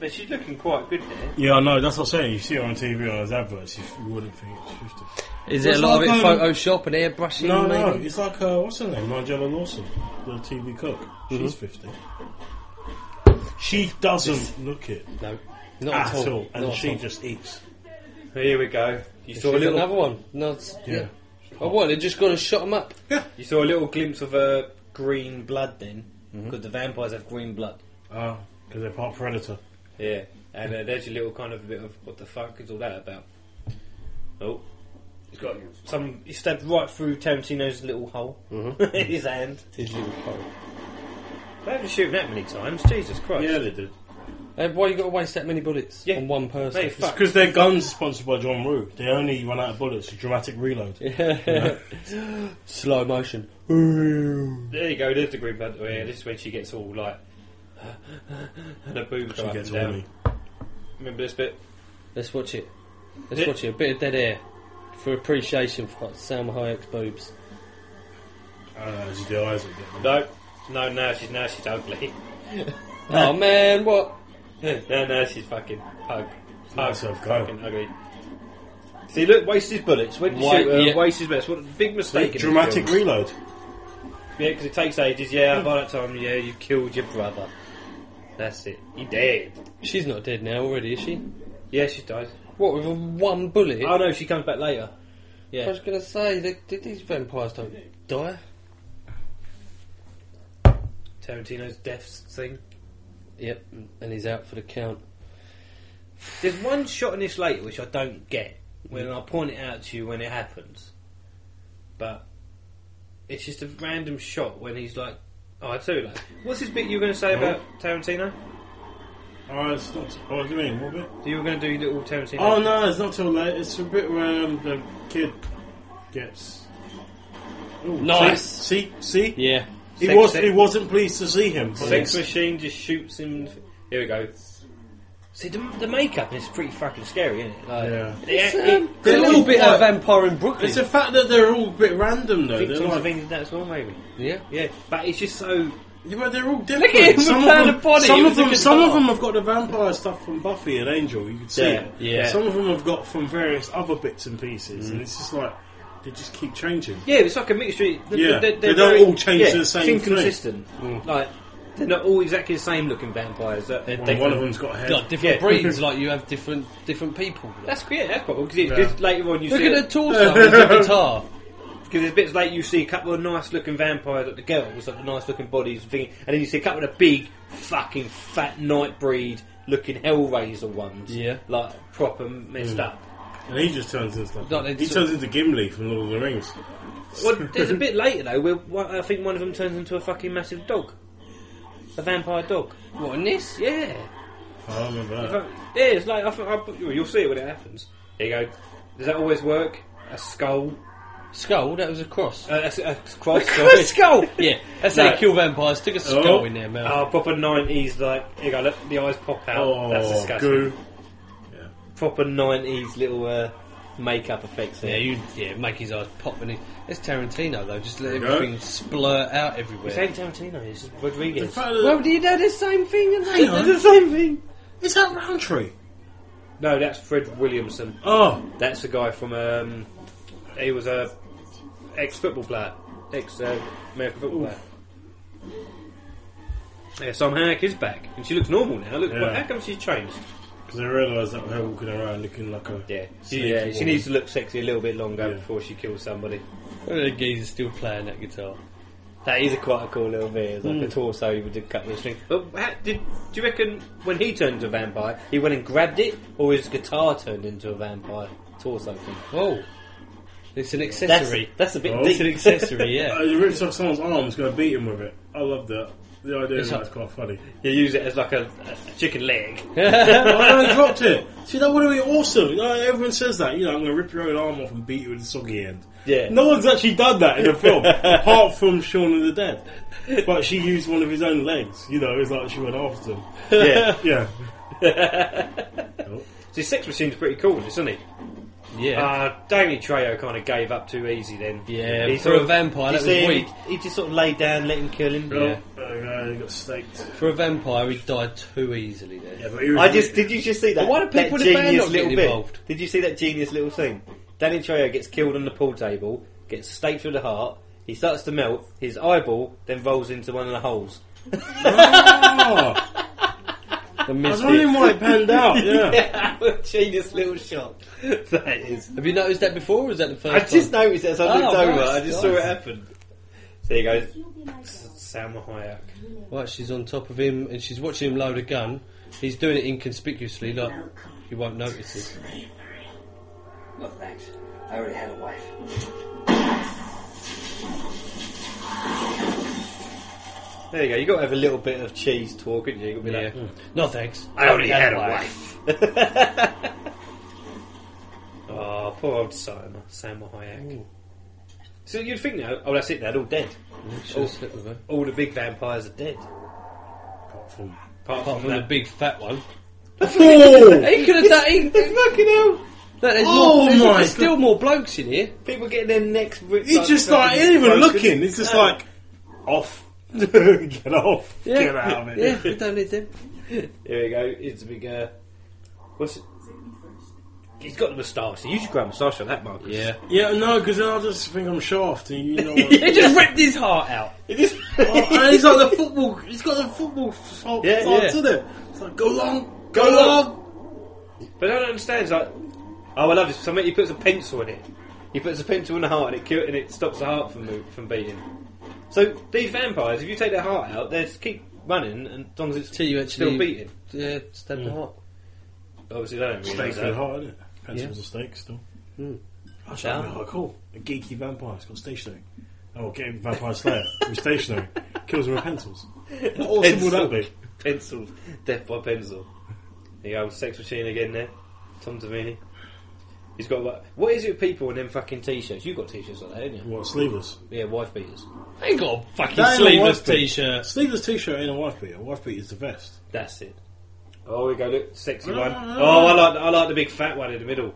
Speaker 9: But she's looking quite good there.
Speaker 11: Yeah, I know. That's what I'm saying. You see her on TV or as adverts, you, you wouldn't think it's shifted.
Speaker 10: Is it a
Speaker 11: It's
Speaker 10: lot of it
Speaker 11: like, um,
Speaker 10: Photoshop and airbrushing?
Speaker 11: No, no.
Speaker 10: maybe?
Speaker 11: It's like uh, what's her name, Nigella Lawson, the TV cook.
Speaker 10: Mm-hmm.
Speaker 11: She's fifty. She doesn't look it.
Speaker 10: No, not
Speaker 11: at,
Speaker 10: at all.
Speaker 11: And
Speaker 10: Not at
Speaker 11: she
Speaker 10: all.
Speaker 11: just eats.
Speaker 9: Here we go. You
Speaker 10: It's
Speaker 9: saw a
Speaker 10: just
Speaker 9: little
Speaker 10: another one. No, it's,
Speaker 9: Yeah.
Speaker 10: yeah. Oh, what? They're just going to shut them up.
Speaker 9: Yeah. You saw a little glimpse of uh, green blood then, because the vampires have green blood.
Speaker 11: Oh, because they're part predator.
Speaker 9: Yeah, and uh, there's your little kind of bit of what the fuck is all that about? Oh, he's got some. He stabbed right through Tarantino's little hole in his hand. Mm-hmm. His little hole. They haven't shooting that many times. Jesus Christ.
Speaker 11: Yeah, they did.
Speaker 10: And why you got to waste that many bullets on one person?
Speaker 9: Mate, fuck.
Speaker 11: Because their guns are sponsored by John Woo. They only run out of bullets. A dramatic reload.
Speaker 10: Slow motion.
Speaker 9: There you go. There's the green blood. Oh, yeah, this is when she gets all like, and her boobs
Speaker 10: She
Speaker 9: go up
Speaker 10: gets
Speaker 9: and down.
Speaker 10: horny.
Speaker 9: Remember this bit?
Speaker 10: Let's watch it. Let's watch it. A bit of dead air for appreciation for Sam Hayek's boobs.
Speaker 11: Uh, is the eyes
Speaker 9: No, no, no. She's now she's ugly.
Speaker 10: Oh man, what?
Speaker 9: no, no, she's fucking pug. Pug,
Speaker 11: Nice of her.
Speaker 9: fucking ugly. See, look, wastes his bullets. Went to
Speaker 11: Why-
Speaker 9: shoot her,
Speaker 11: yeah.
Speaker 9: wastes his bullets. What a big mistake. in
Speaker 11: Dramatic
Speaker 9: this film.
Speaker 11: reload.
Speaker 9: Yeah, because it takes ages. Yeah, by that time, yeah, you've killed your brother. That's it. He dead.
Speaker 10: She's not dead now already, is she?
Speaker 9: Yeah, she dies.
Speaker 10: What with one bullet?
Speaker 9: Oh no, she comes back later. Yeah.
Speaker 10: I was going to say that that these vampires don't die.
Speaker 9: Tarantino's death thing.
Speaker 10: Yep, and he's out for the count.
Speaker 9: There's one shot in this later which I don't get. When I point it out to you when it happens, but it's just a random shot when he's like, "Oh, I tell you, like, what's this bit you were going to say
Speaker 10: Uh-huh.
Speaker 9: about Tarantino?"
Speaker 11: Oh, it's not. Oh, what do you mean? What bit?
Speaker 9: You were going to do your little Tarantino.
Speaker 11: Oh no, it's not till late. It's a bit where um, the kid gets. Ooh,
Speaker 9: Nice.
Speaker 11: See, see, see?
Speaker 10: yeah.
Speaker 11: He
Speaker 9: Sex-
Speaker 11: was.
Speaker 9: sex-
Speaker 11: He wasn't pleased to see him. but
Speaker 9: Sex
Speaker 11: it's-
Speaker 9: machine just shoots him. Here we go. See the, the makeup is pretty fucking scary, isn't it? Like,
Speaker 11: Yeah.
Speaker 9: the-
Speaker 11: It's,
Speaker 9: it-
Speaker 11: um, They're
Speaker 9: it-
Speaker 11: all
Speaker 9: it-
Speaker 11: bit of
Speaker 10: vampire in Brooklyn.
Speaker 11: It's the fact that they're all a bit random though.
Speaker 9: Victims
Speaker 11: They're
Speaker 9: of
Speaker 11: like,
Speaker 9: things that as well, maybe.
Speaker 10: Yeah,
Speaker 9: yeah, but it's just so.
Speaker 11: Yeah, but they're all
Speaker 9: Look at him with
Speaker 11: of
Speaker 9: the
Speaker 11: them,
Speaker 9: body.
Speaker 11: some
Speaker 9: it
Speaker 11: of
Speaker 9: was a
Speaker 11: them, some
Speaker 9: guitar.
Speaker 11: of them have got the vampire stuff from Buffy and Angel. You can see
Speaker 9: Yeah,
Speaker 11: it.
Speaker 9: yeah. Mm.
Speaker 11: Some of them have got from various other bits and pieces, and it's just like they just keep changing.
Speaker 9: Yeah, it's like a mixture. They- they-
Speaker 11: Yeah,
Speaker 9: they're,
Speaker 11: they don't
Speaker 9: very-
Speaker 11: all change
Speaker 9: yeah,
Speaker 11: to the same
Speaker 9: It's
Speaker 11: thing. Mm.
Speaker 9: inconsistent. Like they're not all exactly the same looking vampires. That they,
Speaker 11: Well,
Speaker 9: they
Speaker 11: one of them's got a head.
Speaker 10: Like different
Speaker 9: Yeah.
Speaker 10: breeds, like you have different different people.
Speaker 9: That's yeah, that's quite cool because
Speaker 10: Yeah.
Speaker 9: later on you
Speaker 10: Look
Speaker 9: see
Speaker 10: at
Speaker 9: it.
Speaker 10: her torso with the guitar.
Speaker 9: Because there's bits like you see a couple of nice looking vampires, like the girls, like the nice looking bodies, and, thing, and then you see a couple of the big, fucking fat nightbreed looking Hellraiser ones.
Speaker 10: Yeah.
Speaker 9: Like proper messed
Speaker 11: Mm.
Speaker 9: up.
Speaker 11: And he just turns into stuff.
Speaker 9: Like they
Speaker 11: he
Speaker 9: sort
Speaker 11: turns into Gimli from Lord of the Rings.
Speaker 9: Well, there's a bit later though where one, I think one of them turns into a fucking massive dog. A vampire dog.
Speaker 10: What, in this?
Speaker 9: Yeah.
Speaker 11: I remember
Speaker 9: In
Speaker 11: that.
Speaker 9: fact, Yeah, it's like, I think, I, you'll see it when it happens. There you go. Does that always work? A skull?
Speaker 10: Skull? That was a cross.
Speaker 9: Uh, that's a, a cross,
Speaker 10: A
Speaker 9: sorry.
Speaker 10: skull! Yeah, that's how
Speaker 9: No.
Speaker 10: you kill vampires. Stick a skull
Speaker 9: Oh.
Speaker 10: in their
Speaker 9: Oh,
Speaker 10: mouth.
Speaker 9: proper nineties like here you go, look, the eyes pop out.
Speaker 11: Oh,
Speaker 9: That's disgusting.
Speaker 11: goo.
Speaker 9: Proper nineties little uh, makeup effects
Speaker 10: yeah,
Speaker 9: there.
Speaker 10: you yeah, make his eyes pop. And he, it's Tarantino, though. Just let
Speaker 9: There you
Speaker 10: everything splurt out everywhere.
Speaker 9: It's ain't Tarantino, it's Rodriguez.
Speaker 10: Well, do you know the same thing? and
Speaker 11: Hang
Speaker 10: they
Speaker 11: on.
Speaker 10: do the same thing.
Speaker 11: Is that Roundtree?
Speaker 9: No, that's Fred Williamson.
Speaker 11: Oh.
Speaker 9: That's the guy from um he was a ex football player. Ex uh, American football player. Yeah, Sam Hank is back, and she looks normal now. Look,
Speaker 11: Yeah.
Speaker 9: well, how come she's changed?
Speaker 11: Because I realised that her walking around looking like a
Speaker 9: yeah,
Speaker 11: sleepy
Speaker 9: She, yeah, she
Speaker 11: woman.
Speaker 9: needs to look sexy a little bit longer before she kills somebody.
Speaker 10: The geezer's still playing that guitar.
Speaker 9: That is a quite a cool little bit. It's like a
Speaker 10: Mm.
Speaker 9: torso with a couple of strings. But how, did do you reckon when he turned into a vampire, he went and grabbed it, or his guitar turned into a vampire torso thing?
Speaker 10: Oh, it's an Oh.
Speaker 9: accessory. That's, a bit deep.
Speaker 11: Uh, he rips off someone's arm. He's going to beat him with it. I love that. The idea
Speaker 9: It's
Speaker 11: of that's
Speaker 9: like-
Speaker 11: quite funny.
Speaker 9: you use it as like a, a chicken leg.
Speaker 11: I dropped it. See, that would have been awesome. You know, everyone says that. You know, I'm going to rip your own arm off and beat you with a soggy end.
Speaker 9: Yeah.
Speaker 11: No one's actually done that in a film, apart from Shaun of the Dead. But she used one of his own legs. You know, it's like she went after him.
Speaker 9: Yeah.
Speaker 11: yeah. Oh,
Speaker 9: See, Sex Machine's pretty cool, isn't he?
Speaker 10: Yeah.
Speaker 9: Uh, Danny Trejo kind of gave up too easy then.
Speaker 10: Yeah, for
Speaker 9: sort
Speaker 10: a vampire,
Speaker 9: you
Speaker 10: that was
Speaker 9: see him,
Speaker 10: weak.
Speaker 9: He just sort of laid down, let him kill him.
Speaker 10: Yeah.
Speaker 11: Oh, yeah, he got staked.
Speaker 10: For a vampire, he died too easily there.
Speaker 11: but he was
Speaker 9: I just did. You just see that?
Speaker 10: Why do people
Speaker 9: that
Speaker 10: in the band
Speaker 9: genius
Speaker 10: not get
Speaker 9: little bit?
Speaker 10: involved?
Speaker 9: Did you see that genius little scene? Danny Trejo gets killed on the pool table, gets staked through the heart. He starts to melt. His eyeball then rolls into one of the holes. the
Speaker 10: missed
Speaker 9: I was wondering why it panned out, yeah.
Speaker 10: genius little shot. That is. Have you noticed that before, or was that the first?
Speaker 9: I just
Speaker 10: time?
Speaker 9: noticed it as I looked
Speaker 10: Oh,
Speaker 9: over.
Speaker 10: nice,
Speaker 9: I just
Speaker 10: nice.
Speaker 9: saw it happen. There you go. S- Salma Hayek.
Speaker 10: Right, she's on top of him and she's watching him load a gun. He's doing it inconspicuously, like you won't notice it.
Speaker 16: No thanks. I already had a wife.
Speaker 9: There you go. You got to have a little bit of cheese talk, didn't you? You gotta be like,
Speaker 10: Yeah.
Speaker 9: "Mm,
Speaker 10: No thanks.
Speaker 9: I already had a wife. oh, poor old Simon, Salma Hayek. So you'd think now, oh, that's it. They're all dead.
Speaker 10: should've
Speaker 9: All,
Speaker 10: slept with her.
Speaker 9: all the big vampires are dead. Apart from, apart
Speaker 10: Apart from
Speaker 9: that.
Speaker 10: the big fat one.
Speaker 9: he
Speaker 10: He could have done. He,
Speaker 9: fucking hell.
Speaker 10: No, there's
Speaker 9: Oh
Speaker 10: more, there's,
Speaker 9: my
Speaker 10: there's still
Speaker 9: God.
Speaker 10: more blokes in here.
Speaker 9: People getting their necks ripped.
Speaker 11: He's just like, he ain't even looking. He's just like, off. Get off.
Speaker 9: Yeah.
Speaker 11: Get out of it.
Speaker 9: Yeah, we
Speaker 10: don't need them.
Speaker 9: Here we go. It's a big. Uh, what's it? He's got the moustache. You should grow a moustache on that, Marcus. Yeah.
Speaker 11: Yeah, no, because I just think I'm shaft. And you know,
Speaker 9: He just
Speaker 10: ripped his heart out.
Speaker 11: Oh, and he's got the football. He's got the football side
Speaker 9: Yeah, yeah.
Speaker 11: to it. It's like go long,
Speaker 9: Go
Speaker 11: go, long.
Speaker 9: But I don't understand. It's like, oh, I love this. Somebody he puts a pencil in it. He puts a pencil in the heart, and it kill, and it stops the heart from move, from beating. So these vampires, if you take their heart out, they just keep running, and as long as it's
Speaker 10: Till you actually
Speaker 9: still beating. Mm.
Speaker 10: Yeah, stab the heart.
Speaker 9: Obviously, they don't realise
Speaker 11: Steak
Speaker 9: that.
Speaker 11: for the heart, isn't it? Hmm. Pencils
Speaker 10: Yeah.
Speaker 11: and steak still.
Speaker 10: Mm.
Speaker 11: That's that'd be
Speaker 10: Yeah.
Speaker 11: hard. Cool. A geeky vampire. It's got stationery. Oh, game vampire slayer with stationery kills her with pencils. How awesome would that be?
Speaker 9: Pencil, death by pencil. There you go, sex machine again there. Tom Savini. He's got like, what is it with people in them fucking t-shirts? You got t-shirts like that, haven't you?
Speaker 11: What sleeveless?
Speaker 9: Yeah, wife beaters.
Speaker 10: I ain't got a fucking
Speaker 11: That ain't a
Speaker 10: sleeveless
Speaker 11: wife beater.
Speaker 10: t-shirt.
Speaker 11: Sleeveless t-shirt ain't a wife beater. A wife beater is the best.
Speaker 9: That's it. Oh, we go look, sexy
Speaker 11: No,
Speaker 9: one.
Speaker 11: no, no,
Speaker 9: Oh,
Speaker 11: no.
Speaker 9: I like I like the big fat one in the middle.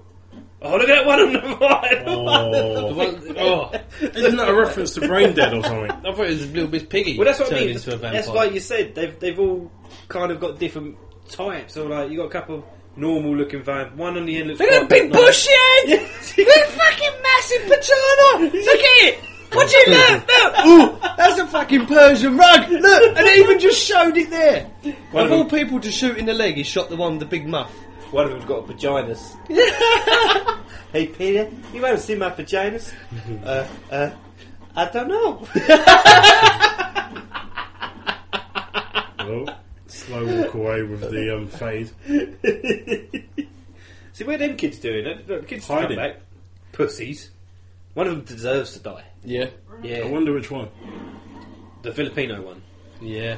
Speaker 9: Oh, look at that one on the right.
Speaker 11: Oh.
Speaker 10: The one- oh.
Speaker 11: Isn't that a reference to Brain Dead or something?
Speaker 10: I thought it was a little bit piggy.
Speaker 9: Well, that's what
Speaker 10: turned
Speaker 9: I mean.
Speaker 10: Into a vampire.
Speaker 9: That's like you said. They've they've all kind of got different types. Or like you got a couple of normal looking vamp. One on the end looks.
Speaker 10: Look at
Speaker 9: quite
Speaker 10: the big
Speaker 9: nice.
Speaker 10: bushy head! Look at the fucking massive pajama! Look at it! Watch it, look, look! Ooh, that's a fucking Persian rug! Look, and it even just showed it there!
Speaker 9: One
Speaker 10: of
Speaker 9: of
Speaker 10: all people to shoot in the leg, he shot the one with the big muff.
Speaker 9: One of them's got vaginas. hey Peter, you haven't seen my vaginas? uh, uh, I don't know.
Speaker 11: Well, slow walk away with the um, fade.
Speaker 9: See where them kids doing? it? The kids
Speaker 11: Hiding.
Speaker 9: come back. Pussies. One of them deserves to die.
Speaker 10: Yeah.
Speaker 9: Yeah.
Speaker 11: I wonder which one.
Speaker 9: The Filipino one.
Speaker 10: Yeah.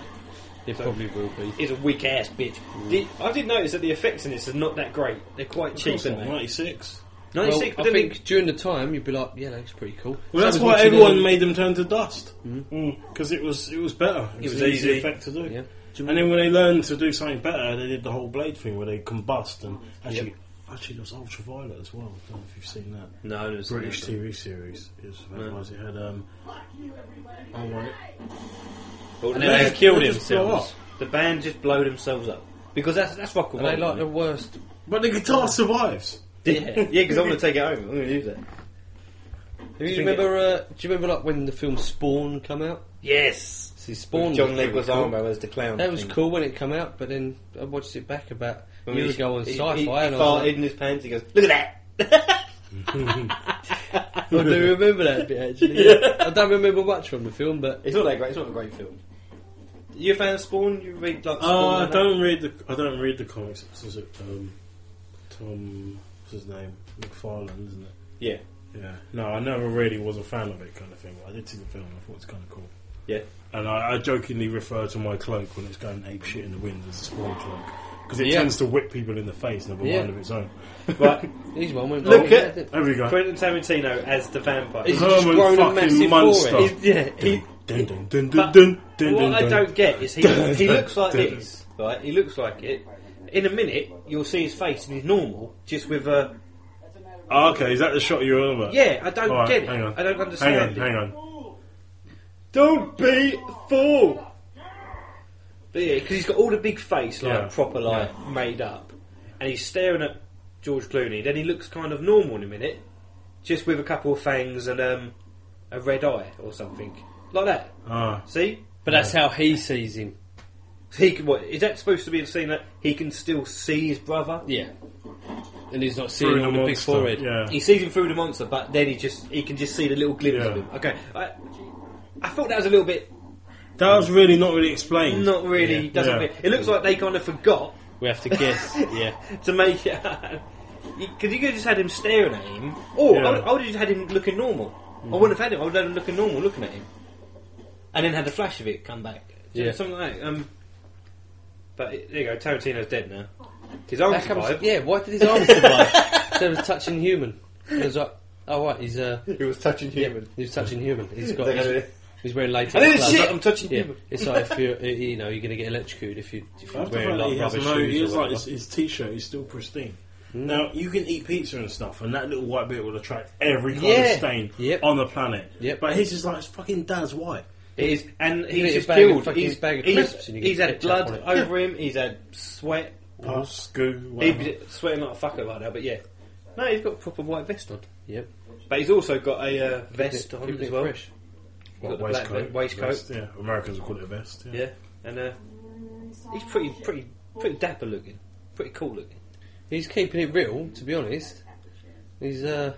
Speaker 10: It probably will be.
Speaker 9: is a weak ass bitch. The, I did notice that the effects in this are not that great. They're quite
Speaker 11: Of
Speaker 9: cheap,
Speaker 11: course
Speaker 9: aren't
Speaker 11: not.
Speaker 9: they?
Speaker 11: Ninety six.
Speaker 10: Well,
Speaker 9: 96,
Speaker 10: I
Speaker 9: but then
Speaker 10: think during the time, you'd be like, yeah, that's pretty cool.
Speaker 11: Well, that's
Speaker 10: Someone's
Speaker 11: why
Speaker 10: watching
Speaker 11: everyone
Speaker 10: it.
Speaker 11: made them turn to dust because it was it was better. It,
Speaker 9: was
Speaker 11: an
Speaker 9: easy.
Speaker 11: effect to do.
Speaker 10: Yeah.
Speaker 11: And then when they learned to do something better, they did the whole blade thing where they combust and actually actually it was ultraviolet as well. I don't know if you've seen that.
Speaker 9: No, it was
Speaker 11: British TV series. It was vampires. It had um. Oh right.
Speaker 9: Well,
Speaker 10: And
Speaker 9: the
Speaker 10: then they
Speaker 9: band
Speaker 10: killed
Speaker 9: they
Speaker 11: just blow
Speaker 9: themselves. The band just blow themselves up because that's that's rock and
Speaker 10: And they
Speaker 9: roll.
Speaker 10: like the
Speaker 9: isn't
Speaker 10: worst.
Speaker 11: But the guitar survives.
Speaker 9: it? yeah, yeah. Because I'm going to take it home. I'm going to use it.
Speaker 10: Do you
Speaker 9: Think
Speaker 10: remember? Uh, do you remember like when the film Spawn come out?
Speaker 9: Yes.
Speaker 10: See, Spawn.
Speaker 9: Born John
Speaker 10: was pretty
Speaker 9: Leguizamo
Speaker 10: cool.
Speaker 9: as the clown.
Speaker 10: That was
Speaker 9: thing.
Speaker 10: cool when it come out, but then I watched it back about a
Speaker 9: When
Speaker 10: year
Speaker 9: he-
Speaker 10: ago on
Speaker 9: he-
Speaker 10: Sci-Fi,
Speaker 9: He, he
Speaker 10: and I
Speaker 9: farted
Speaker 10: was like,
Speaker 9: in his pants. He goes, "Look at that."
Speaker 10: I do remember that bit actually. yeah. I don't remember much from the film, but
Speaker 9: It's not that great. It's not a great film. You a fan of Spawn? You read like?
Speaker 11: Oh,
Speaker 9: Spawn
Speaker 11: I
Speaker 9: and that?
Speaker 11: don't read the I don't read the comics. It's just, um, Tom, what's his name? McFarlane, isn't it?
Speaker 9: Yeah,
Speaker 11: Yeah. No, I never really was a fan of it kind of thing. I did see the film. I thought it was kind of cool.
Speaker 9: yeah.
Speaker 11: And I, I jokingly refer to my cloak when it's going ape shit in the wind as a spawn cloak because it
Speaker 10: Yeah.
Speaker 11: tends to whip people in the face and have a
Speaker 10: Yeah.
Speaker 11: mind of its own.
Speaker 9: Right.
Speaker 10: these one went.
Speaker 9: Look
Speaker 10: wrong.
Speaker 9: at-
Speaker 10: Yeah,
Speaker 11: There we go.
Speaker 9: Quentin Tarantino as the vampire.
Speaker 10: He's just
Speaker 11: Herman
Speaker 10: grown a
Speaker 11: fucking
Speaker 10: massive
Speaker 11: Munster.
Speaker 10: forehead. He's-
Speaker 9: Yeah, he,
Speaker 11: Dun, dun, dun,
Speaker 9: But
Speaker 11: dun, dun, dun,
Speaker 9: what
Speaker 11: dun,
Speaker 9: I
Speaker 11: dun.
Speaker 9: don't get is he, he looks like
Speaker 11: Dun.
Speaker 9: these, right? He looks like it. In a minute, you'll see his face and he's normal, just with a.
Speaker 11: Ah, okay, is that the shot you were on about?
Speaker 9: Yeah, I don't
Speaker 11: All right,
Speaker 9: get it.
Speaker 11: Hang on.
Speaker 9: I don't understand
Speaker 11: Hang on,
Speaker 9: it.
Speaker 11: hang on.
Speaker 9: Don't be a fool! But yeah, because he's got all the big face, like
Speaker 10: Yeah.
Speaker 9: proper, like made up, and he's staring at George Clooney. Then he looks kind of normal in a minute, just with a couple of fangs and um, a red eye or something like that.
Speaker 10: Ah.
Speaker 9: See,
Speaker 10: But that's how he sees him.
Speaker 9: He can, what, is that supposed to be the scene that he can still see his brother?
Speaker 10: Yeah, and he's not seeing all the, big forehead.
Speaker 9: He sees him through the monster, but then he just he can just see the little glimpse of him. Okay, I, I thought that was a little bit
Speaker 11: That was really not really explained.
Speaker 9: not really
Speaker 11: Yeah.
Speaker 9: doesn't.
Speaker 11: Yeah.
Speaker 9: Fit. It looks like they kind of forgot
Speaker 10: We have to guess. yeah,
Speaker 9: to make it because you could have just had him staring at him, or
Speaker 10: Yeah. Mm-hmm.
Speaker 9: I, would, I would have just had him looking normal. I wouldn't have had him. I would have had him looking normal, looking at him, and then had the flash of it come back. So
Speaker 10: Yeah.
Speaker 9: something like that. Um, but there you go. Tarantino's dead now. His arm
Speaker 10: That comes-
Speaker 9: survived.
Speaker 10: yeah, why did his arm survive? so it was touching human. It was like, oh right, he's uh,
Speaker 9: he was touching human.
Speaker 10: he was touching human. He's got.
Speaker 9: They're
Speaker 10: He's,
Speaker 9: gonna-
Speaker 10: he's wearing latex
Speaker 9: I did
Speaker 10: gloves.
Speaker 9: shit, I'm touching
Speaker 10: yeah.
Speaker 9: human.
Speaker 10: It's like if you're, uh, you know, you're going to get electrocuted if you if you're
Speaker 11: That's the
Speaker 10: wearing
Speaker 11: fact that
Speaker 10: like
Speaker 11: he has
Speaker 10: rubber
Speaker 11: no.
Speaker 10: shoes
Speaker 11: He has
Speaker 10: or
Speaker 11: like
Speaker 10: whatever.
Speaker 11: his, his t-shirt is still pristine.
Speaker 10: Hmm.
Speaker 11: Now you can eat pizza and stuff, and that little white bit will attract every kind
Speaker 9: Yeah.
Speaker 11: of stain on the planet. But his is like his fucking dad's white.
Speaker 9: It is, and
Speaker 11: You
Speaker 9: he's
Speaker 11: get
Speaker 9: just
Speaker 11: a bag of
Speaker 9: killed.
Speaker 11: fucking-
Speaker 9: he's
Speaker 11: bag of
Speaker 9: he's,
Speaker 11: crisps and you
Speaker 9: he's
Speaker 11: get
Speaker 9: had
Speaker 11: ketchup
Speaker 9: blood
Speaker 11: on it.
Speaker 9: over him. He's had sweat,
Speaker 11: Pus, goo,
Speaker 9: He'd
Speaker 11: whatever.
Speaker 9: be sweating like a fucker right now. But yeah, no, he's got a proper white vest on.
Speaker 10: Yep.
Speaker 9: But he's also got a uh,
Speaker 10: it-
Speaker 9: vest on
Speaker 10: keeping
Speaker 9: as
Speaker 10: it
Speaker 9: well.
Speaker 10: fresh.
Speaker 9: He's got
Speaker 11: What,
Speaker 9: the black ve- waistcoat.
Speaker 11: Vest, yeah, Americans would call it a vest. Yeah.
Speaker 9: Yeah, and uh, he's pretty, pretty, pretty dapper looking, pretty cool looking.
Speaker 10: He's keeping it real, to be honest. He's uh,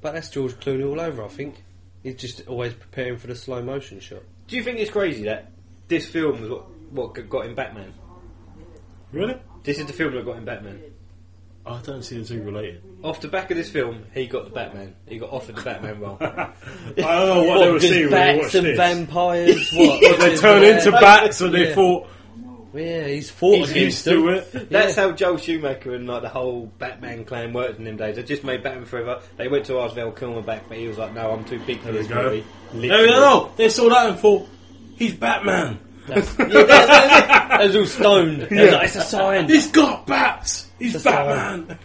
Speaker 10: but that's George Clooney all over. I think he's just always preparing for the slow motion shot.
Speaker 9: Do you think it's crazy that this film was what, what g- got him Batman?
Speaker 11: Really?
Speaker 9: This is the film that got him Batman.
Speaker 11: I don't see the two related.
Speaker 9: Off the back of this film, he got the Batman. He got offered the Batman role. I
Speaker 11: don't know what they were seeing when they watched this.
Speaker 10: vampires,
Speaker 11: what? they turn into bats and they thought.
Speaker 10: Yeah, he's fought
Speaker 11: He's
Speaker 10: against
Speaker 11: used to
Speaker 10: them.
Speaker 11: it.
Speaker 9: That's how Joel Schumacher and like the whole Batman clan worked in them days. They just made Batman Forever. They went to ask Val Kilmer back, but he was like, "No, I'm too big for
Speaker 11: There
Speaker 9: this
Speaker 11: we go.
Speaker 9: movie."
Speaker 11: No, no, no. They saw that and thought, he's Batman.
Speaker 10: That was all stoned. They was like, it's a sign.
Speaker 11: He's got bats. He's
Speaker 10: It's a
Speaker 11: Batman.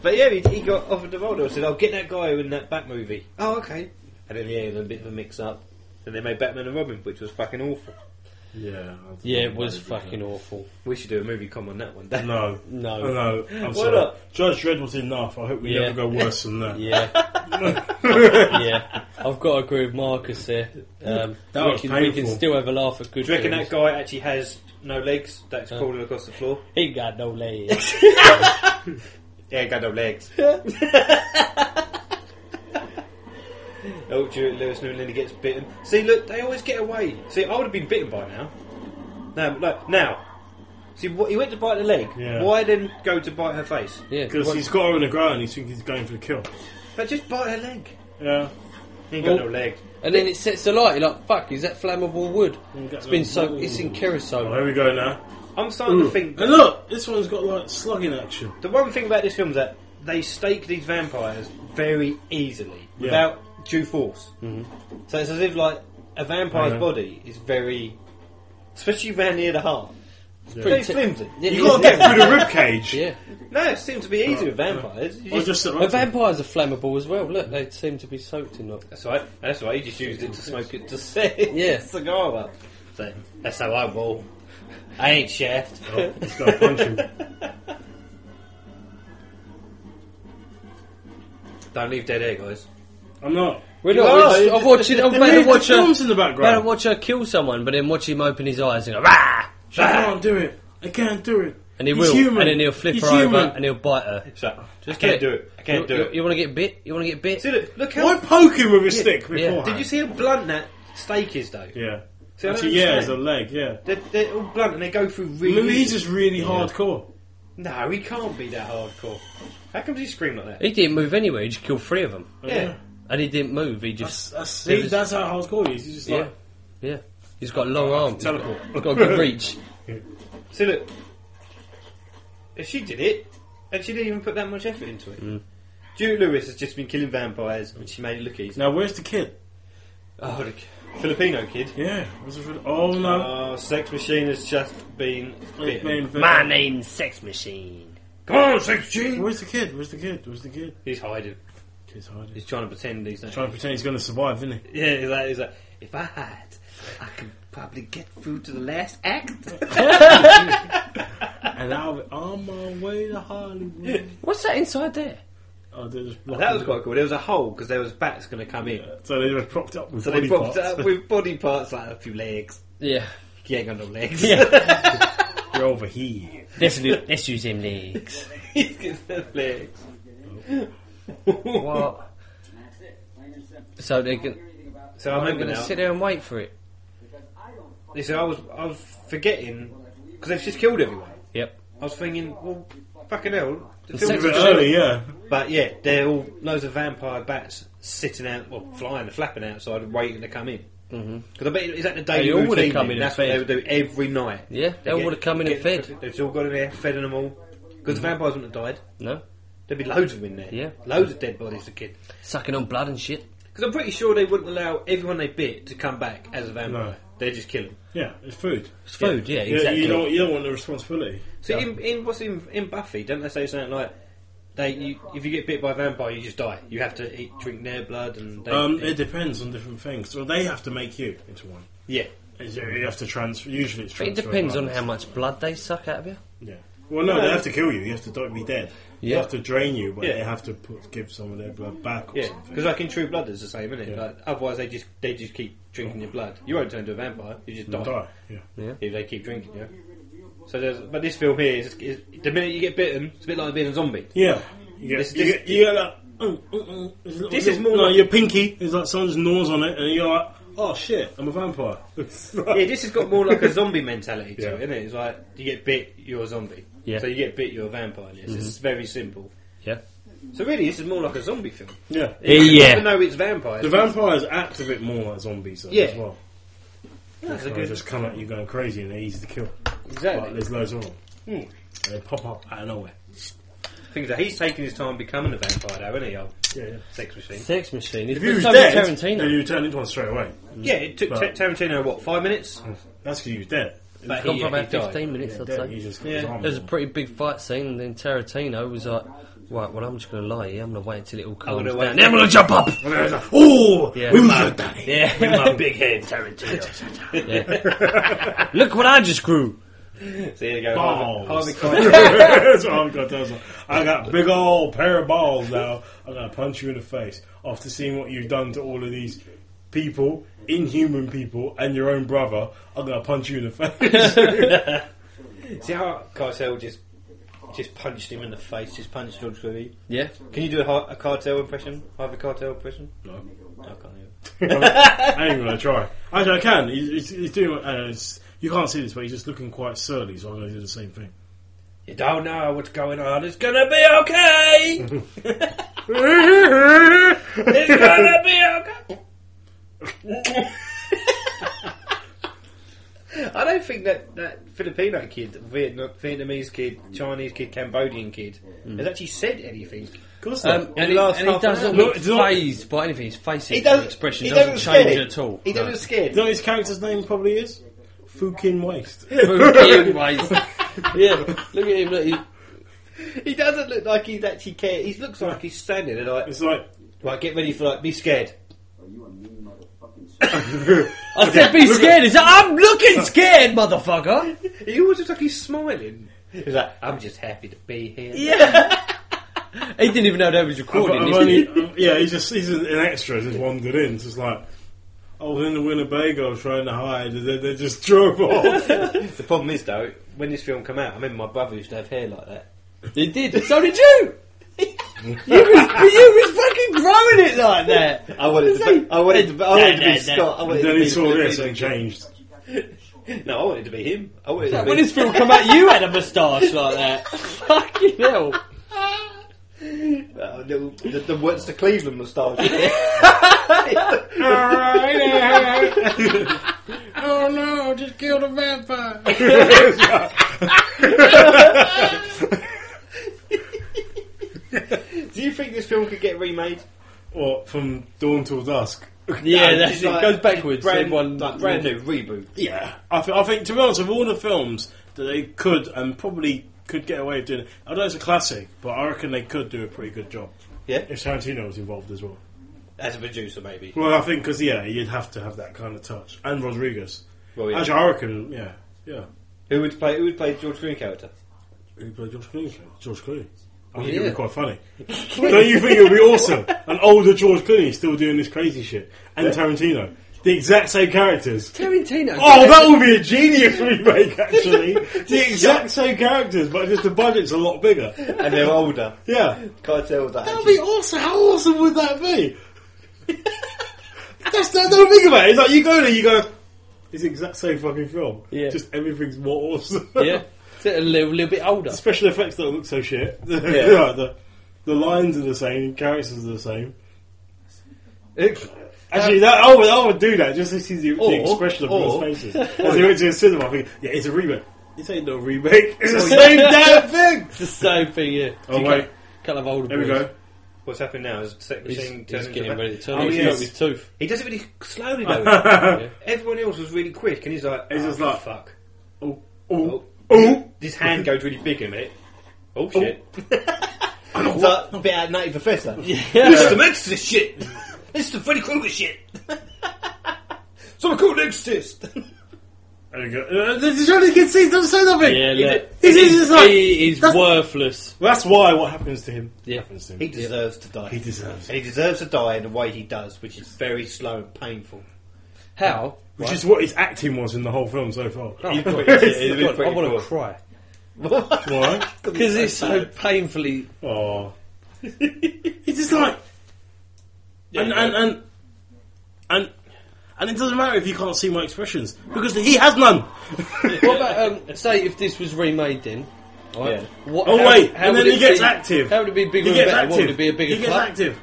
Speaker 9: But yeah, he, he got offered the role. They said, "I'll get that guy in that Bat movie." Oh, okay. And then yeah, it was a bit of a mix-up. Then they made Batman and Robin, which was fucking awful.
Speaker 11: Yeah.
Speaker 10: Yeah, it was fucking awful.
Speaker 9: We should do a movie com on that one. Day.
Speaker 11: No,
Speaker 10: No.
Speaker 11: Oh, no. I'm
Speaker 9: Why
Speaker 11: sorry.
Speaker 9: not?
Speaker 11: Judge Dredd was enough. I hope we
Speaker 10: Yeah.
Speaker 11: never go worse than that.
Speaker 10: Yeah. yeah, I've got to agree with Marcus there. Um,
Speaker 9: That
Speaker 10: we,
Speaker 9: was
Speaker 10: can, we can
Speaker 9: painful.
Speaker 10: still have a laugh at
Speaker 9: Do
Speaker 10: good.
Speaker 9: you reckon
Speaker 10: films.
Speaker 9: that guy actually has no legs? That's crawling across the floor.
Speaker 10: He got no legs.
Speaker 9: Yeah, he got no legs. oh, Stuart Lewis Newland gets bitten. See, look, they always get away. See, I would have been bitten by now. Now, like, now. See, wh- he went to bite the leg.
Speaker 11: Yeah.
Speaker 9: Why then go to bite her face?
Speaker 11: Because he's got her on the ground and he's thinking he's going for the kill.
Speaker 9: But just bite her leg.
Speaker 11: Yeah.
Speaker 9: He ain't
Speaker 10: Well,
Speaker 9: got no leg.
Speaker 10: And then it sets alight. You're like, fuck, is that flammable wood? It's been so. It's in
Speaker 11: Oh,
Speaker 10: kerosene.
Speaker 11: here we go now.
Speaker 9: I'm starting
Speaker 10: mm.
Speaker 11: Ooh.
Speaker 9: to think.
Speaker 11: And look, this one's got like slugging action.
Speaker 9: The one thing about this film is that they stake these vampires very easily
Speaker 11: Yeah. Mm-hmm.
Speaker 9: without due force. So it's as if like a vampire's
Speaker 11: Yeah.
Speaker 9: body is very, especially around near the heart. It's
Speaker 11: Yeah.
Speaker 9: pretty
Speaker 11: Pretty-
Speaker 9: flimsy.
Speaker 11: yeah, You gotta yeah. get through the rib cage.
Speaker 10: Yeah.
Speaker 9: No, it seems to be easy
Speaker 11: Oh,
Speaker 9: with vampires. You
Speaker 10: But vampires are flammable as well. Look, they seem to be soaked in that.
Speaker 9: That's right. That's right. You just used it to smoke it to set
Speaker 10: Yeah.
Speaker 9: cigar up. So that's how I roll. I ain't shaft.
Speaker 11: Oh, he's got a punch him.
Speaker 9: Don't leave dead air, guys.
Speaker 11: I'm not.
Speaker 10: We're
Speaker 9: You
Speaker 10: not.
Speaker 9: are.
Speaker 10: We're just, I'm watching. I'm
Speaker 11: There
Speaker 10: about
Speaker 11: is
Speaker 10: to watch her.
Speaker 11: films in the background.
Speaker 10: about to watch her kill someone, but then watch him open his eyes and go rah,
Speaker 11: She can't do it. I can't do it.
Speaker 10: and he
Speaker 11: He's
Speaker 10: will,
Speaker 11: Human.
Speaker 10: and then he'll flip
Speaker 11: He's
Speaker 10: her
Speaker 11: human.
Speaker 10: over and he'll bite her.
Speaker 9: I can't do it. I can't
Speaker 10: you,
Speaker 9: do
Speaker 10: you,
Speaker 9: it.
Speaker 10: You want to get bit? You want to get bit?
Speaker 9: See, look, look how.
Speaker 11: Why poke him with a stick
Speaker 10: Yeah.
Speaker 11: beforehand?
Speaker 9: Did you see how blunt that stake is, though?
Speaker 11: Yeah.
Speaker 9: See, I don't
Speaker 11: Actually, yeah, it's a
Speaker 9: understand.
Speaker 11: leg, yeah.
Speaker 9: They're, they're all blunt and they go through really.
Speaker 11: Louise is really hardcore.
Speaker 9: No, he can't be that hardcore. How come he scream like that?
Speaker 10: He didn't move anyway. He just killed three of them.
Speaker 9: Yeah.
Speaker 10: and he didn't move. He just
Speaker 11: That's, see,
Speaker 10: It was-
Speaker 11: that's how hardcore he is. He's just
Speaker 10: yeah,
Speaker 11: like,
Speaker 10: yeah. He's got long arms.
Speaker 11: Teleport.
Speaker 10: He's got a good reach.
Speaker 9: See, look. If she did it, and she didn't even put that much effort into it.
Speaker 10: Mm.
Speaker 9: Jude Lewis has just been killing vampires and she made it look easy.
Speaker 11: now where's the kid?
Speaker 9: Oh, the Filipino kid.
Speaker 11: Yeah. where's the fil- Oh, no.
Speaker 10: Uh,
Speaker 9: Oh, Sex Machine has just been.
Speaker 11: It's
Speaker 9: bitten.
Speaker 11: been-
Speaker 10: name's Sex Machine.
Speaker 9: Come on, Sex Machine!
Speaker 11: Where's the kid? Where's the kid? Where's the kid?
Speaker 9: He's hiding.
Speaker 11: He's hiding.
Speaker 9: He's trying to pretend he's not.
Speaker 11: Trying to pretend he's going to survive, isn't he?
Speaker 9: Yeah, he's like, he's like, if I hide, I can
Speaker 10: probably get through to the last act.
Speaker 11: and I was on my way to Hollywood.
Speaker 10: What's that inside there?
Speaker 11: Oh, they just
Speaker 9: Well, that was quite cool. There was a hole because there was bats going to come in.
Speaker 11: So they were propped up with
Speaker 9: so
Speaker 11: body
Speaker 9: they propped
Speaker 11: parts.
Speaker 9: up with body parts like a few legs.
Speaker 10: Yeah.
Speaker 9: You ain't got no legs.
Speaker 11: You're over here.
Speaker 10: Let's, lo- let's use them legs.
Speaker 9: He's got no legs.
Speaker 10: What? So they can.
Speaker 9: So I
Speaker 10: are they
Speaker 9: remember
Speaker 10: going to
Speaker 9: now.
Speaker 10: sit there and wait for it?
Speaker 9: You see, I was I was forgetting because they've just killed everyone.
Speaker 10: Yep.
Speaker 9: I was thinking, well, fucking hell. the
Speaker 11: It's
Speaker 9: film's
Speaker 11: a bit
Speaker 9: just-
Speaker 11: early, yeah.
Speaker 9: But yeah, they're all loads of vampire bats sitting out, well, flying, flapping outside, waiting to come in. Because I bet is that
Speaker 10: Mm-hmm. They
Speaker 9: the daily
Speaker 10: all
Speaker 9: routine?
Speaker 10: would've come
Speaker 9: then?
Speaker 10: in and
Speaker 9: That's what they
Speaker 10: fed.
Speaker 9: would do every night.
Speaker 10: Yeah, they all
Speaker 9: get-
Speaker 10: would've come in and
Speaker 9: get-
Speaker 10: fed.
Speaker 9: They've all got in there, feeding them all. Because the vampires wouldn't have died.
Speaker 10: Mm-hmm. No.
Speaker 9: There'd be loads of them in there.
Speaker 10: Yeah.
Speaker 9: Loads of dead bodies to kid.
Speaker 10: Sucking on blood and shit.
Speaker 9: Because I'm pretty sure they wouldn't allow everyone they bit to come back as a vampire.
Speaker 11: No.
Speaker 9: They just kill them.
Speaker 11: Yeah, it's food.
Speaker 10: It's food, yeah, exactly.
Speaker 11: You don't, you don't want the responsibility.
Speaker 9: See, in, in what's in, in Buffy, don't they say something like, "They, you, if you get bit by a vampire, you just die. You have to eat, drink their blood, and they,
Speaker 11: um,
Speaker 9: they-
Speaker 11: it depends on different things. So they have to make you into one.
Speaker 9: yeah."
Speaker 11: It's- You have to transfer. Usually, it's
Speaker 10: But it
Speaker 11: transfer.
Speaker 10: depends on
Speaker 11: blood.
Speaker 10: how much blood they suck out of you.
Speaker 11: Yeah. Well, no,
Speaker 10: No.
Speaker 11: they have to kill you. You have to don't be dead. They
Speaker 10: Yeah.
Speaker 11: have to drain you, but
Speaker 9: Yeah.
Speaker 11: they have to put, give some of their blood back or
Speaker 9: Yeah,
Speaker 11: something.
Speaker 9: because like in True Blood, it's the same, isn't it?
Speaker 11: Yeah.
Speaker 9: Like, otherwise, they just they just keep drinking your blood. You won't turn into a vampire. You just
Speaker 11: You
Speaker 9: die.
Speaker 11: die, yeah.
Speaker 9: If they keep drinking you. So, there's, but this film here is, is the minute you get bitten, it's a bit like being a zombie.
Speaker 11: Yeah. You get,
Speaker 9: This-
Speaker 11: you
Speaker 9: this-
Speaker 11: get, you get like, "Oh, oh, oh," it's like-
Speaker 9: This is more
Speaker 11: no,
Speaker 9: like-
Speaker 11: your pinky is like someone just gnaws on it, and you're like, oh shit, I'm a vampire.
Speaker 9: yeah, this has got more like a zombie mentality to it, isn't it? It's like you get bit, you're a zombie.
Speaker 10: Yeah.
Speaker 9: So you get bit, you're a vampire. Yes, It's very simple.
Speaker 10: Yeah.
Speaker 9: So really, this is more like a zombie film.
Speaker 11: Yeah.
Speaker 9: Even-
Speaker 10: Yeah.
Speaker 9: Even though it's vampires.
Speaker 11: The vampires act a bit more like zombies though,
Speaker 9: Yeah.
Speaker 11: as well.
Speaker 9: That's a
Speaker 11: They
Speaker 9: good.
Speaker 11: just come at you going crazy, and they're easy to kill.
Speaker 9: Exactly.
Speaker 11: Like, there's loads of them.
Speaker 9: Hmm.
Speaker 11: And they pop up out of nowhere.
Speaker 9: Things that he's taking his time becoming a vampire, though, isn't he? Old
Speaker 11: Yeah. yeah.
Speaker 9: sex machine.
Speaker 10: Sex machine. It's
Speaker 11: If you was
Speaker 10: so
Speaker 11: dead, then
Speaker 10: Tarantino.
Speaker 11: you turn into one straight away.
Speaker 9: Yeah, it took
Speaker 11: But-
Speaker 9: Ta- Tarantino what five minutes.
Speaker 11: That's because you was dead.
Speaker 9: But
Speaker 10: Gone
Speaker 9: he,
Speaker 10: for
Speaker 9: yeah,
Speaker 10: about
Speaker 9: he died.
Speaker 10: 15 minutes, I'd
Speaker 11: dead.
Speaker 10: say.
Speaker 11: He just got
Speaker 9: Yeah.
Speaker 11: his arm
Speaker 10: There's a
Speaker 11: on.
Speaker 10: pretty big fight scene, and then Tarantino was like, right, well, I'm just going to lie here. I'm going to wait until it all
Speaker 9: I'm
Speaker 10: calms
Speaker 9: gonna
Speaker 10: down.
Speaker 9: wait-
Speaker 10: Then I'm going to jump up!
Speaker 11: And there's a- Oh,
Speaker 10: Yeah.
Speaker 11: we will die.
Speaker 9: Yeah, with my big head, Tarantino.
Speaker 10: Look what I just grew!
Speaker 9: so there you go.
Speaker 11: Balls.
Speaker 9: Harvey- Harvey
Speaker 11: That's what I'm gonna tell them. I got big old pair of balls now. I'm gonna punch you in the face after seeing what you've done to all of these people, inhuman people, and your own brother. I'm gonna punch you in the face.
Speaker 9: See how Cartel just just punched him in the face, just punched George Clooney.
Speaker 10: Yeah.
Speaker 9: Can you do a, Har- a cartel impression? Harvey Cartel impression?
Speaker 11: No.
Speaker 9: I can't do it.
Speaker 11: I ain't gonna try. Actually, I can. He's, he's, he's doing. Uh, it's, you can't see this, but he's just looking quite surly. So I'm gonna do the same thing.
Speaker 9: You don't know what's going on. It's gonna be okay. it's gonna be okay. I don't think that, that Filipino kid, Vietnam, Vietnamese kid, Chinese kid, Cambodian kid has actually said anything.
Speaker 11: Of course
Speaker 10: Um,
Speaker 11: not.
Speaker 10: and he,
Speaker 9: last
Speaker 10: and he
Speaker 9: half an
Speaker 10: doesn't
Speaker 9: hour.
Speaker 10: look
Speaker 11: No, it's not-
Speaker 10: phased by anything. His face
Speaker 9: He
Speaker 10: doesn't,
Speaker 9: doesn't-
Speaker 10: expression
Speaker 9: he
Speaker 10: doesn't,
Speaker 9: doesn't
Speaker 10: change
Speaker 9: get it.
Speaker 10: at all.
Speaker 9: He doesn't
Speaker 10: No.
Speaker 9: scared.
Speaker 11: You know what his character's name probably is Fukin Waste.
Speaker 10: Fucking waste. yeah, look at him. Look, he,
Speaker 9: He doesn't look like he's actually care. He looks like he's standing and like,
Speaker 11: It's like
Speaker 9: right, get ready for like, be scared.
Speaker 10: I said, be scared. He said, I'm looking scared, motherfucker.
Speaker 9: He always looks like he's smiling. He's like, I'm just happy to be here.
Speaker 10: Yeah. he didn't even know they was
Speaker 11: I've,
Speaker 10: recording.
Speaker 11: I've
Speaker 10: this.
Speaker 11: only, yeah, he's just he's an extra, just wandered in, It's just like I was in the Winnebago trying to hide, and then they just drove off.
Speaker 9: The problem is though, when this film came out, I remember my brother used to have hair like that.
Speaker 10: He did. So did you. you, was, you was fucking growing it like that.
Speaker 9: I wanted to be, I wanted to be, I wanted to be Scott. I wanted
Speaker 11: and
Speaker 9: to
Speaker 11: then
Speaker 9: be
Speaker 11: he saw this and
Speaker 9: Filipino.
Speaker 11: changed.
Speaker 9: No, I wanted to be him. I wanted to
Speaker 10: When
Speaker 9: be.
Speaker 10: this film come out, you had a moustache like that. Fucking hell.
Speaker 9: Uh, the, the, the, what's the Cleveland moustache?
Speaker 10: Oh no, just killed a vampire.
Speaker 9: Do you think this film could get remade?
Speaker 11: Or from dawn till dusk.
Speaker 10: Yeah,
Speaker 9: No,
Speaker 10: that's
Speaker 9: just
Speaker 10: it.
Speaker 9: like-
Speaker 10: Goes backwards.
Speaker 9: Brand,
Speaker 10: then one
Speaker 9: like, brand new reboot.
Speaker 11: Yeah, I, th- I think to be honest, of all the films that they could and probably could get away with doing, I know it's a classic, but I reckon they could do a pretty good job
Speaker 9: Yeah,
Speaker 11: if Tarantino was involved as well.
Speaker 9: as a producer maybe.
Speaker 11: Well, I think because yeah, you'd have to have that kind of touch, and Rodriguez.
Speaker 9: Well, yeah.
Speaker 11: Actually, I reckon, yeah, yeah.
Speaker 9: Who would play? Who would play George Clooney character?
Speaker 11: Who played George Clooney? George Clooney. I
Speaker 9: Well,
Speaker 11: think it'd
Speaker 9: yeah.
Speaker 11: be quite funny. Don't you think it would be awesome? An older George Clooney still doing this crazy shit, and
Speaker 10: Yeah.
Speaker 11: Tarantino, the exact same characters.
Speaker 10: Tarantino.
Speaker 11: Oh, that would be a genius remake, actually. the exact same characters, but just the budget's a lot bigger.
Speaker 9: And they're older.
Speaker 11: Yeah.
Speaker 9: Can't tell that.
Speaker 11: That'd be awesome. How awesome would that be? That's that's the thing about it. It's like you go there, you go. It's the exact same fucking film.
Speaker 10: Yeah.
Speaker 11: Just everything's more awesome.
Speaker 10: yeah, It's a little, little bit older.
Speaker 11: Special effects don't look so shit.
Speaker 10: Yeah.
Speaker 11: Yeah, the, the lines are the same, characters are the same. Actually, that, I, would, I would do that just to see the,
Speaker 10: Or-
Speaker 11: the expression of people's
Speaker 10: or-
Speaker 11: faces. As they went to the cinema, I think, yeah, it's a remake. This ain't no remake. It's the
Speaker 10: Oh,
Speaker 11: same
Speaker 10: yeah.
Speaker 11: damn thing.
Speaker 10: It's the same thing. Yeah.
Speaker 11: Oh,
Speaker 10: You
Speaker 11: wait.
Speaker 10: can't- Can't have older.
Speaker 11: There we
Speaker 10: boys.
Speaker 11: go.
Speaker 9: What's happened now is the sex
Speaker 10: He's-
Speaker 9: machine
Speaker 10: he's
Speaker 9: turning
Speaker 10: getting
Speaker 9: into
Speaker 10: ready to turn.
Speaker 9: Oh,
Speaker 10: He's
Speaker 9: yes.
Speaker 10: got his tooth.
Speaker 9: He does it really slowly though.
Speaker 10: Yeah.
Speaker 9: Everyone else was really quick, and he's like,
Speaker 11: He's
Speaker 9: oh,
Speaker 11: just like-
Speaker 9: fuck.
Speaker 11: Oh,
Speaker 9: oh, His hand goes really big in a minute. Oh shit! it's like a bit out of Nutty Professor. It's the Mensa shit. It's the Freddy Krueger shit. Someone called Exorcist.
Speaker 11: There you go. Uh, this is really good scene. Don't say nothing.
Speaker 10: Yeah,
Speaker 11: Is
Speaker 10: yeah.
Speaker 11: it- This is just like
Speaker 10: he is
Speaker 11: that's-
Speaker 10: worthless.
Speaker 11: Well, that's why what happens to him
Speaker 10: Yeah.
Speaker 11: happens to him.
Speaker 9: He deserves to die.
Speaker 11: He deserves.
Speaker 9: He deserves to die in the way he does, which is very slow and painful.
Speaker 10: How?
Speaker 11: Which is what his acting was in the whole film so far.
Speaker 10: Oh,
Speaker 9: He's
Speaker 10: God.
Speaker 9: pretty- he's
Speaker 10: God, I
Speaker 9: pretty
Speaker 10: want
Speaker 9: cool.
Speaker 10: to cry
Speaker 11: Why?
Speaker 10: because it's so painfully.
Speaker 11: Oh, it's just like, and, and and and and it doesn't matter if you can't see my expressions because he has none.
Speaker 10: what about um, say if this was remade then? Right? What,
Speaker 11: Oh,
Speaker 10: how-
Speaker 11: wait,
Speaker 10: how
Speaker 11: and
Speaker 10: would
Speaker 11: then he
Speaker 10: it
Speaker 11: gets
Speaker 10: be-
Speaker 11: active.
Speaker 10: How would it be bigger
Speaker 11: He
Speaker 10: and
Speaker 11: gets
Speaker 10: better? What would
Speaker 11: active.
Speaker 10: it be a bigger
Speaker 11: He gets
Speaker 10: club?
Speaker 11: active.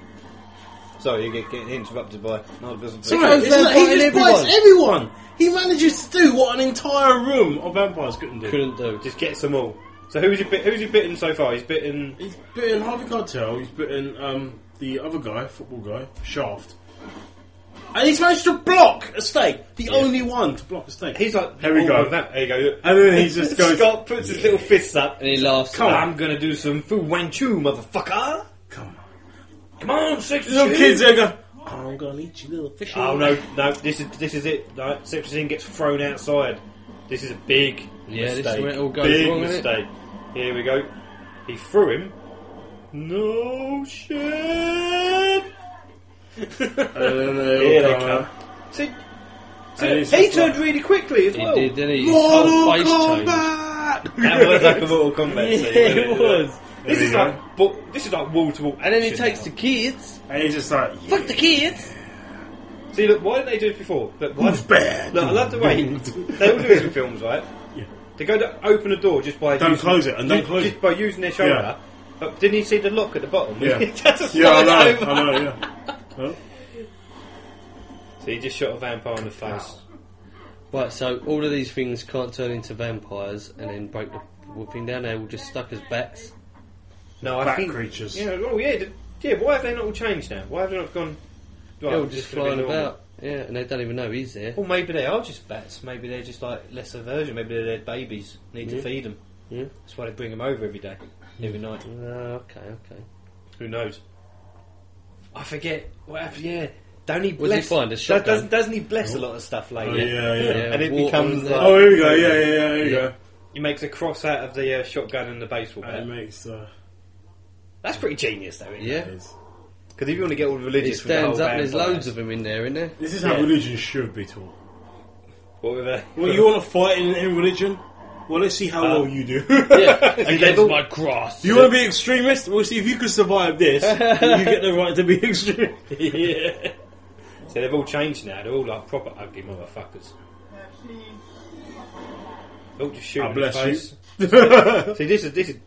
Speaker 9: Sorry, you get getting interrupted by another person.
Speaker 11: Sorry,
Speaker 10: Because
Speaker 11: it's
Speaker 10: they're
Speaker 11: like he
Speaker 10: biting
Speaker 11: just
Speaker 10: everyone.
Speaker 11: bites everyone. He manages to do what an entire room of vampires couldn't do.
Speaker 10: Couldn't do.
Speaker 9: Just gets them all. So who's he? Bit, who's he bitten so far? He's bitten.
Speaker 11: He's bitten Harvey Cartel. He's bitten um, the other guy, football guy, Shaft. And he's managed to block a stake. The only one to block a stake.
Speaker 9: He's like,
Speaker 11: There we
Speaker 9: all
Speaker 11: go.
Speaker 9: of That. There you go.
Speaker 11: And then he just goes-
Speaker 9: Scott puts his little fists up.
Speaker 10: And he laughs.
Speaker 9: Come on,
Speaker 10: at
Speaker 9: I'm gonna do some Fu Wanchu, motherfucker. Come on, come on, six
Speaker 11: little kids there go. I'm gonna eat you, little fish.
Speaker 9: Oh no, no, this is this is it. No, Septuagint gets thrown outside. This is a big
Speaker 10: Yeah, this
Speaker 9: mistake.
Speaker 10: is where it all goes
Speaker 9: big
Speaker 10: wrong, isn't it?
Speaker 9: mistake. Here we go. He threw him. No shit. Here they come. See, see,
Speaker 10: And it's
Speaker 9: he
Speaker 10: just
Speaker 9: turned really quickly as
Speaker 10: He
Speaker 9: well.
Speaker 10: did, didn't he? His
Speaker 11: Mortal
Speaker 10: whole face changed.
Speaker 9: That was like a Mortal Kombat
Speaker 10: Yeah,
Speaker 9: scene. wasn't
Speaker 10: it was.
Speaker 9: This
Speaker 11: There
Speaker 9: is
Speaker 11: we go.
Speaker 9: like bu- this is like wall to wall.
Speaker 10: And then he takes the kids.
Speaker 11: And he's just like, yeah.
Speaker 10: Fuck the kids.
Speaker 9: See, look, why didn't they do it before? Look, why
Speaker 11: Who's bad?
Speaker 9: Look, I love the way they all do it in films, right?
Speaker 11: Yeah.
Speaker 9: They go to open a door just by
Speaker 11: Don't
Speaker 9: using,
Speaker 11: close it, and don't
Speaker 9: ju-
Speaker 11: close
Speaker 9: just
Speaker 11: it.
Speaker 9: by using their shoulder. But didn't he see the lock at the bottom?
Speaker 11: Yeah.
Speaker 9: He just
Speaker 11: yeah, I
Speaker 9: slid
Speaker 11: know,
Speaker 9: over.
Speaker 11: I know, yeah. Huh?
Speaker 9: So he just shot a vampire in the face.
Speaker 10: Right, so all of these things can't turn into vampires and then break the whooping down. They all just stuck as bats.
Speaker 9: No, I
Speaker 11: Bat
Speaker 9: think
Speaker 11: creatures.
Speaker 9: Yeah. Oh yeah. th- Yeah. Why have they not all changed now? Why have they not gone?
Speaker 10: They're
Speaker 9: right,
Speaker 10: all
Speaker 9: this
Speaker 10: just
Speaker 9: is gonna be
Speaker 10: flying
Speaker 9: normal.
Speaker 10: about. Yeah, and they don't even know he's there.
Speaker 9: Well, maybe they are just bats. Maybe they're just like lesser version. Maybe they're their babies. Need to
Speaker 10: Yeah.
Speaker 9: feed them.
Speaker 10: Yeah.
Speaker 9: That's why they bring them over every day, every night.
Speaker 10: Ah, okay, okay.
Speaker 9: Who knows? I forget what happened. Yeah, don't he
Speaker 10: Was he
Speaker 9: bless?
Speaker 10: fine? A shotgun?
Speaker 9: doesn't, doesn't he bless a lot of stuff later?
Speaker 11: Oh, yeah, yeah.
Speaker 10: Yeah,
Speaker 9: and it
Speaker 10: water
Speaker 9: becomes
Speaker 10: and
Speaker 9: like,
Speaker 11: Oh, here we go. Yeah, yeah, yeah. Here we
Speaker 10: Yeah.
Speaker 11: go.
Speaker 9: he makes a cross out of the uh, shotgun and the baseball
Speaker 11: And
Speaker 9: bat.
Speaker 11: it makes. Uh,
Speaker 9: That's pretty genius, though. Isn't
Speaker 10: Yeah.
Speaker 11: is.
Speaker 9: Because if you want to get all
Speaker 10: It
Speaker 9: religious, with the
Speaker 10: stands
Speaker 9: whole
Speaker 10: up. and There's
Speaker 9: vampires,
Speaker 10: loads of them in there, isn't there?
Speaker 11: This is how
Speaker 9: Yeah.
Speaker 11: religion should be taught.
Speaker 9: What were they?
Speaker 11: Well, you want to fight in, in religion? Well, let's see how well you do.
Speaker 10: Yeah, against my grass.
Speaker 11: You want to be extremist? We'll see if you can survive this. you get the right to be extremist.
Speaker 9: yeah. So they've all changed now. They're all like proper ugly motherfuckers. They're all just shooting.
Speaker 11: Ah, bless
Speaker 9: in the face.
Speaker 11: you.
Speaker 9: See, this is this is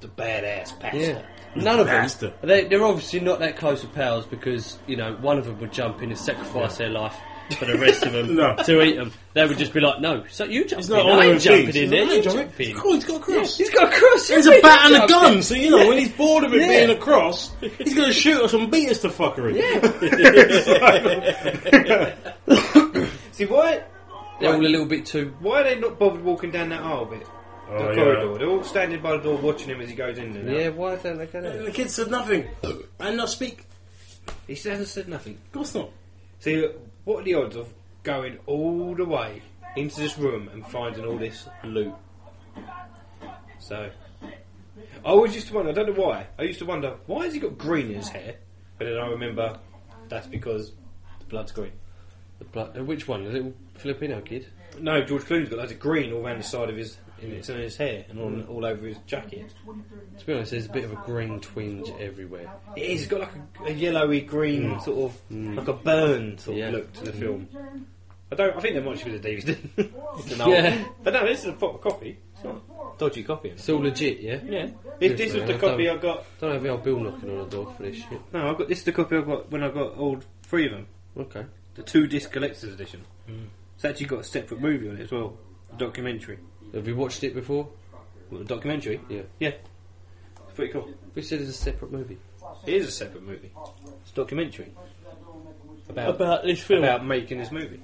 Speaker 9: the badass pastor.
Speaker 10: Yeah. None of
Speaker 11: Bastard.
Speaker 10: them. They, they're obviously not that close with powers because you know one of them would jump in and sacrifice their life for the rest of them
Speaker 11: No.
Speaker 10: to eat them. They would just be like, "No, so you jump
Speaker 11: He's
Speaker 10: in.
Speaker 11: not
Speaker 10: I
Speaker 11: honoring
Speaker 10: ain't jumping
Speaker 11: thieves.
Speaker 10: in
Speaker 11: He's
Speaker 10: there.
Speaker 11: not
Speaker 10: You
Speaker 11: jumping.
Speaker 10: jump in."
Speaker 11: Cool, he's got a cross.
Speaker 10: He's got a cross.
Speaker 11: He's a bat and a gun, so you know when he's bored of it
Speaker 10: Yeah.
Speaker 11: being a cross, he's going to shoot us and beat us to fuckery.
Speaker 9: See why?
Speaker 10: They're all a little bit too.
Speaker 9: Why are they not bothered walking down that aisle bit? The
Speaker 11: Oh, yeah.
Speaker 9: corridor. They're all standing by the door watching him as he goes in there. now.
Speaker 10: Yeah, why don't they go there?
Speaker 11: The kid said nothing and not speak.
Speaker 9: He hasn't said nothing.
Speaker 11: Of course not.
Speaker 9: See, what are the odds of going all the way into this room and finding all this loot. So, I always used to wonder. I don't know why. I used to wonder why has he got green in his hair? But then I remember that's because the blood's green.
Speaker 10: The blood. uh, Which one? The little Filipino kid.
Speaker 9: No, George Clooney's got loads of green all round the side of his, in it's in his hair and all, all over his jacket.
Speaker 10: To be honest, there's a bit of a green twinge everywhere.
Speaker 9: It is, it's got like a, a yellowy green
Speaker 10: Mm.
Speaker 9: sort of
Speaker 10: Mm.
Speaker 9: like a burn sort
Speaker 10: Yeah.
Speaker 9: of look to the
Speaker 10: Mm.
Speaker 9: film. I don't. I think they might just be the DVD. It's an
Speaker 10: Yeah.
Speaker 9: old- But no, this is a proper copy. It's not a dodgy copy.
Speaker 10: It's all legit, yeah.
Speaker 9: Yeah. This, this is the copy I got.
Speaker 10: Don't have the old bill knocking on the door for this shit.
Speaker 9: No, I got this. Is the copy I got when I got all three of them.
Speaker 10: Okay.
Speaker 9: The two disc collector's edition.
Speaker 10: Mm.
Speaker 9: It's actually got a separate movie on it as well. A documentary.
Speaker 10: Have you watched it before?
Speaker 9: Well, the documentary.
Speaker 10: Yeah.
Speaker 9: Yeah. It's pretty cool.
Speaker 10: We said it's a separate movie.
Speaker 9: It is a separate movie. It's a documentary. About,
Speaker 10: About this film.
Speaker 9: About making this movie.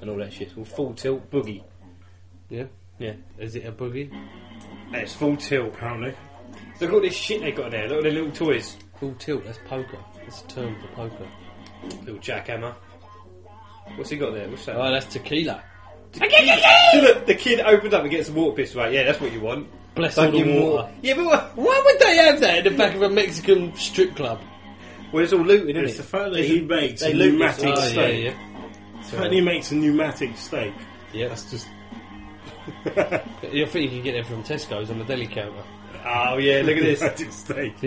Speaker 9: And all that shit. Well, full tilt boogie.
Speaker 10: Yeah?
Speaker 9: Yeah.
Speaker 10: Is it a boogie?
Speaker 9: And it's full tilt.
Speaker 11: Apparently.
Speaker 9: Look at all this shit they got there. Look at their little toys.
Speaker 10: Full tilt, that's poker. That's a term for poker.
Speaker 9: Little jackhammer. What's he got there? What's that?
Speaker 10: Oh, that's tequila.
Speaker 9: So look, the kid opens up and gets a water pistol. Right, yeah, that's what you want.
Speaker 10: Bless all
Speaker 9: Fucking
Speaker 10: the water.
Speaker 9: Yeah, but what?
Speaker 10: Why would they have that in the back of a Mexican strip club?
Speaker 9: Well, it's all looted, isn't
Speaker 11: It's
Speaker 9: it?
Speaker 11: the fact that he makes
Speaker 9: they
Speaker 11: a
Speaker 9: loot
Speaker 11: pneumatic
Speaker 9: this-
Speaker 10: Oh,
Speaker 11: steak.
Speaker 10: yeah, yeah. uh,
Speaker 11: The fact that he makes a pneumatic steak.
Speaker 10: Yeah.
Speaker 11: That's just.
Speaker 10: You think you can get them from Tesco's on the deli counter.
Speaker 9: Oh yeah, look at this.
Speaker 11: Pneumatic steak.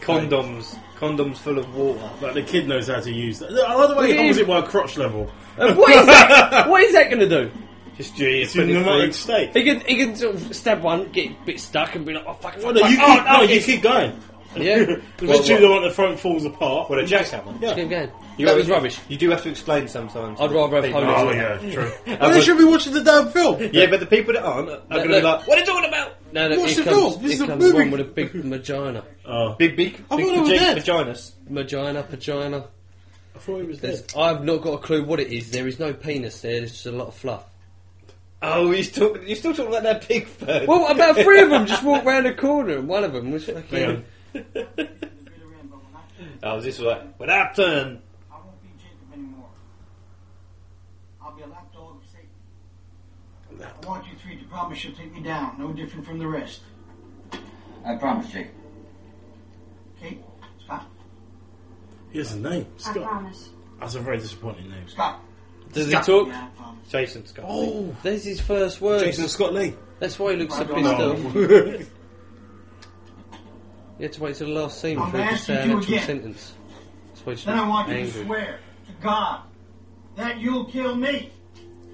Speaker 9: Condoms. Condoms full of water.
Speaker 11: Like the kid knows how to use that. I love the
Speaker 10: It
Speaker 11: way he holds
Speaker 10: is-
Speaker 11: it by crotch level.
Speaker 10: And what Uh, is that? what is that going to do?
Speaker 9: Just gee,
Speaker 11: It's a pneumatic steak.
Speaker 10: He can, he can sort of stab one, get a bit stuck, and be like, oh, fuck,
Speaker 11: Well,
Speaker 10: fuck,
Speaker 11: no,
Speaker 10: fuck.
Speaker 11: you
Speaker 10: oh,
Speaker 11: keep, no, you keep going.
Speaker 10: Yeah.
Speaker 11: Literally, the one at the front falls apart.
Speaker 9: What a jackhammer.
Speaker 11: Yeah.
Speaker 10: Keep going.
Speaker 9: You
Speaker 10: that
Speaker 9: have-
Speaker 10: was rubbish.
Speaker 9: You do have to explain sometimes.
Speaker 10: I'd rather have
Speaker 9: People-
Speaker 10: Polish
Speaker 11: Oh
Speaker 10: than
Speaker 11: yeah, true.
Speaker 9: Well, they should
Speaker 11: be watching the damn film.
Speaker 9: Yeah, but the people that aren't are going to be
Speaker 10: look.
Speaker 9: like, "What are you talking about?"
Speaker 10: No, no,
Speaker 11: Watch
Speaker 10: here
Speaker 11: the
Speaker 10: comes,
Speaker 11: film. This
Speaker 10: here
Speaker 11: is a
Speaker 10: comes one
Speaker 11: movie.
Speaker 10: with a big vagina.
Speaker 11: Oh,
Speaker 9: Big, big,
Speaker 11: I
Speaker 9: big
Speaker 11: thought I was
Speaker 9: vagi-
Speaker 11: dead.
Speaker 9: vaginas.
Speaker 10: Vagina, vagina.
Speaker 11: I thought it was
Speaker 10: There's,
Speaker 11: this.
Speaker 10: I've not got a clue what it is. There is no penis there. There's just a lot of fluff.
Speaker 9: Oh, he's talking. You're still talking about that big bird.
Speaker 10: Well, about three of them just walked round the corner, and one of them was fucking.
Speaker 9: oh, this is like, "What happened?"
Speaker 17: I won't be Jacob anymore. I'll be a lapdog of Satan. I want you three to promise you'll take me down, no different from the rest.
Speaker 18: I promise, Jake.
Speaker 17: Kate, stop.
Speaker 11: He has a name,
Speaker 17: I
Speaker 11: Scott.
Speaker 17: promise.
Speaker 11: That's a very disappointing name.
Speaker 17: Stop.
Speaker 10: Does he talk?
Speaker 17: Yeah, I promise.
Speaker 9: Jason Scott.
Speaker 11: Oh,
Speaker 10: There's his first words.
Speaker 11: Jason Scott Lee.
Speaker 10: That's why he looks so
Speaker 17: No.
Speaker 10: pissed off. You had to wait till the last scene
Speaker 17: I'm
Speaker 10: before he could
Speaker 17: asking
Speaker 10: say an
Speaker 17: you
Speaker 10: actual
Speaker 17: again.
Speaker 10: sentence. That's why he's
Speaker 17: Then I want you
Speaker 10: angry.
Speaker 17: to swear to God that you'll kill me.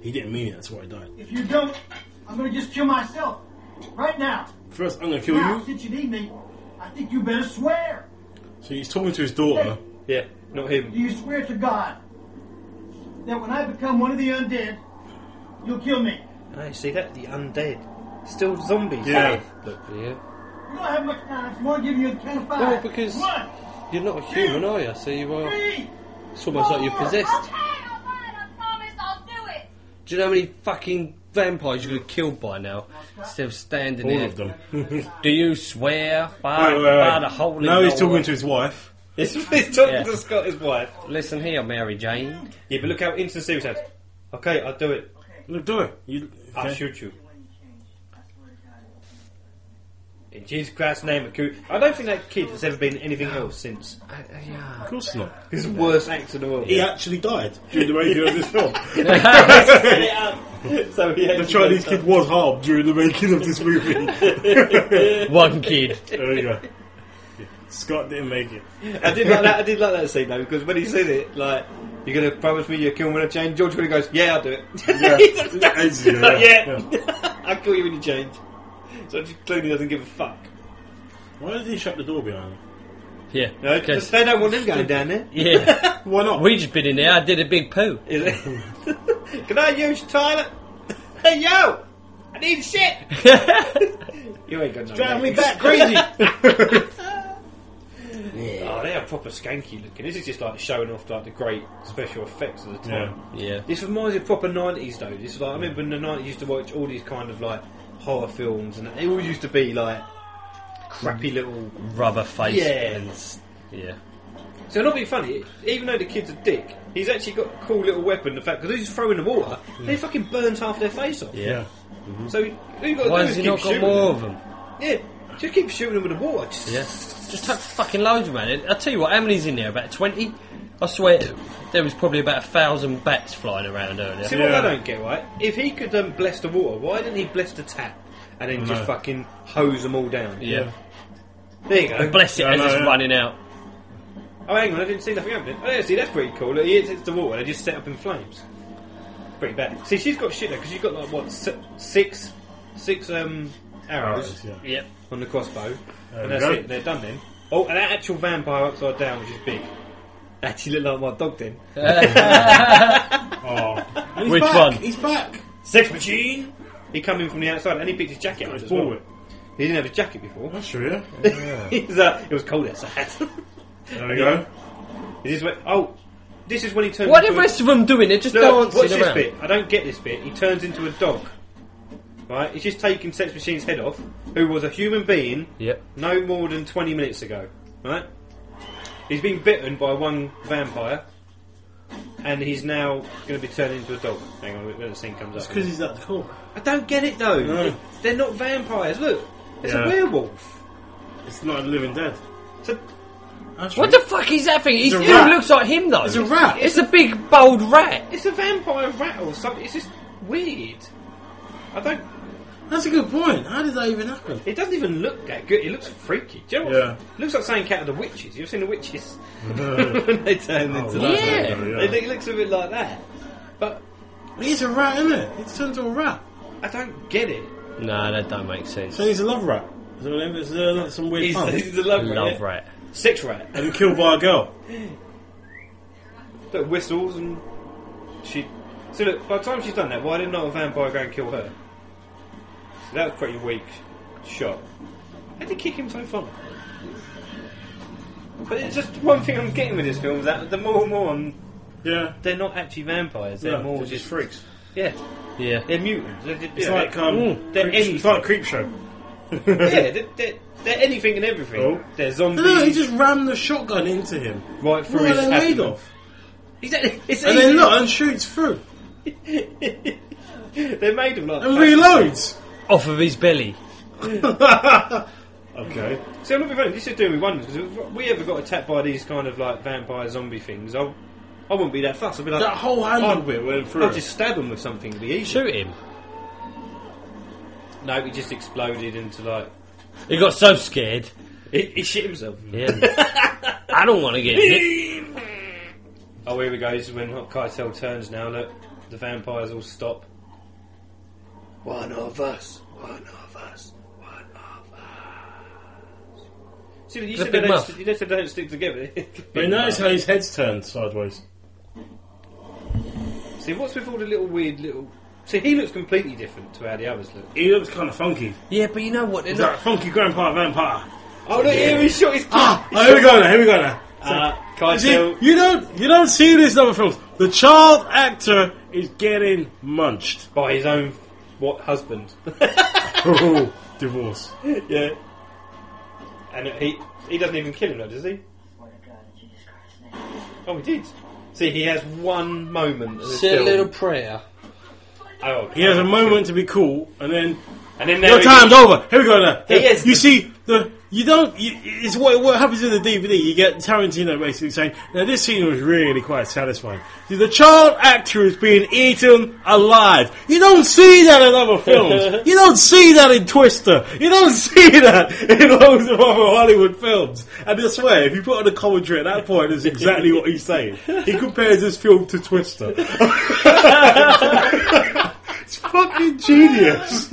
Speaker 11: He didn't mean it. That's why he died.
Speaker 17: If you don't, I'm gonna just kill myself. Right now.
Speaker 11: First, I'm gonna kill
Speaker 17: now,
Speaker 11: you.
Speaker 17: since you need me, I think you better swear.
Speaker 11: So he's talking to his daughter.
Speaker 9: Yeah, not
Speaker 17: Do
Speaker 9: him.
Speaker 17: you swear to God that when I become one of the undead, you'll kill me?
Speaker 9: I see that the undead, still zombies.
Speaker 11: Yeah.
Speaker 9: Look,
Speaker 10: Yeah.
Speaker 17: We don't have much time. Tomorrow, I'll give you a count of five.
Speaker 10: Well, because
Speaker 17: one,
Speaker 10: you're not a human, are you? So you are.
Speaker 17: three.
Speaker 10: It's almost like you're possessed.
Speaker 19: all right, I promise I'll do it.
Speaker 10: Do you know how many fucking vampires you're gonna kill by now? Instead of standing
Speaker 11: All
Speaker 10: there.
Speaker 11: of them.
Speaker 10: Do you swear by,
Speaker 11: Wait, wait, wait.
Speaker 10: by the holy?
Speaker 11: Now he's
Speaker 10: Lord?
Speaker 11: talking to his wife.
Speaker 9: he's, he's talking
Speaker 10: Yeah.
Speaker 9: to Scott, his wife.
Speaker 10: Listen here, Mary Jane.
Speaker 9: Yeah, but look how instant Steve's had. Okay, I'll do it.
Speaker 11: Look, do it. You,
Speaker 9: I'll
Speaker 11: okay.
Speaker 9: shoot you. In Jesus Christ's name, it could- I don't think that kid has ever been anything else since.
Speaker 11: Of course not.
Speaker 9: His worst act in the world.
Speaker 11: He actually died during the making of this film.
Speaker 9: so he
Speaker 11: The
Speaker 9: actually does
Speaker 11: Chinese kid was harmed during the making of this movie.
Speaker 10: One kid.
Speaker 11: there you go. Scott didn't make it.
Speaker 9: that. I did like that. I did like that scene though because when he said it, like, "You're gonna promise me you'll kill me when I change," George really goes, "Yeah, I'll do it."
Speaker 11: Yeah.
Speaker 9: He's like, "That's-
Speaker 11: Yeah.
Speaker 9: like, yeah,
Speaker 11: Yeah.
Speaker 9: I'll kill you when you change. So he clearly doesn't give a fuck.
Speaker 11: Why did he shut the door behind him?
Speaker 10: Yeah.
Speaker 9: No,
Speaker 10: 'cause-
Speaker 9: they don't want him going down there.
Speaker 10: Yeah.
Speaker 11: Why not?
Speaker 10: we just been in there. I did a big poo.
Speaker 9: Is it? Can I use your toilet? Hey yo, I need shit. you ain't got no.
Speaker 11: Drive me
Speaker 9: legs.
Speaker 11: back crazy.
Speaker 9: Oh, they are proper skanky looking. This is just like showing off like the great special effects of the time.
Speaker 10: Yeah.
Speaker 9: This reminds me of proper nineties though. This is like I remember in the nineties used to watch all these kind of like horror films, and they all used to be like crappy little
Speaker 10: Rubber face.
Speaker 9: Yeah.
Speaker 10: And, s- yeah.
Speaker 9: So not be funny, even though the kid's a dick, he's actually got a cool little weapon. The fact because he's throwing the water, and
Speaker 10: Mm.
Speaker 9: he fucking burns half their face off.
Speaker 4: Yeah.
Speaker 9: So who you got to
Speaker 4: Why
Speaker 9: do
Speaker 4: has
Speaker 9: is
Speaker 4: he
Speaker 9: keep
Speaker 4: not got
Speaker 9: shooting
Speaker 4: more of them?
Speaker 9: Yeah, just keep shooting them with the water. Just,
Speaker 4: Yeah. Just have fucking loads of man. I tell you what, how many's in there? About twenty. I swear, there was probably about a thousand bats flying around earlier.
Speaker 9: See what I don't get, right? If he could um, bless the water, why didn't he bless the tap and then just
Speaker 4: No.
Speaker 9: fucking hose them all down?
Speaker 4: Yeah.
Speaker 9: There you go.
Speaker 4: And bless it as it's running out.
Speaker 9: Oh, hang on, I didn't see nothing happening. Oh, yeah, see, that's pretty cool. He hits, hits the water and they just set up in flames. Pretty bad. See, she's got shit there because she's got like what si- six, six um arrows.
Speaker 3: Arrows,
Speaker 4: Yep.
Speaker 9: On the crossbow,
Speaker 3: There we
Speaker 9: and that's
Speaker 3: go.
Speaker 9: it. They're done then. Oh, and that actual vampire upside down, which is big. Actually, look like my dog then.
Speaker 11: Oh,
Speaker 3: And he's Which back, one? he's back.
Speaker 9: Sex machine. He come in from the outside and he picked his jacket up. As well.
Speaker 3: forward.
Speaker 9: He didn't have his jacket before. That's
Speaker 3: true.
Speaker 9: Yeah. He's, uh, it was cold outside.
Speaker 3: There we go.
Speaker 9: He just went. Oh, this is when he turns.
Speaker 4: What are
Speaker 9: into
Speaker 4: the rest of them doing? They're just
Speaker 9: Look,
Speaker 4: dancing
Speaker 9: What's this
Speaker 4: around.
Speaker 9: bit? I don't get this bit. He turns into a dog. Right? He's just taking Sex Machine's head off, who was a human being
Speaker 4: Yep.
Speaker 9: no more than 20 minutes ago. Right? He's been bitten by one vampire, and he's now going to be turned into a dog. Hang on, when the scene comes
Speaker 3: It's
Speaker 9: up.
Speaker 3: because he's that cool.
Speaker 9: I don't get it though.
Speaker 3: No.
Speaker 9: They're not vampires. Look, it's
Speaker 3: Yeah.
Speaker 9: a werewolf.
Speaker 3: It's not a living dead.
Speaker 4: What the fuck is that thing?
Speaker 3: It's
Speaker 4: He
Speaker 3: a
Speaker 4: still
Speaker 3: rat.
Speaker 4: looks like him though.
Speaker 3: It's a rat.
Speaker 4: It's a big bold rat.
Speaker 9: It's a vampire rat or something. It's just weird. I don't.
Speaker 11: That's a good point. How did that even happen?
Speaker 9: It doesn't even look that good. It looks freaky. Do you know what?
Speaker 11: Yeah.
Speaker 9: It looks like something out of the witches. You've seen the witches when they turn into
Speaker 11: right.
Speaker 9: that.
Speaker 11: Yeah. Yeah.
Speaker 9: It, it looks a bit like that. But
Speaker 11: He's a rat, isn't it? It's turned to a rat.
Speaker 9: I don't get it.
Speaker 4: No, that don't make sense.
Speaker 11: So he's a love rat. Is that what it is? Is there like some weird
Speaker 9: He's,
Speaker 11: pun?
Speaker 9: he's a Oh, love, rat. yeah? Sex rat.
Speaker 11: And killed by a girl.
Speaker 9: That whistles and she. So look, by the time she's done that, why didn't a vampire go and kill her? So that was pretty weak shot. How did he kick him so far? But it's just one thing I'm getting with this film is that the more and more I'm,
Speaker 3: yeah,
Speaker 9: they're not actually vampires. They're
Speaker 3: No,
Speaker 9: more
Speaker 3: they're
Speaker 9: just
Speaker 3: just freaks.
Speaker 9: Yeah,
Speaker 4: yeah,
Speaker 9: they're mutants. They're,
Speaker 3: It's
Speaker 9: yeah,
Speaker 3: like um,
Speaker 9: mm, they're
Speaker 3: creep,
Speaker 9: anything.
Speaker 3: it's like creep show.
Speaker 9: yeah, they're, they're, they're anything and everything.
Speaker 3: Oh.
Speaker 9: They're
Speaker 11: No,
Speaker 9: zombies.
Speaker 11: no, he just rammed the shotgun into him.
Speaker 9: right through
Speaker 11: What are
Speaker 9: his
Speaker 11: they made
Speaker 9: abdomen.
Speaker 11: of?
Speaker 9: Exactly. It's
Speaker 11: and
Speaker 9: easy.
Speaker 11: then look, and shoots through.
Speaker 9: They're made of like
Speaker 11: And reloads.
Speaker 4: Off of his belly.
Speaker 3: Okay.
Speaker 9: So I'm not be funny. This is doing me wonders because if we ever got attacked by these kind of like vampire zombie things, I, I wouldn't be that fussed. I'd be like
Speaker 11: That whole handle
Speaker 9: I'd-
Speaker 11: bit went through.
Speaker 9: I'd just stab him with something. It'd be easy.
Speaker 4: Shoot him.
Speaker 9: No, he just exploded into like
Speaker 4: He got so scared.
Speaker 9: he, he shit himself.
Speaker 4: Yeah. I don't want to get hit.
Speaker 9: Oh, here we go. This is when Hot Keitel turns now. Look, the vampires all stop. One of us. One of us. One of us. See, you
Speaker 3: It's a
Speaker 9: said, they
Speaker 3: big
Speaker 9: don't,
Speaker 3: mouth.
Speaker 9: you said they don't stick together.
Speaker 3: But you notice how his head's turned sideways.
Speaker 9: See, what's with all the little weird little. See, he looks completely different to how the others look.
Speaker 3: He looks kind of funky.
Speaker 4: Yeah, but you know what?
Speaker 3: He's like funky grandpa vampire.
Speaker 9: Oh, look, here he shot his
Speaker 11: Ah, oh, here we go now. Here we go now.
Speaker 9: Uh,
Speaker 11: You see, you don't you don't see this in other films. The child actor is getting munched
Speaker 9: by his own what husband.
Speaker 3: divorce.
Speaker 9: yeah. And he he doesn't even kill him though, does he? Oh, he did. See, he has one moment. of this
Speaker 4: Say a
Speaker 9: film.
Speaker 4: little prayer.
Speaker 9: Oh,
Speaker 11: He has a moment to be cool, and then
Speaker 9: and then there
Speaker 11: your
Speaker 9: he
Speaker 11: time's
Speaker 9: is.
Speaker 11: over. Here we go now.
Speaker 9: He is
Speaker 11: You
Speaker 9: the-
Speaker 11: see the. You don't. You, it's what what happens in the DVD. You get Tarantino basically saying, "Now this scene was really quite satisfying." See, the child actor is being eaten alive. You don't see that in other films. you don't see that in Twister. You don't see that in loads of other Hollywood films. And I swear, if you put on a commentary at that point, it's exactly what he's saying. He compares this film to Twister. it's fucking genius.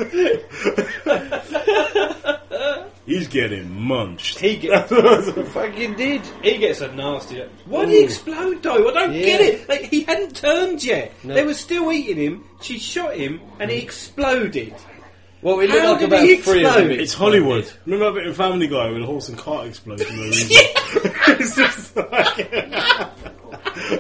Speaker 11: He's getting munched.
Speaker 9: He gets fucking did. He gets a nasty. Why did he
Speaker 11: Ooh.
Speaker 9: explode though? I don't
Speaker 4: Yeah.
Speaker 9: get it. Like, he hadn't turned yet.
Speaker 4: No. Mm.
Speaker 9: They were still eating him. She shot him, and he exploded.
Speaker 4: Well, it looked
Speaker 9: How
Speaker 4: like
Speaker 9: did
Speaker 4: about
Speaker 9: he
Speaker 4: three of them
Speaker 9: explode?
Speaker 11: It's Hollywood. Remember that bit in Family Guy with a horse and cart explosion? it's just like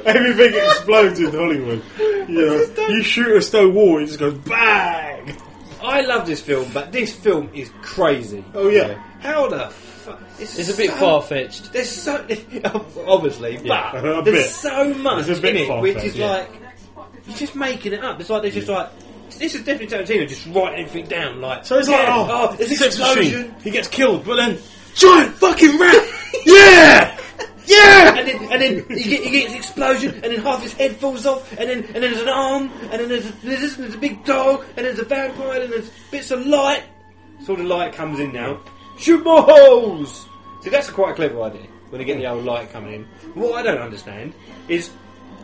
Speaker 11: everything explodes in Hollywood. You, know, you shoot a stone wall, it just goes bang.
Speaker 9: I love this film, but this film is crazy.
Speaker 11: Oh yeah,
Speaker 9: How the fuck?
Speaker 20: It's a bit far-fetched.
Speaker 9: There's so obviously,
Speaker 20: Yeah,
Speaker 9: but
Speaker 20: a
Speaker 9: there's
Speaker 20: bit.
Speaker 9: so much
Speaker 20: It's a bit
Speaker 9: in it, which
Speaker 20: far-fetched,
Speaker 9: is
Speaker 20: yeah.
Speaker 9: like you're just making it up. It's like they're just like this is definitely Tarantino. Just write everything down. Like
Speaker 11: So it's like,
Speaker 9: yeah,
Speaker 11: oh,
Speaker 9: there's
Speaker 11: it's
Speaker 9: an explosion.
Speaker 11: explosion. He gets killed, but then giant fucking rat. yeah,
Speaker 9: Yeah! And then, and then you get, you get an explosion, and then half his head falls off, and then, and then there's an arm, and then there's a, there's, there's a big dog, and there's a vampire, and there's bits of light. So the light comes in now. Shoot more holes! See, that's quite a clever idea, when they get the old light coming in. What I don't understand is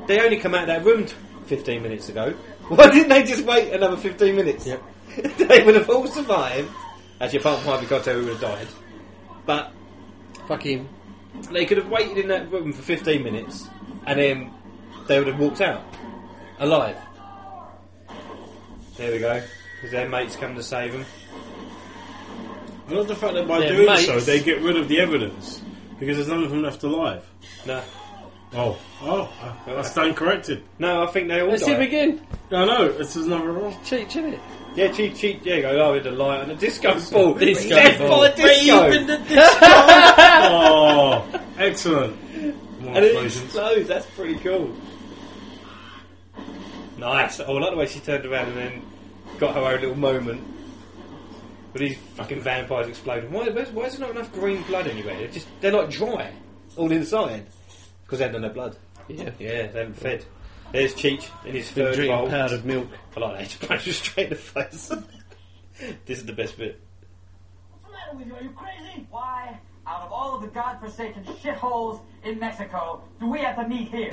Speaker 9: they only come out of that room t- 15 minutes ago. Why didn't they just wait another 15 minutes? Yep. they would have all survived. Actually, apart from Harvey Keitel, who would have died. But
Speaker 20: Fuck him.
Speaker 9: they could have waited in that room for 15 minutes and then they would have walked out alive. There we go. Because their mates come to save them.
Speaker 11: I love the fact that by
Speaker 9: Their
Speaker 11: doing
Speaker 9: mates.
Speaker 11: so they get rid of the evidence because there's none of them left alive.
Speaker 9: No.
Speaker 11: Oh, oh, I, I stand corrected.
Speaker 9: No, I think they all.
Speaker 11: That's
Speaker 9: die.
Speaker 11: him
Speaker 20: again.
Speaker 11: No, no, this is another rule.
Speaker 20: Cheat, isn't it?
Speaker 9: Yeah, cheat, cheat. Yeah, go. Oh, with the light and the disco ball.
Speaker 11: Disco
Speaker 9: Left
Speaker 11: ball.
Speaker 9: by the disco.
Speaker 11: Raven the oh, excellent.
Speaker 9: and it explodes. That's pretty cool. Nice. Oh, I like the way she turned around and then got her own little moment. But these fucking vampires exploding. Why, where's- why is there not enough green blood anywhere? They're just they're like dry all inside because they haven't done their blood.
Speaker 20: Yeah,
Speaker 9: yeah, they haven't fed. There's Cheech in his
Speaker 20: Been
Speaker 9: third
Speaker 20: drinking
Speaker 9: bowl.
Speaker 20: powdered milk.
Speaker 9: I like that. Just punch you straight in the face. this is the best bit.
Speaker 4: What's the matter with you? Are you crazy? Why, out of all of the godforsaken shitholes in Mexico, do we have to meet here?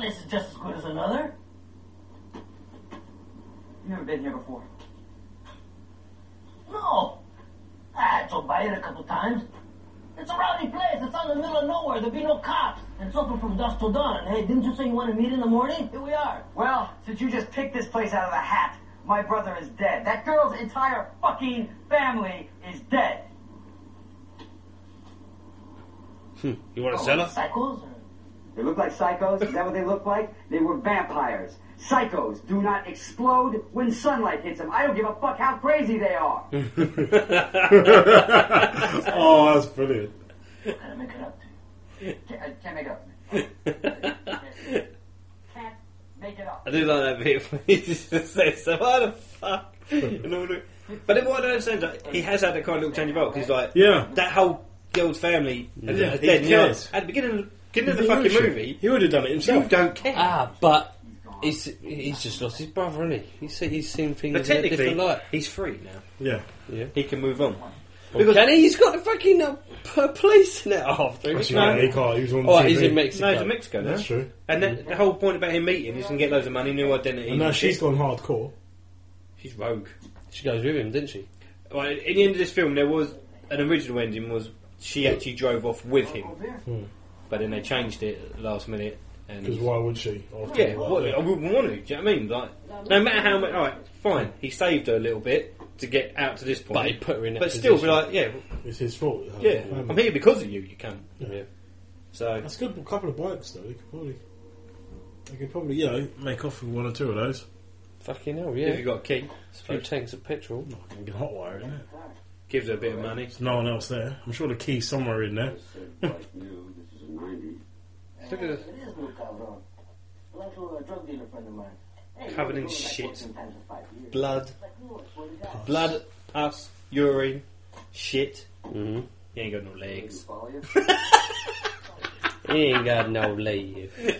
Speaker 4: this is just as good as another. You've never been here before. No. Ah, I had to buy it a couple times. It's a rowdy place. It's out in the middle of nowhere. There'd be no cops. And it's open from dusk till dawn. Hey, didn't you say you want to meet in the morning? Here we are. Well, since you just picked this place out of the hat, my brother is dead. That girl's entire fucking family is dead.
Speaker 9: You want to
Speaker 4: Oh,
Speaker 9: sell us?
Speaker 4: Psychos? or- They look like psychos? Is that what they look like? They were vampires. Psychos do not explode when sunlight hits them. I don't give a fuck how crazy they are.
Speaker 11: oh, that's brilliant.
Speaker 4: I don't make it up to you. Can't, I can't make it up. Can't make it up.
Speaker 9: I do like that bit when he just says, so why the fuck? And all the- but then what I don't understand is that he has had that kind of little change of heart. 'cause He's like,
Speaker 11: Yeah.
Speaker 9: that whole girl's family has-
Speaker 11: Yeah,
Speaker 9: has
Speaker 11: he
Speaker 9: dead now.
Speaker 11: cares.
Speaker 9: At the beginning of the, beginning of the fucking movie,
Speaker 11: he would have done it himself.
Speaker 9: You don't care.
Speaker 20: Ah, but he's he's just lost his brother, isn't he? He's seen, he's seen things
Speaker 9: But
Speaker 20: in a different
Speaker 9: technically,
Speaker 20: light.
Speaker 9: he's free now.
Speaker 11: Yeah.
Speaker 20: Yeah.
Speaker 9: He can move on.
Speaker 20: Because and he's got the fucking uh, p- police net
Speaker 9: Oh,
Speaker 20: after him.
Speaker 11: Actually, no, he can't. He was on
Speaker 20: Oh,
Speaker 11: TV.
Speaker 20: he's in Mexico.
Speaker 9: No, he's in Mexico now.
Speaker 11: That's true.
Speaker 9: And that, the whole point about him meeting is he can get loads of money, new identity.
Speaker 11: And now
Speaker 9: and
Speaker 11: she's
Speaker 9: shit.
Speaker 11: gone hardcore.
Speaker 9: She's rogue.
Speaker 20: She goes with him, didn't she?
Speaker 9: Well, in the end of this film, there was an original ending was she actually drove off with him,
Speaker 11: Hmm.
Speaker 9: but then they changed it at the last minute. And
Speaker 11: Because why would she? After
Speaker 9: yeah,
Speaker 11: all
Speaker 9: what,
Speaker 11: that?
Speaker 9: I wouldn't want to. Do you know what I mean? Like, no matter how much, all right, fine. He saved her a little bit to get out to this point,
Speaker 20: But he put her in that
Speaker 9: But still, be
Speaker 20: position.
Speaker 9: like, yeah,
Speaker 11: It's his fault. Um, it
Speaker 9: yeah,
Speaker 11: happened.
Speaker 9: I'm here because of you. You can.
Speaker 20: Yeah.
Speaker 9: So
Speaker 11: That's a good couple of bikes, though. They could probably, they could probably, you know, make off with one or two of those.
Speaker 20: Fucking hell, yeah.
Speaker 9: if you got a key,
Speaker 20: a few
Speaker 9: suppose,
Speaker 20: tanks of petrol.
Speaker 11: Fucking hotwire, isn't it?
Speaker 9: gives her a bit of money.
Speaker 11: There's no one else there. I'm sure the key's somewhere in there.
Speaker 20: Look at this.
Speaker 4: It is Lou Calderon. A local uh, drug dealer friend of mine. Hey,
Speaker 9: Covered in
Speaker 4: we've been going like
Speaker 9: shit.
Speaker 4: 14 times in five years.
Speaker 9: Blood,
Speaker 4: Like, we were 40 guys.
Speaker 9: blood, us, urine, shit.
Speaker 20: Mm-hmm.
Speaker 9: He ain't got no legs.
Speaker 4: Follow you?
Speaker 20: He ain't got no leave.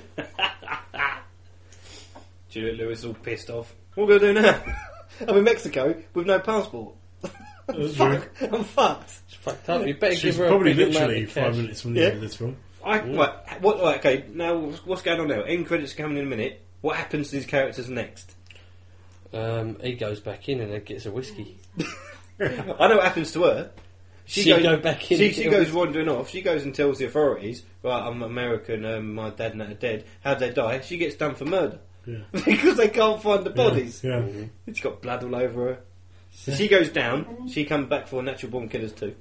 Speaker 9: Stuart Lewis all pissed off. What are we gonna do now? I'm in Mexico with no passport.
Speaker 11: true.
Speaker 9: I'm fucked.
Speaker 20: It's fucked up. You better give
Speaker 11: She's
Speaker 20: her
Speaker 11: probably
Speaker 20: a big amount
Speaker 11: literally
Speaker 20: of
Speaker 11: five
Speaker 20: cash.
Speaker 11: minutes from the
Speaker 9: Yeah.
Speaker 11: end of this film.
Speaker 9: I
Speaker 20: Mm.
Speaker 9: right, what? right, okay, now what's- what's going on now? End credits are coming in a minute. What happens to these characters next?
Speaker 20: Um, he goes back in and then gets a whiskey.
Speaker 9: I know what happens to her.
Speaker 20: She go back in
Speaker 9: She,
Speaker 20: and
Speaker 9: she
Speaker 20: get
Speaker 9: goes
Speaker 20: with-
Speaker 9: wandering off. She goes and tells the authorities, "Right, I'm American. Um, my dad and that are dead. How'd they die? She gets done for murder
Speaker 11: Yeah.
Speaker 9: because they can't find the bodies.
Speaker 11: Yeah.
Speaker 9: She's got blood all over her. So she goes down. She comes back for Natural Born Killers too.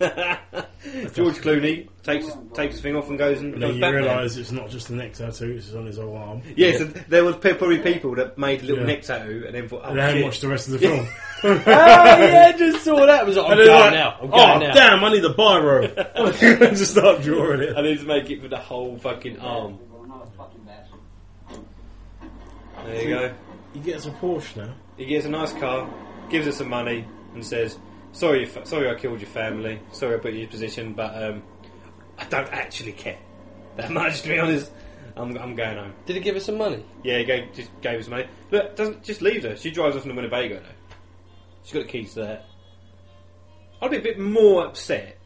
Speaker 9: George Clooney takes takes his thing off and goes and
Speaker 11: And then
Speaker 9: becomes
Speaker 11: you
Speaker 9: Batman.
Speaker 11: realise it's not just a neck tattoo, it's on his whole arm.
Speaker 9: Yeah, so there was pe- probably people that made little
Speaker 11: Yeah.
Speaker 9: neck tattoo and then thought, oh,
Speaker 11: And they hadn't
Speaker 9: shit.
Speaker 11: watched the rest of the
Speaker 9: Yeah.
Speaker 11: film.
Speaker 9: oh, yeah, I just saw that. It was like, I'm
Speaker 11: And they're
Speaker 9: going
Speaker 11: like,
Speaker 9: now. I'm
Speaker 11: oh,
Speaker 9: going now.
Speaker 11: damn, I need a biro. just start drawing it.
Speaker 9: I need to make it for the whole fucking arm. There you go.
Speaker 11: He gets a Porsche now.
Speaker 9: He gets a nice car, gives us some money, and says, "Sorry, you fa- sorry, I killed your family. Sorry, I put you in your position, but um, I don't actually care that much. To be honest, I'm, I'm going home."
Speaker 10: Did he give us some money?
Speaker 9: Yeah, he gave, just gave us money. Look, doesn't just leaves her. She drives off in the Winnebago now. She's got the keys to that. I'd be a bit more upset,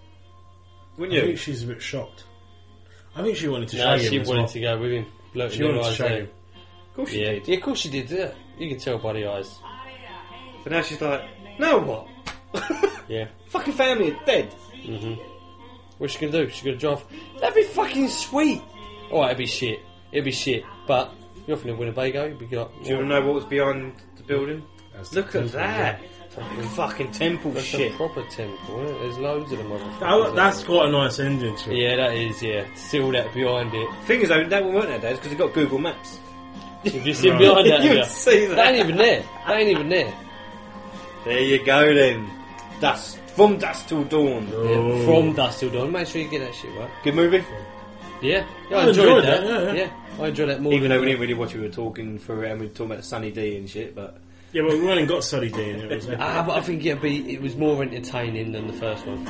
Speaker 9: wouldn't you?
Speaker 11: I think she's a bit shocked. I think she wanted to
Speaker 10: No,
Speaker 11: show him.
Speaker 10: she
Speaker 11: as
Speaker 10: wanted
Speaker 11: well.
Speaker 10: to go with him. Look,
Speaker 11: She wanted to
Speaker 10: eyes
Speaker 11: show
Speaker 10: there.
Speaker 11: him.
Speaker 9: Of course she
Speaker 10: yeah.
Speaker 9: did.
Speaker 10: Yeah, of course she did. Yeah. You can tell by the eyes.
Speaker 9: But now she's like, "Now what?
Speaker 10: Yeah.
Speaker 9: Fucking family are dead."
Speaker 10: hmm What's she gonna do? She's gonna drive. That'd be fucking sweet. All right, it'd be shit. It'd be shit. But you're off in a Winnebago. You'd be got.
Speaker 9: Do you want to know what was behind the building? Look at that! Fucking, fucking temple
Speaker 10: That's
Speaker 9: shit. Oh,
Speaker 10: A proper temple. Isn't it? There's loads of them. motherfuckers
Speaker 11: That- that's
Speaker 10: there.
Speaker 11: quite a nice ending to it.
Speaker 10: Yeah, that is. Yeah, still that behind it.
Speaker 9: Thing is, though, that one weren't there, Dad, because they got Google Maps.
Speaker 10: If you sit behind that,
Speaker 9: You'd
Speaker 10: yeah.
Speaker 9: see that.
Speaker 10: ain't even there. That ain't even there.
Speaker 9: There you go then. Dust from dusk till dawn.
Speaker 11: Oh.
Speaker 10: Yeah, from dusk till dawn. Make sure you get that shit right.
Speaker 9: Good movie.
Speaker 10: Yeah, yeah I, enjoyed, that. yeah, I enjoyed that more.
Speaker 9: Even
Speaker 10: than
Speaker 9: though we didn't really watch, we were talking for and we were talking about Sunny D and shit. But
Speaker 11: Yeah, but we only got Sunny D in it. it was like-
Speaker 10: Ah, but I think it'd be, it was more entertaining than the first one.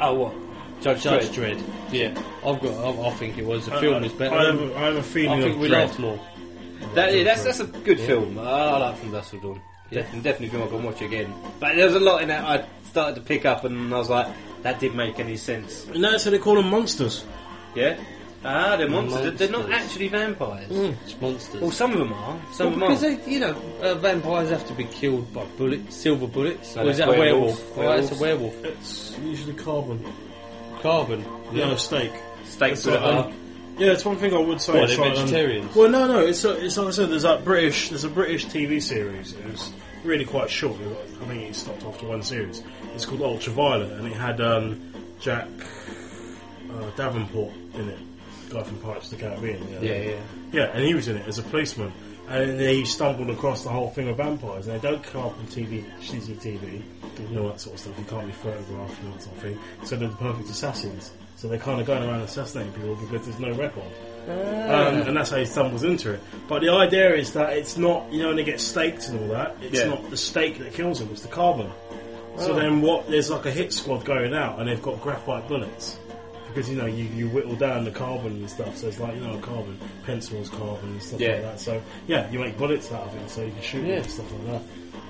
Speaker 9: oh what?
Speaker 10: Judge,
Speaker 9: Judge
Speaker 10: Dredd. Yeah, I've got. I, I think it was. The
Speaker 11: I-
Speaker 10: film
Speaker 11: I-
Speaker 10: was better.
Speaker 11: I have a- I have a feeling
Speaker 10: I think
Speaker 11: of
Speaker 10: we
Speaker 11: dread.
Speaker 10: laughed more.
Speaker 9: That, yeah, that's that's a good
Speaker 10: Yeah.
Speaker 9: film. I, I like From Dusk Till Dawn. Definitely, definitely film I can watch again. But there was a lot in that I started to pick up, and I was like, that didn't make any sense.
Speaker 11: And that's how they call them monsters.
Speaker 9: Yeah. Ah, they're monsters. They're not
Speaker 10: Monsters. Hmm.
Speaker 9: actually vampires.
Speaker 10: It's monsters.
Speaker 9: Well, some of them are. Some
Speaker 10: Well, because
Speaker 9: of them
Speaker 10: they, you know, uh, vampires have to be killed by bullets, silver bullets.
Speaker 9: No,
Speaker 10: or is
Speaker 9: that's
Speaker 10: that a
Speaker 9: werewolf.
Speaker 10: werewolf? Oh, that's a werewolf.
Speaker 11: It's usually carbon.
Speaker 10: Carbon.
Speaker 11: No, steak.
Speaker 9: Steak
Speaker 11: That's
Speaker 9: with
Speaker 11: what
Speaker 9: a
Speaker 11: I-
Speaker 9: bun.
Speaker 11: Yeah, that's one thing I would say.
Speaker 10: What,
Speaker 11: it's
Speaker 10: they're
Speaker 11: like, um,
Speaker 10: vegetarians?
Speaker 11: well, no, no. It's it's like I said. There's that British. There's a British TV series. It was really quite short. it was- I think it stopped after one series. It's called Ultraviolet, and it had um, Jack uh, Davenport in it, guy from Pirates of the Caribbean.
Speaker 9: Yeah, yeah.
Speaker 11: yeah. And he was in it as a policeman, and he stumbled across the whole thing of vampires. And they don't come up on TV, CCTV, and all that sort of stuff. You can't be photographed and that sort of thing. So they're the perfect assassins. So they're kind of going around assassinating people because there's no record. Um, and that's how he stumbles into it. But the idea is that it's not, you know, when they get staked and all that, it's
Speaker 9: Yeah.
Speaker 11: not the stake that kills them, it's the carbon.
Speaker 9: Oh.
Speaker 11: So then what, there's like a hit squad going out and they've got graphite bullets. Because, you know, you, you whittle down the carbon and stuff, so it's like, you know, carbon, pencils, carbon and stuff
Speaker 9: Yeah.
Speaker 11: like that. So, yeah, you make bullets out of it, so you can shoot
Speaker 10: Yeah.
Speaker 11: it and stuff like that.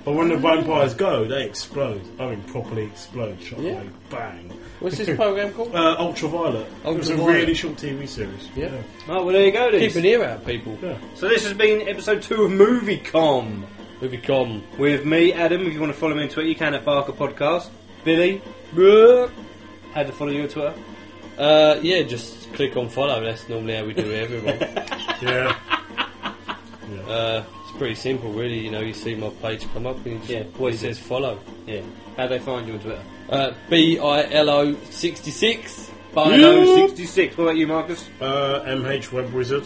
Speaker 11: But when the vampires go, they explode. I mean, properly explode. Shot
Speaker 10: Yeah.
Speaker 11: like bang.
Speaker 10: What's this program called?
Speaker 11: Uh, Ultraviolet. It was a
Speaker 10: Ultraviolet.
Speaker 11: really short TV series.
Speaker 10: Yeah.
Speaker 9: Oh, well, there you go. Then.
Speaker 10: Keep an ear out, people.
Speaker 11: Yeah.
Speaker 9: So this has been episode two of MovieCom.
Speaker 10: MovieCom.
Speaker 9: With me, Adam. If you want to follow me on Twitter, you can at Barker Podcast. Billy. Brooke. How to follow you on Twitter?
Speaker 10: Uh, yeah, just click on follow. That's normally how we do it, everyone.
Speaker 11: yeah.
Speaker 10: Uh, it's pretty simple, really. You know, you see my page come up and you just,
Speaker 9: Yeah,
Speaker 10: it says follow.
Speaker 9: Yeah. How do they find you on Twitter?
Speaker 10: Uh, B I L O 66.
Speaker 9: Bilo66. What about you, Marcus?
Speaker 11: Uh, MH Web Wizard.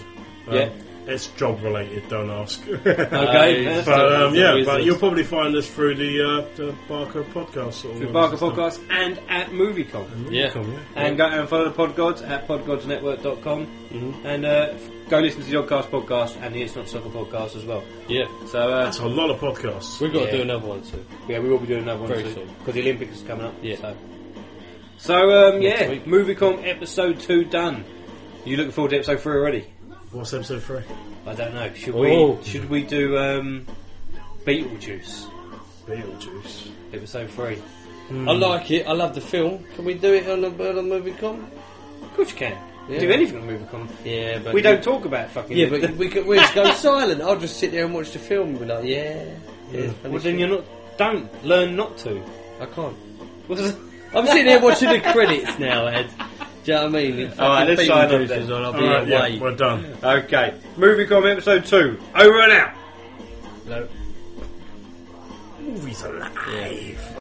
Speaker 11: Um,
Speaker 9: Yeah.
Speaker 11: It's job related, don't ask.
Speaker 9: Okay, that's
Speaker 11: but
Speaker 9: it,
Speaker 11: um,
Speaker 9: the
Speaker 11: yeah,
Speaker 9: wizard.
Speaker 11: but you'll probably find us through the, uh, the Barker podcast. Sort of
Speaker 9: Through
Speaker 11: ones
Speaker 9: Barker
Speaker 11: and stuff.
Speaker 9: Podcast and at MovieCom.
Speaker 10: Yeah.
Speaker 9: And go and follow the Podgods at podgodsnetwork.com. Mm-hmm. And uh, go listen to the Oddcast podcast and the It's Not Soccer podcast as well.
Speaker 10: Yeah.
Speaker 9: So uh,
Speaker 11: That's a lot of podcasts.
Speaker 10: We've got
Speaker 9: Yeah.
Speaker 10: to do another one soon.
Speaker 9: Yeah, we will be doing another one
Speaker 10: Very
Speaker 9: soon
Speaker 10: soon.
Speaker 9: because the Olympics is coming up.
Speaker 10: Yeah.
Speaker 9: So, so um,
Speaker 10: Next
Speaker 9: yeah,
Speaker 10: week.
Speaker 9: MovieCom episode two done. You looking forward to episode three already?
Speaker 11: What's episode three?
Speaker 9: I don't know. Should
Speaker 10: Oh.
Speaker 9: we? Should we do um, Beetlejuice
Speaker 11: Beetlejuice.
Speaker 9: episode three? Hmm.
Speaker 10: I like it. I love the film. Can we do it on a, on a MovieCom?
Speaker 9: Of course you can.
Speaker 10: Yeah.
Speaker 9: Do anything on MovieCom.
Speaker 10: Yeah, but
Speaker 9: We don't talk about fucking.
Speaker 10: Yeah, but we could, we just go silent. I'll just sit there and watch the film. and be like, yeah, yeah.
Speaker 9: Hmm. well, then you're not. Don't learn not to.
Speaker 10: I can't.
Speaker 9: What's-
Speaker 10: I'm sitting there watching the credits now, Ed. Do you know what I mean? If
Speaker 9: All right,
Speaker 10: fucking
Speaker 9: let's Oh, sign
Speaker 10: Beetlejuice
Speaker 9: off then.
Speaker 10: is on, I'll be
Speaker 11: Alright,
Speaker 10: away.
Speaker 11: yeah, we're done.
Speaker 9: Okay, MovieCom episode two over and out.
Speaker 10: No.
Speaker 11: Movies alive.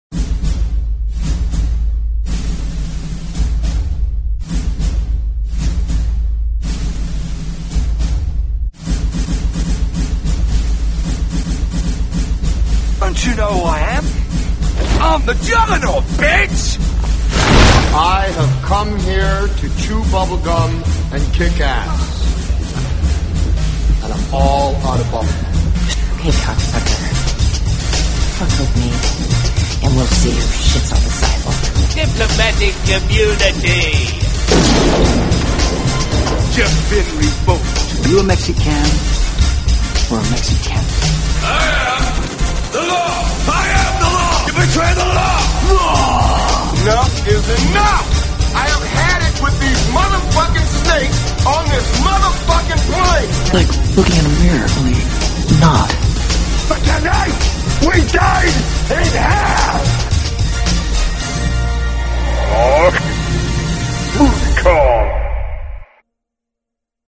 Speaker 3: know who I am? I'm the Juggernaut, bitch!
Speaker 1: I have come here to chew bubblegum and kick ass. And I'm all out of bubblegum.
Speaker 2: Hey, cocksucker. Fuck with me, and we'll see who shits on the sidewalk.
Speaker 9: Diplomatic community.
Speaker 3: Just been revoked.
Speaker 4: Are you a Mexican or a Mexican?
Speaker 9: The law. I am the law. You betray the law.
Speaker 1: Enough is enough! I have had it with these motherfucking snakes on this motherfucking plane!
Speaker 4: Like looking in a mirror, only not.
Speaker 9: But tonight, we died in hell.